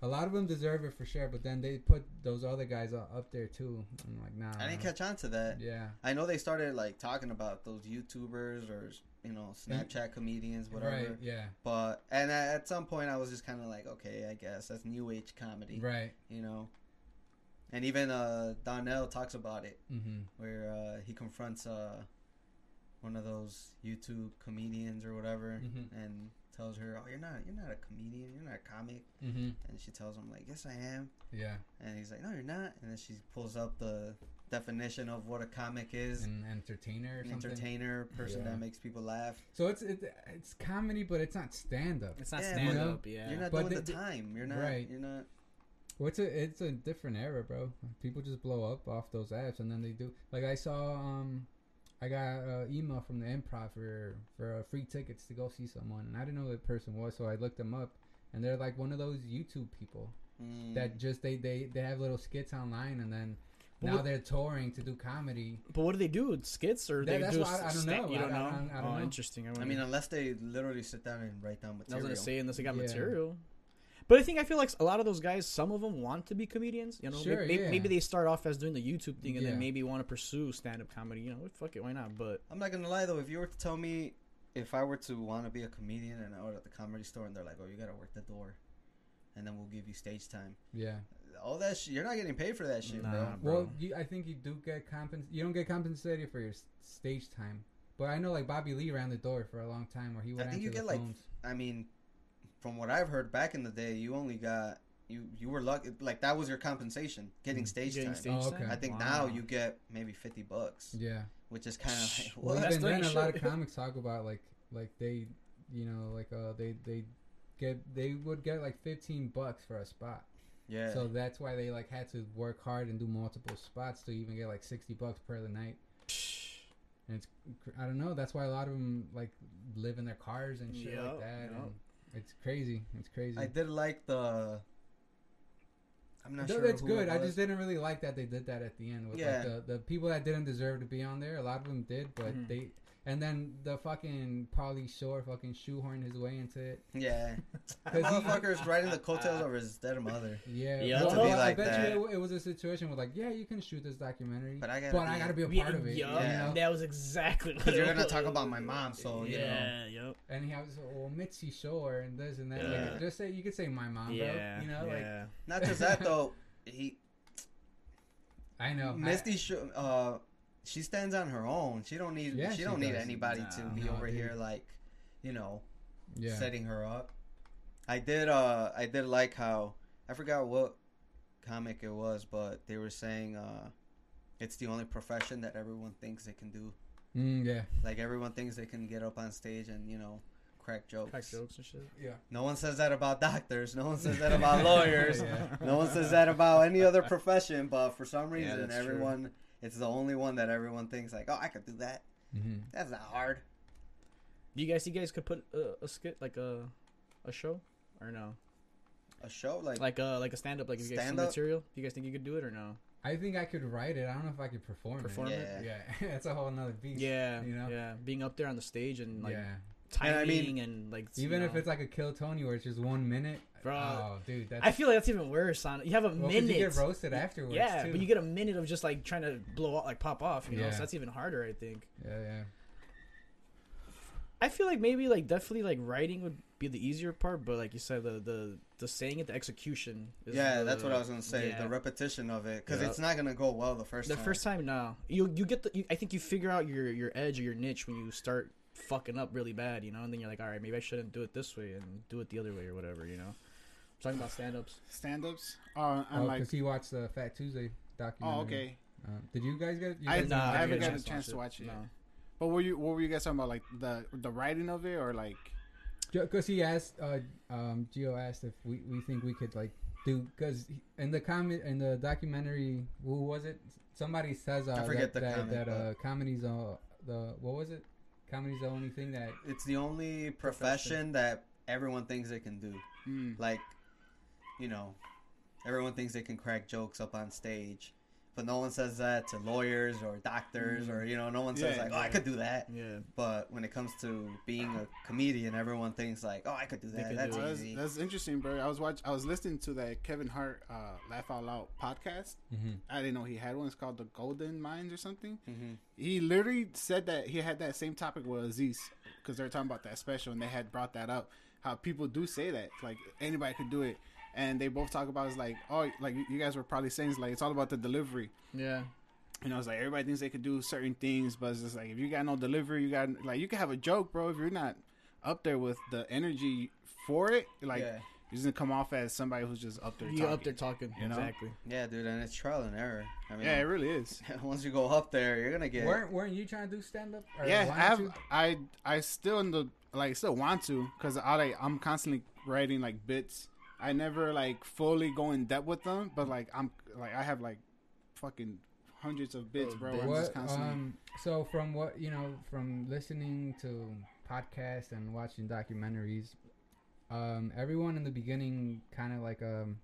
C: a lot of them deserve it for sure, but then they put those other guys up, up there too. I'm like, nah.
D: I didn't catch on to that.
C: uh, Yeah,
D: I know they started like talking about those YouTubers or you know Snapchat comedians, whatever.
C: right. Yeah,
D: But and I, at some point, I was just kind of like, okay, I guess that's new age comedy,
C: right.
D: you know. And even uh, Donnell talks about it,
C: Mm-hmm.
D: where uh, he confronts uh, one of those YouTube comedians or whatever,
C: Mhm.
D: and tells her, "Oh, you're not, you're not a comedian, you're not a comic."
C: Mm-hmm.
D: And she tells him, "Like, yes, I am."
C: Yeah,
D: And he's like, "No, you're not." And then she pulls up the definition of what a comic is:
C: an entertainer or
D: an
C: something.
D: entertainer, person
C: Yeah.
D: that makes people laugh.
C: so it's it, it's comedy, but it's not stand up.
B: It's not
D: Yeah,
B: stand
C: but-
B: up. Yeah.
D: You're not
C: But
D: doing
C: they-
D: the time. You're not.
C: Right.
D: You're not.
C: Well, it's a it's a different era, bro. People just blow up off those apps, and then they do. Like I saw, um, I got an email from the improv for for uh, free tickets to go see someone, and I didn't know who the person was, so I looked them up, and they're like one of those YouTube people
D: Mm.
C: that just they they they have little skits online, and then
B: Well,
C: now
B: what-
C: they're touring to do comedy.
B: But what do they do? Skits or
C: That-
B: they
C: that's
B: do?
C: what I- I don't
B: sta-
C: know.
B: You
C: I-
B: don't
C: I
B: know.
C: don't- I don't
B: oh,
C: know.
B: interesting.
D: I mean, unless they literally sit down and write down
B: I was
D: material.
B: gonna say unless they got
C: Yeah.
B: material. But I think I feel like a lot of those guys, some of them want to be comedians. You know,
C: Sure,
B: maybe,
C: yeah.
B: maybe they start off as doing the YouTube thing and
C: Yeah.
B: then maybe want to pursue stand up comedy. You know, fuck it, why not? But
D: I'm not gonna lie though. If you were to tell me, if I were to want to be a comedian and I were at the comedy store and they're like, "Oh, you gotta work the door," and then we'll give you stage time.
C: Yeah.
D: All that shit. You're not getting paid for that shit,
B: Nah,
D: bro.
B: bro.
C: Well, you, I think you do get compens. You don't get compensated for your s- stage time, But I know like Bobby Lee ran the door for a long time, where he would
D: I think
C: answer
D: you
C: the
D: get like,
C: phones.
D: I mean, from what I've heard back in the day, you only got you you were lucky like that was your compensation getting stage
B: Getting
D: time.
B: stage
C: Oh, okay.
B: time.
D: I think now you get maybe fifty bucks,
C: yeah.
D: which is kind of like
B: Well,
D: what?
B: that's
C: Even then,
B: dirty
C: a lot
B: shit.
C: of comics talk about like like they, you know, like uh they they get they would get like fifteen bucks for a spot.
D: yeah.
C: So that's why they like had to work hard and do multiple spots to even get like sixty bucks per the night. And it's cr- I don't know. That's why a lot of them like live in their cars and shit
B: Yup,
C: like that.
B: yup.
C: And it's crazy. It's crazy.
D: I did like the. I'm not
C: Th-
D: sure.
C: that's
D: who
C: good.
D: it
C: I
D: was.
C: just didn't really like that they did that at the end with
D: Yeah.
C: like, the the people that didn't deserve to be on there. A lot of them did, but
D: Mm-hmm.
B: Mhm.
C: they and then the fucking Pauly Shore fucking shoehorned his way into it.
D: Yeah,
C: 'Cause he-
D: motherfuckers riding the coattails of his dead mother.
C: yeah,
B: Yeah.
C: well,
B: Not to be
C: I
D: like
C: bet
D: that.
C: you it, w- it was a situation with like, yeah, you can shoot this documentary,
D: But I gotta
C: but
D: be-
C: I gotta be a
B: Yeah,
C: part of it.
B: yup,
D: Yeah.
C: You know?
B: That was exactly what
D: Because you're
B: it
D: gonna
B: was.
D: talk about my mom, so you know.
B: yeah, yep.
C: And he has oh Mitzi Shore and this and that.
B: Yeah.
C: Like, just say you could say my mom,
B: yeah,
C: bro. You know, like
B: yeah.
D: Not just that though. He
C: I know. I-
D: Misty, sh- uh, she stands on her own. She don't need.
C: Yeah,
D: she,
C: she
D: don't need
C: does.
D: anybody to
B: No.
D: be
C: No,
D: over
C: dude.
D: here like, you know,
C: yeah.
D: setting her up. I did. Uh, I did like how I forgot what comic it was, but they were saying uh, it's the only profession that everyone thinks they can do.
C: Mm, yeah.
D: Like everyone thinks they can get up on stage and you know crack jokes.
B: Crack jokes and shit.
C: Yeah.
D: No one says that about doctors. No one says that about lawyers.
C: Yeah.
D: No one says that about any other profession. But for some
B: Yeah,
D: reason,
B: that's true.
D: everyone it's the only one that everyone thinks like, oh, I could do that.
C: Mm-hmm.
D: That's not hard.
B: You guys, you guys could put a, a skit like a, a show, or no?
D: A show like,
B: Like a like a stand up. Like if you guys some
D: Stand-up?
B: material, you guys think you could do it or no?
C: I think I could write it. I don't know if I could perform,
B: Perform
C: it.
B: it?
D: yeah.
C: Yeah, that's a whole another beast.
B: Yeah,
C: you know?
B: yeah. Being up there on the stage and like
C: yeah.
B: timing
D: And I
B: and,
D: mean,
B: like you
C: Even if
B: know.
C: it's like a kill Tony where it's just one minute.
B: Bro,
C: oh, dude, that's
B: I feel like that's even worse. On you have a
C: well, 'cause
B: minute.
C: You get roasted afterwards.
B: yeah,
C: too.
B: but you get a minute of just like trying to blow up, like pop off. You know,
C: Yeah.
B: so that's even harder. I think.
C: yeah, yeah.
B: I feel like maybe like definitely like writing would be the easier part, but like you said, the the the saying it, the execution.
D: yeah,
B: the-
D: that's what I was gonna say.
B: yeah.
D: The repetition of it, because
B: Yeah.
D: it's not gonna go well the first
B: the
D: time.
B: first time, no. You you get the. You, I think you figure out your your edge or your niche when you start fucking up really bad, you know. And then you're like, all right, maybe I shouldn't do it this way and do it the other way or whatever, you know. I'm talking about stand ups.
A: Stand ups are
C: Oh,
A: Uh, I'm like,
C: because he watched the Fat Tuesday documentary.
A: oh, okay.
C: Uh, did you guys get? You
A: I-
C: guys
A: nah,
C: didn't
A: I
C: get
A: haven't
C: it?
A: gotten a chance to watch it yet. But were you what were you guys talking about? Like the the writing of it or like
C: because he asked uh, um, Gio asked if we, we think we could like do because in the comment in the documentary who was it somebody says uh,
D: I forget
C: that,
D: the
C: that,
D: comment,
C: that uh, comedy's uh, the what was it comedy's the only thing that
D: It's the only profession that everyone thinks they can do.
A: mm,
D: Like, you know, everyone thinks they can crack jokes up on stage, but no one says that to lawyers or doctors or you know, no one says
A: Yeah,
D: like, oh, I
B: Mm. yeah.
D: could do that.
B: Yeah.
D: But when it comes to being a comedian, everyone thinks like, "Oh, I could do that.
B: could
D: That's
B: do
A: Oh, that's,
D: easy."
A: that's interesting, bro. I was watch I was listening to that Kevin Hart uh, Laugh Out Loud podcast.
C: Mhm.
A: I didn't know he had one. It's called the Golden Minds or something.
D: Mhm.
A: He literally said that he had that same topic with Aziz because they were talking about that special and they had brought that up. How people do say that, like anybody could do it, and they both talk about it's like, oh, like you- you guys were probably saying it's like it's all about the delivery.
B: Yeah.
A: And I was like, everybody thinks they could do certain things, but it's just like if you got no delivery, you got like you can have a joke, bro. If you're not up there with the energy for it, like
D: Yeah.
A: you're just gonna come off as somebody who's just up there.
B: You
A: talking.
B: up there talking.
A: you know?
B: Exactly.
D: Yeah, dude, and it's trial and error. I mean,
A: Yeah, it really is.
D: once you go up there, you're gonna get.
C: weren't weren't you trying to do stand up
A: yeah, I have, I I still in the like still want to because I like I'm constantly writing like bits. I never like fully go in depth with them, but like I'm like I have like fucking hundreds of bits,
B: Oh,
A: bro.
B: bits.
A: I'm just
C: What,
A: constantly.
C: um, so from what you know, from listening to podcasts and watching documentaries, um, everyone in the beginning kind of like um,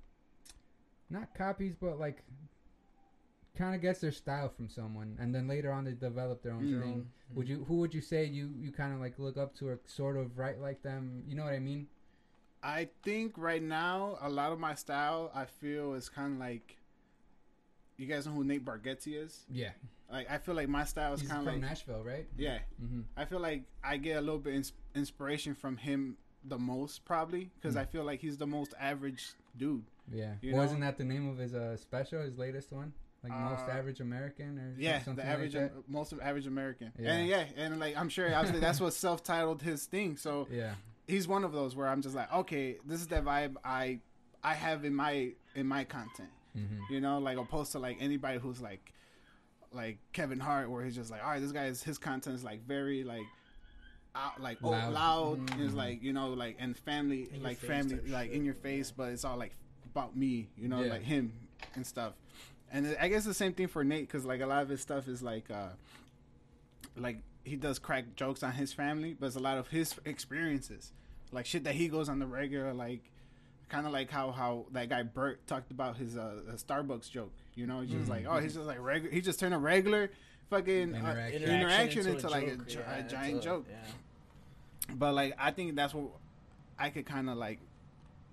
C: not copies, but like kind of gets their style from someone, and then later on they develop their own
A: Mm.
C: thing. Would you? Who would you say you you kind of like look up to or sort of write like them? You know what I mean?
A: I think right now a lot of my style I feel is kind of like. You guys know who Nate Bargatze is?
C: Yeah,
A: Like I feel like my style is
C: he's
A: kind
C: from
A: of like
C: Nashville, right?
A: yeah.
C: Mm-hmm.
A: I feel like I get a little bit ins- inspiration from him the most probably
C: Hmm.
A: because I feel like he's the most average dude.
C: Yeah,
A: You
C: wasn't
A: know?
C: that the name of his uh, special, his latest one? Like most
A: Uh,
C: average American or
A: Yeah,
C: something
A: the average,
C: like
A: most of average American,
C: Yeah.
A: and yeah, and like I'm sure obviously that's what self-titled his thing. So
C: that. Yeah.
A: he's one of those where I'm just like, okay, this is the vibe I I have in my in my content,
C: Mm-hmm.
A: you know, like opposed to like anybody who's like like Kevin Hart, where he's just like, all right, this guy is his content is like very like out, like oh,
C: Loud. Mm.
A: loud, is like you know like and family
B: In your
A: like
B: face
A: family
B: type
A: like
B: shit,
A: in your face, but it's all like about me, you know,
C: Yeah.
A: like him and stuff. And I guess the same thing for Nate because like a lot of his stuff is like uh like he does crack jokes on his family, but it's a lot of his experiences, like shit that he goes on the regular, like kind of like how how that guy Bert talked about his uh his Starbucks joke. You know, he's just like oh he's just like regular, he just turned a regular fucking uh,
C: Interaction.
A: interaction, into, like a,
B: joke,
A: gi-
B: yeah,
A: a
B: it's
A: giant joke.
B: Yeah.
A: But like I think that's what I could kind of like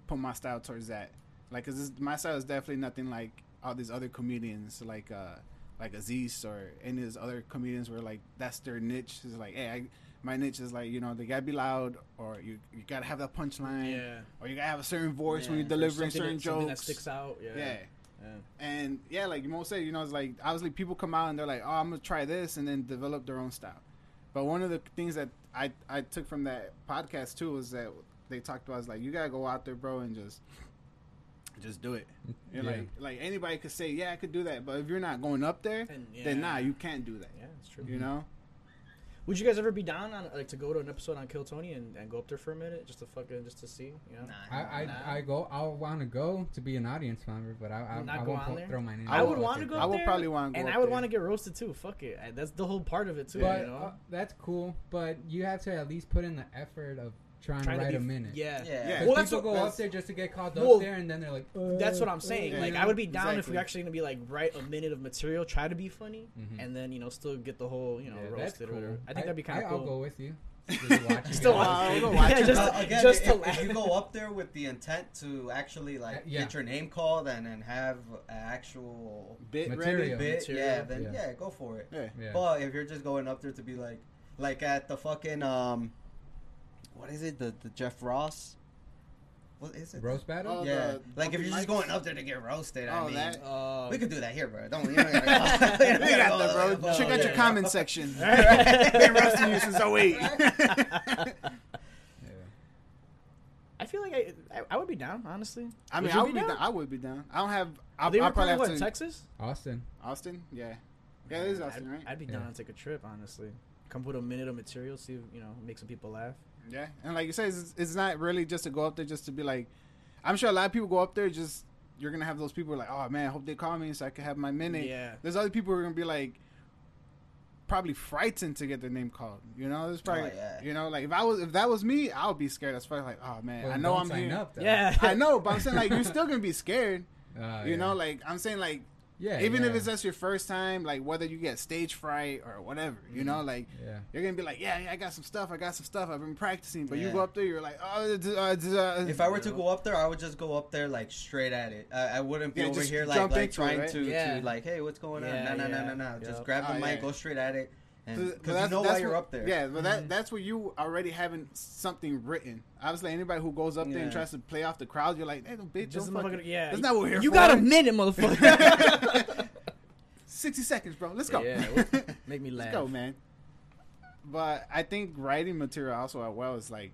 A: put my style towards that. Like, cause this, my style is definitely nothing like all these other comedians, like uh, like Aziz or any of these other comedians, where like that's their niche. Is like, hey, I, my niche is like you know they gotta be loud, or you you gotta have that punchline,
B: Yeah.
A: or you gotta have a certain voice when
B: Yeah.
A: you're delivering
B: Something
A: certain
B: that, something that
A: jokes.
B: sticks out. Yeah.
A: yeah.
B: yeah.
A: And yeah, like Mo said, you know, it's like obviously people come out and they're like, "Oh, I'm gonna try this," and then develop their own style. But one of the things that I I took from that podcast too was that they talked about is like you gotta go out there, bro, and just just do it. You're
C: Yeah.
A: like like anybody could say, "Yeah, I could do that," but if you're not going up there,
B: And, yeah.
A: then nah, you can't do that.
B: Yeah, it's true.
A: You know?
B: Would you guys ever be down on like to go to an episode on Kill Tony and, and go up there for a minute just to fucking just to see? You know?
D: Nah,
C: I, I,
B: Nah.
C: I go. I want to go to be an audience member, but I I,
B: Not
C: I
B: go
C: won't
B: on
C: po-
B: there?
C: throw my name.
A: I
C: out
A: would
C: there.
B: wanna go
A: I would
B: there,
A: probably want to go.
B: And
A: up
B: I would
A: there.
B: want to get roasted too. Fuck it, I- that's the whole part of it too.
C: But
B: you know,
C: uh, that's cool. But you have to at least put in the effort of trying,
B: Trying
C: to write
B: be-
C: a minute.
B: Yeah,
D: Yeah.
A: Yeah.
C: 'Cause
B: Well, that's
C: people
B: what-
C: go up
A: that's-
C: there just to get called
B: Well,
C: up there, and then they're like,
B: That's what
C: "Uh,
B: I'm saying.
C: uh,
B: Like,
A: Yeah.
B: I would be down if
A: Exactly.
B: you're actually gonna be like write a minute of material, try to be funny,
C: Mhm.
B: and then you know still get the whole you know
C: Yeah, that's
B: roasted or whatever.
C: cool.
B: I think that'd be kind
C: I-
B: of
C: I'll go
B: cool.
C: with you. Just watch you
B: Still
C: guys.
A: watch. I'll go
B: Yeah,
A: it.
B: just,
D: Uh, again,
B: just
D: if,
B: to
D: if
B: laugh.
D: you go up there with the intent to actually like
C: Uh, yeah.
D: get your name called and, and have an actual
A: bit
C: Material.
A: ready.
D: bit,
B: Material.
D: yeah, then
C: Yeah.
D: yeah. go for it.
A: Yeah.
C: Yeah.
D: But if you're just going up there to be like, like at the fucking um, what is it? The the Jeff Ross. What is it?
C: Roast battle.
A: Oh,
D: yeah,
A: the
D: like if you're just
A: fucking mics?
D: going up there to get roasted, I
A: Oh,
D: mean,
A: that-
B: Uh,
D: we could do that here, bro. Don't you don't gotta go- you don't
A: We got
D: gotta
A: that,
D: go-
A: bro.
D: go-
A: Check out
D: yeah.
A: your comment section.
B: Alright.
A: Been roasting you since 08.
C: Yeah.
B: I feel like I, I I would be down honestly.
A: I mean,
B: you be
A: I would be
B: down?
A: down. I would be down. I don't have.
B: Are
A: I'll,
B: they
A: I'll
B: recording
A: probably have
B: what
A: to.
B: in Texas?
C: Austin.
A: Austin? Yeah. Yeah, it is Austin,
B: I'd,
A: right?
B: I'd be
C: Yeah.
B: down to take a trip honestly. Come with a minute of material, see if, you know make some people laugh.
A: yeah. And like you said, it's, it's not really just to go up there just to be like. I'm sure a lot of people go up there just. You're going to have those people who are like, oh man, I hope they call me so I can have my minute.
B: Yeah.
A: There's other people who are going to be like. Probably frightened to get their name called. You know, there's probably,
D: Oh, yeah.
A: you know, like if I was, if that was me, I would be scared. That's probably like, oh man,
C: Well,
A: I know
C: don't
A: I'm
C: sign
A: here.
C: Up, though.
B: Yeah,
A: I know, but I'm saying like you're still gonna be scared.
C: Uh,
A: you
C: yeah.
A: know, like I'm saying like
C: yeah,
A: even
C: yeah.
A: if it's just your first time, like whether you get stage fright or whatever,
D: Mm-hmm.
A: you know, like
C: yeah.
A: you're gonna be like, yeah, yeah, I got some stuff, I got some stuff, I've been practicing. But you
D: Yeah.
A: go up there, you're like, oh, d- uh, d- uh,
D: If I were to go up there, I would just go up there like straight at it. I, I wouldn't be
A: Yeah,
D: over
A: just
D: here like
A: jump
D: like
A: into
D: trying
A: it, right?
D: to,
B: Yeah.
D: to like, hey, what's going
B: Yeah,
D: on? No, no,
B: yeah.
D: no, no, no. Just
B: Yep.
D: grab the
A: Oh,
D: mic,
A: yeah.
D: go straight at it, and
A: But
D: because you know why
A: that's
D: you're
A: what-
D: up there. Mm-hmm.
A: Yeah, but that that's where you already having something written. Obviously, anybody who goes up there and
D: Yeah.
A: tries to play off the crowd, you're like, hey, no, bitch,
B: This
A: don't
B: is
A: fucking,
B: motherfucker- yeah.
A: that's not what we're here
B: you
A: for.
B: got a minute, motherfucker.
A: sixty seconds, bro. Let's go.
B: Yeah, what- Make me laugh.
A: Let's go, man. But I think writing material also as well is like,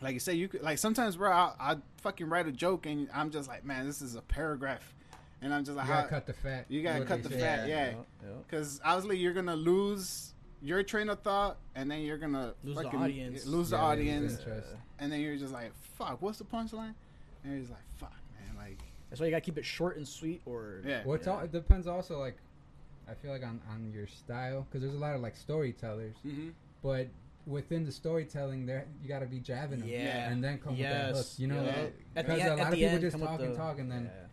A: like you say, you could like sometimes bro, I I fucking write a joke and I'm just like, man, this is a paragraph, and I'm just
C: You
A: like,
C: gotta
A: how-
C: cut the fat.
A: you
C: is
A: gotta
C: what
A: cut
C: they
A: the
C: say.
A: fat,
D: Yeah.
A: yeah,
B: Yep, yep.
A: because obviously you're gonna lose your train of thought and then you're gonna
B: Lose the
A: fucking
B: audience.
A: lose the
C: Yeah, they lose
A: audience,
C: interest.
A: and uh, then you're just like, fuck, what's the punchline? And you're just like, fuck, man, like,
B: That's why you gotta keep it short and sweet, or
A: yeah,
C: Well, it's all, it depends also, like, I feel like on, on your style, because there's a lot of, like, storytellers,
A: hmm
C: but within the storytelling, there you gotta be jabbing them.
B: Yeah.
C: And then come with that hook.
B: Yes.
C: You know,
A: Yeah.
C: like,
B: At the
C: because
B: end-
C: a
B: at
C: lot
B: the
C: of people
B: end,
C: just
B: come with
C: talk and
B: the-
C: talk, and then,
B: yeah.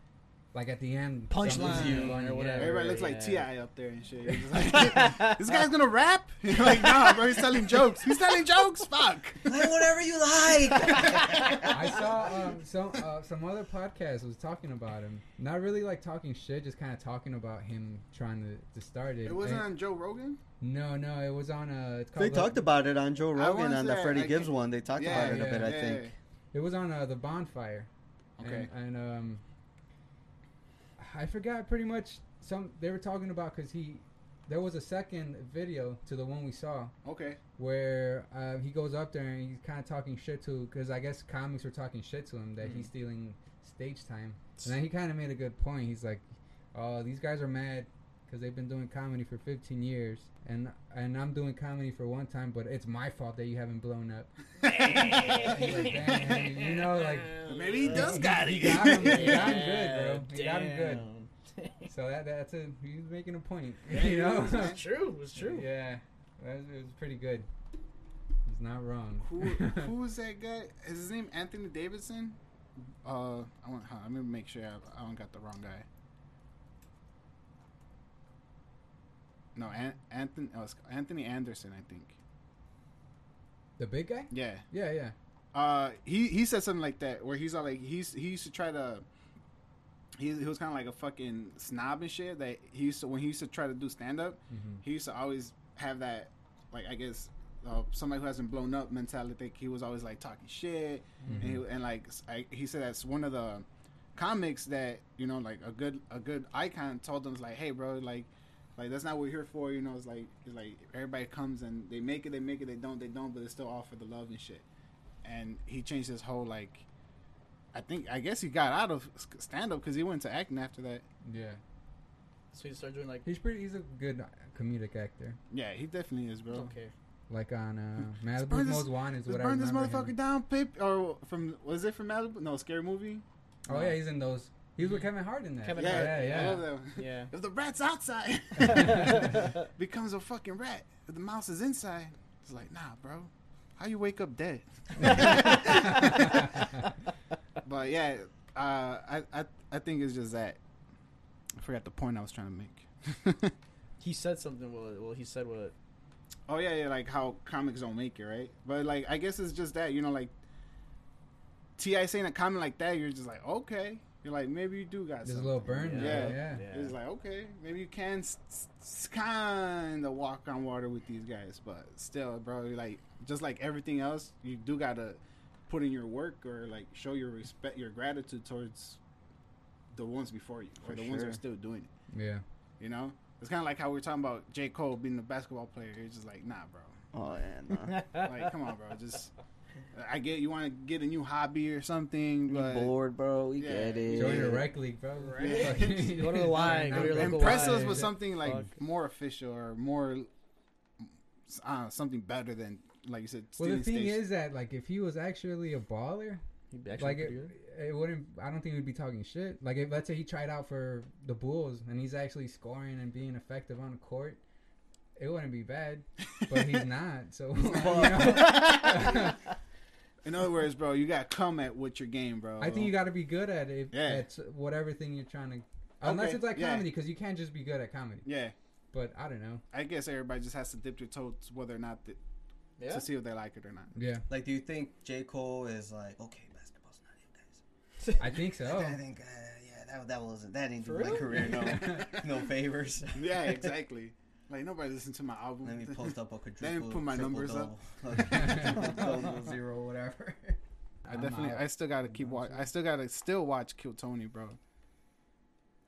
C: like, at the end,
B: Punchline
C: something's
D: or
C: going, yeah.
B: whatever.
A: Everybody
B: Yeah.
A: looks like Ti
B: Yeah.
A: up there and shit. You're just like, this guy's gonna rap? You're like, nah, bro, he's telling jokes. He's telling jokes. Fuck.
D: Play whatever you like.
C: I saw um, some uh, some other podcast was talking about him. Not really like talking shit, just kind of talking about him trying to, to start it.
A: It wasn't
C: And-
A: on Joe Rogan.
C: No, no, it was on a. It's called uh,
D: they
C: the-
D: talked about it on Joe
A: I
D: Rogan
A: wanna
D: on the
A: say,
D: Freddie
A: I
D: Gibbs
A: can-
D: one. They talked
A: Yeah,
D: about it
C: yeah,
D: a bit, I
A: yeah.
D: think.
C: It was on uh, the bonfire.
A: Okay.
C: And, and um, I forgot pretty much some they were talking about because he there was a second video to the one we saw
A: Okay.
C: where uh, he goes up there and he's kind of talking shit to because I guess comics were talking shit to him that he's stealing stage time. And then he kind of made a good point. He's like, "Oh, these guys are mad because they've been doing comedy for 15 years, and and I'm doing comedy for one time, but it's my fault that you haven't blown up." He's like, "Damn, you know, like
A: Maybe he does got it.
C: he got him, he got him good, bro. He got him good.
B: Damn.
C: So that that's a he's making a point,
B: Yeah,
C: you know.
B: it's true. It's true.
C: Yeah, that was, it was pretty good. He's not wrong.
A: Who who's that guy? Is his name Anthony Davidson? Uh, I want. huh, Let me make sure I, I don't got the wrong guy. No, An- Anthony. Oh, it's Anthony Anderson, I think.
C: the big guy?
A: Yeah.
C: Yeah, yeah.
A: Uh, he he said something like that where he's all like he's he used to try to. He, he was kind of like a fucking snob and shit. That he used to when he used to try to do stand up,
C: Mm-hmm.
A: he used to always have that, like I guess, uh, somebody who hasn't blown up mentality. He was always like talking shit, and, he, and like s- I, he said that's one of the comics that you know like a good a good icon told them like, hey bro, like like that's not what we're here for. You know, it's like it's like everybody comes and they make it, they make it, they don't, they don't, but it's still all for the love and shit. And he changed his whole like. I think I guess he got out of stand up because he went to acting after that.
C: Yeah.
B: So you start doing like
C: He's pretty. He's a good comedic actor.
A: Yeah, he definitely is, bro.
B: okay.
C: Like on uh,
A: Let's
C: Malibu
A: burn this-
C: Most Wanted is
A: Let's
C: what I
A: burn this
C: remember
A: motherfucker
C: him.
A: down, Pip. Or from was it from Malibu? No, scary movie.
C: Oh yeah, he's in those. He was with Mm-hmm. Kevin Hart in that.
B: Kevin
C: yeah,
B: Hart.
C: yeah,
A: I
C: yeah.
A: love that one.
B: Yeah.
A: If the rat's outside, becomes a fucking rat. If the mouse is inside, it's like nah, bro. How you wake up dead? but yeah, uh, I, I I think it's just that. I forgot the point I was trying to make.
B: He said something. Well, well, he said what?
A: Oh yeah, yeah, like how comics don't make it, right? But like, I guess it's just that you know, like Ti saying a comment like that, you're just like, okay, you're like, maybe you do got
C: There's a
A: something.
C: little burn
A: Yeah.
C: there. Yeah.
A: It's like, okay, maybe you can s- s- kind of walk on water with these guys, but still, bro, you're like just like everything else, you do gotta put in your work or like show your respect, your gratitude towards the ones before you or
D: For
A: the ones that
D: sure.
A: are still doing it.
C: yeah,
A: You know, it's kind of like how we were talking about J Cole being a basketball player. It's just like, nah, bro.
D: Oh yeah, nah.
A: Like, come on, bro. Just, I get you want to get a new hobby or something,
D: You
A: but
D: bored, bro. We
A: Yeah.
D: get
A: Yeah.
D: it.
C: Join the rec league, bro.
B: Right.
C: Fucking-
B: Go to the Y, go to your local
A: impress
B: Y.
A: us with
B: Yeah.
A: something like
B: Fuck.
A: more official or more, uh, something better than like you said.
C: Well, the
A: stealing
C: thing
A: station.
C: is that like if he was actually a baller,
B: He'd be actually
C: like it,
B: pretty good.
C: it wouldn't. I don't think we'd be talking shit. Like if let's say he tried out for the Bulls and he's actually scoring and being effective on the court, it wouldn't be bad. But he's not, so you know?
A: in other words, bro, you got to come at with your game, bro.
C: I think you got to be good at it.
A: Yeah.
C: At whatever thing you're trying to, unless
A: Okay,
C: it's like
A: yeah.
C: comedy, because you can't just be good at comedy.
A: Yeah,
C: But I don't know.
A: I guess everybody just has to dip their toes whether or not th- to see if they like it or not.
C: Yeah,
D: Like, do you think J Cole is like, okay, basketball's not it, guys?
C: I think so.
D: I think, uh, yeah, that that wasn't that didn't do
B: For
D: my
B: real?
D: career no no favors.
A: Yeah, exactly. like nobody listened to my album.
D: Let me post up a
A: Let me
D: quadruple.
A: put my
D: triple
A: numbers up.
D: double. Double zero, whatever.
A: I definitely, I still gotta keep watch. I still gotta still watch Kill Tony, bro.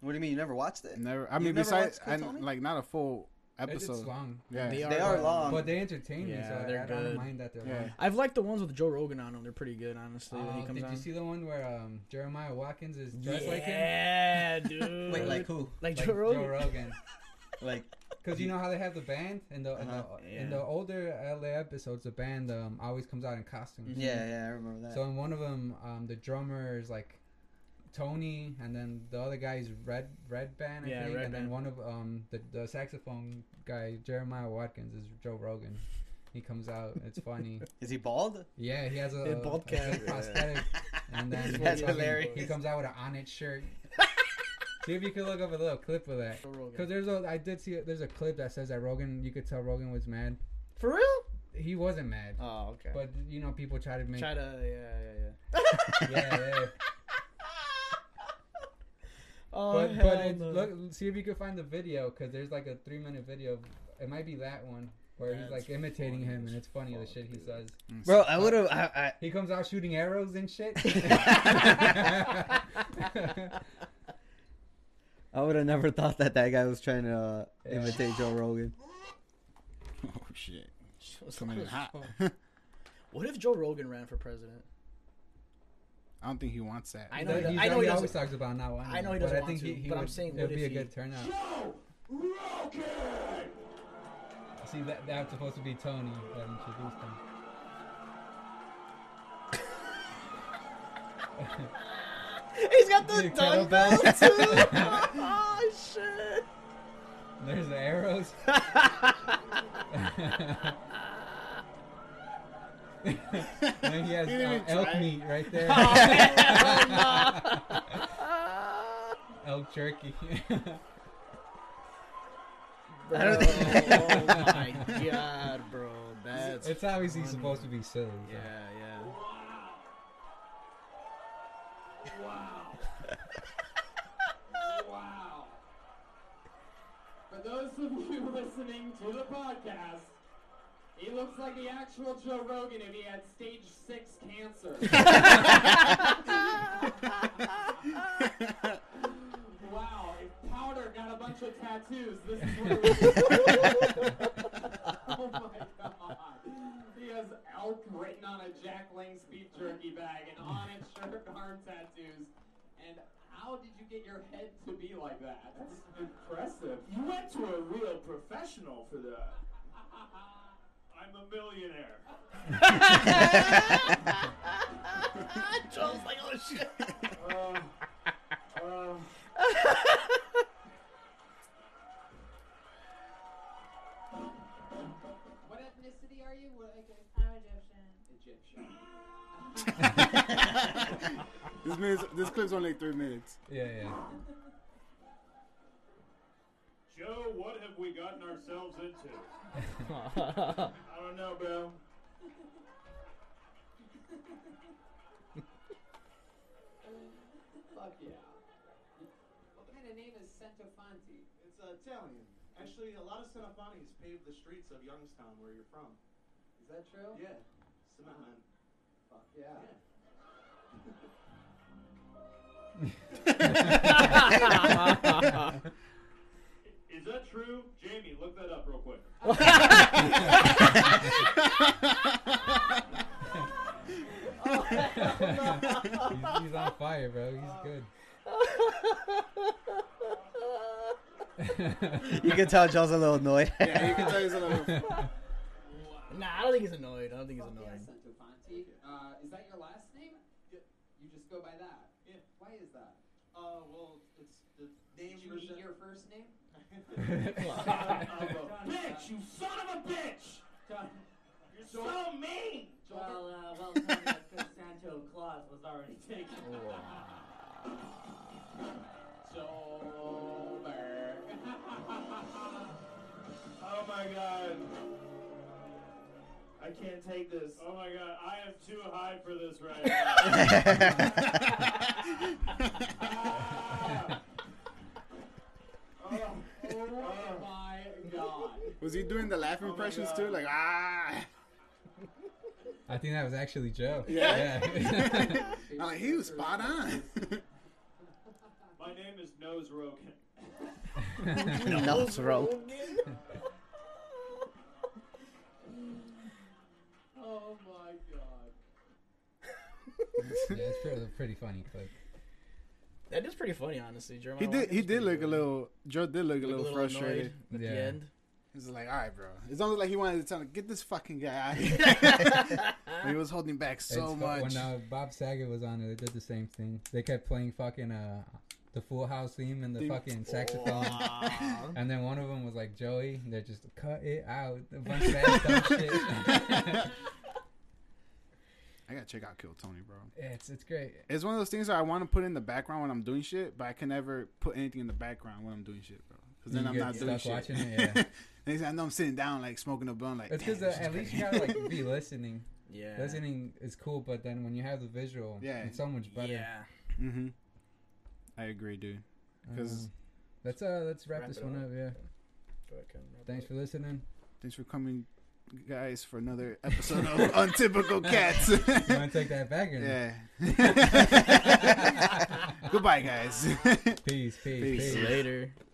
D: What do you mean you never watched it?
A: Never. I
D: You've
A: mean,
D: never
A: besides,
D: watched Kill
A: I,
D: Tony?
A: like not a full
C: It's,
A: episode.
C: it's long,
A: Yeah.
B: They
D: They are long.
C: but they entertain me, so
B: Yeah,
C: I,
B: they're
C: I don't
B: good.
C: mind that they're
A: Yeah.
C: long.
B: I've liked the ones with Joe Rogan on them. They're pretty good, honestly. when
C: Oh,
B: he comes
C: did
B: on.
C: you see the one where um, Jeremiah Watkins is dressed like him?
B: yeah, dude.
D: Wait, like who?
B: like,
C: Like
B: Joe Rogan.
D: Like
C: Because you know how they have the band and the, in the,
D: Uh-huh,
C: in
B: yeah.
C: the older LA episodes, the band um, always comes out in costumes.
D: yeah, yeah, I remember that.
C: So in one of them, um, the drummer is like Tony, and then the other guy's Red Red Band, I
B: Yeah,
C: think,
B: Red
C: and then
B: Band.
C: one of um, the the saxophone guy Jeremiah Watkins is Joe Rogan. He comes out. It's funny.
D: Is he bald?
C: Yeah, he has a,
B: Yeah, bald
C: a
B: cap.
C: fake prosthetic, and then he
D: That's
C: comes out-
D: hilarious.
C: He comes out with an Onnit shirt. See if you can look up a little clip of that.
B: Joe
C: Cause
B: Rogan.
C: there's a I did see a, there's a clip that says that Rogan you could tell Rogan was mad.
B: For real?
C: He wasn't mad,
B: Oh, okay.
C: but you know people try to make
B: Try to, yeah, yeah, yeah.
C: yeah yeah.
B: Oh,
C: But,
B: hell
C: but it,
B: no.
C: look, see if you can find the video, because there's like a three minute video. Of, it might be that one where he's
B: That's
C: like imitating
B: funny
C: him,
B: as
C: and it's funny the
B: fuck,
C: shit he
B: dude.
C: says.
D: Bro, I would have. I,
C: He comes out shooting arrows and shit.
D: I would have never thought that that guy was trying to uh, imitate Joe Rogan.
A: Oh shit!
B: It's
A: Coming in
B: close.
A: hot.
B: What if Joe Rogan ran for president?
A: I don't think he wants that.
B: I
C: I
B: know
C: know,
B: he
C: he,
B: does- I know he
C: always
B: doesn't-
C: talks about not wanting.
B: I know he
C: it,
B: doesn't
C: but I
B: want
C: think
B: to,
C: he, he
B: but I'm
C: would-
B: saying
C: it
B: what
C: would be
B: if
C: a
B: he-
C: good turnout. See that that's supposed to be Tony that introduced him.
B: He's got the
C: Yeah,
B: dumbbell too. oh shit!
C: There's the arrows. then he has
A: He didn't
C: uh,
A: even
C: elk
A: try.
C: meat right there. Oh, elk jerky.
B: I don't think. oh my god, bro, that's
C: it's obviously supposed to be silly. so.
B: yeah, yeah.
E: Wow. For those of you listening to the podcast, he looks like the actual Joe Rogan if he had stage six cancer. wow, if Powder got a bunch of tattoos, this is what it would look like. Oh my god. He has elk written on a Jack Lang's beef jerky bag and on his shirt arm tattoos. And how did you get your head to be like that? That's impressive. You went to a real professional for that. I'm a millionaire.
B: Joe's like, oh shit.
E: Uh, uh, what ethnicity are you? What, okay.
F: I'm Egyptian.
E: Egyptian.
A: this minutes, this clip's only three minutes.
C: Yeah, yeah.
E: Joe, what have we gotten ourselves into? I don't know, bro. Fuck yeah. What kind of name is Santofanti?
G: It's uh, Italian. Actually, a lot of Senafanis paved the streets of Youngstown, where you're from.
E: Is that true?
G: Yeah, Senahan.
E: Fuck yeah. Is that true? Jamie, look that up real quick.
G: Uh,
C: he's, he's on fire, bro. He's good.
D: You can tell Joe's a little annoyed.
A: Yeah, you can tell he's a little.
B: nah, I don't think he's annoyed. I don't think he's
E: Fuck yeah,
B: annoyed.
E: Santofanti. Uh, is that your last name? You just go by that?
G: Yeah.
E: Why is that?
G: Uh, well, it's the name.
E: Did you
G: was
E: eat
G: that-
E: your first name?
G: bitch, you son of a bitch! You're so mean.
F: Well, uh, well, tell me that Chris Santo Claus was already taken.
E: Sober.
G: Oh my god. I can't take this.
E: oh my god, I am too high for this right now. Ah! oh, oh my god.
A: Was he doing the laugh impressions too? Like ah,
C: I think that was actually Joe.
A: Yeah?
C: yeah.
A: I'm like he was spot on.
E: My name is Nose Rogan.
D: Nuts, bro.
E: Oh my god.
C: yeah, it's pretty, pretty funny clip.
B: That is pretty funny, honestly. Jeremiah
A: he did.
B: Watkins
A: He
B: was
A: did
B: pretty
A: look a
B: good.
A: little. Joe did look a
B: Looked
A: little frustrated.
B: annoyed at
C: Yeah.
B: the end.
A: He's like, all right, bro. It's almost like he wanted to tell him, get this fucking guy out of here. But he was holding back so
C: It's fu-
A: much.
C: When uh, Bob Saget was on it, they did the same thing. They kept playing fucking uh, the Full House theme and the
A: Theme.
C: fucking saxophone. And then one of them was like Joey. and They're just cut it out. A bunch of that dumb shit.
A: I gotta check out Kill Tony, bro.
C: it's it's great.
A: It's one of those things that I want to put in the background when I'm doing shit, but I can never put anything in the background when I'm doing shit, bro. Because then
C: You
A: I'm
C: get
A: not doing
C: stuck
A: shit.
C: watching it, yeah.
A: Next thing I know I'm sitting down, like smoking a blunt, like.
C: It's
A: "Damn,
C: because
A: this is
C: at least
A: great."
C: you gotta like be listening.
B: Yeah.
C: Listening is cool, but then when you have the visual,
A: Yeah.
C: it's so much better.
B: Yeah.
A: hmm I agree, dude. Because
C: Um, let's uh let's wrap,
B: Wrap
C: this
B: it
C: one
B: up.
C: up. Yeah. Thanks for listening.
A: thanks for coming, guys, for another episode of Untypical Cats.
C: You want to take that back or not?
A: yeah. Goodbye, guys.
C: Peace, peace,
A: Peace.
C: peace.
B: Later.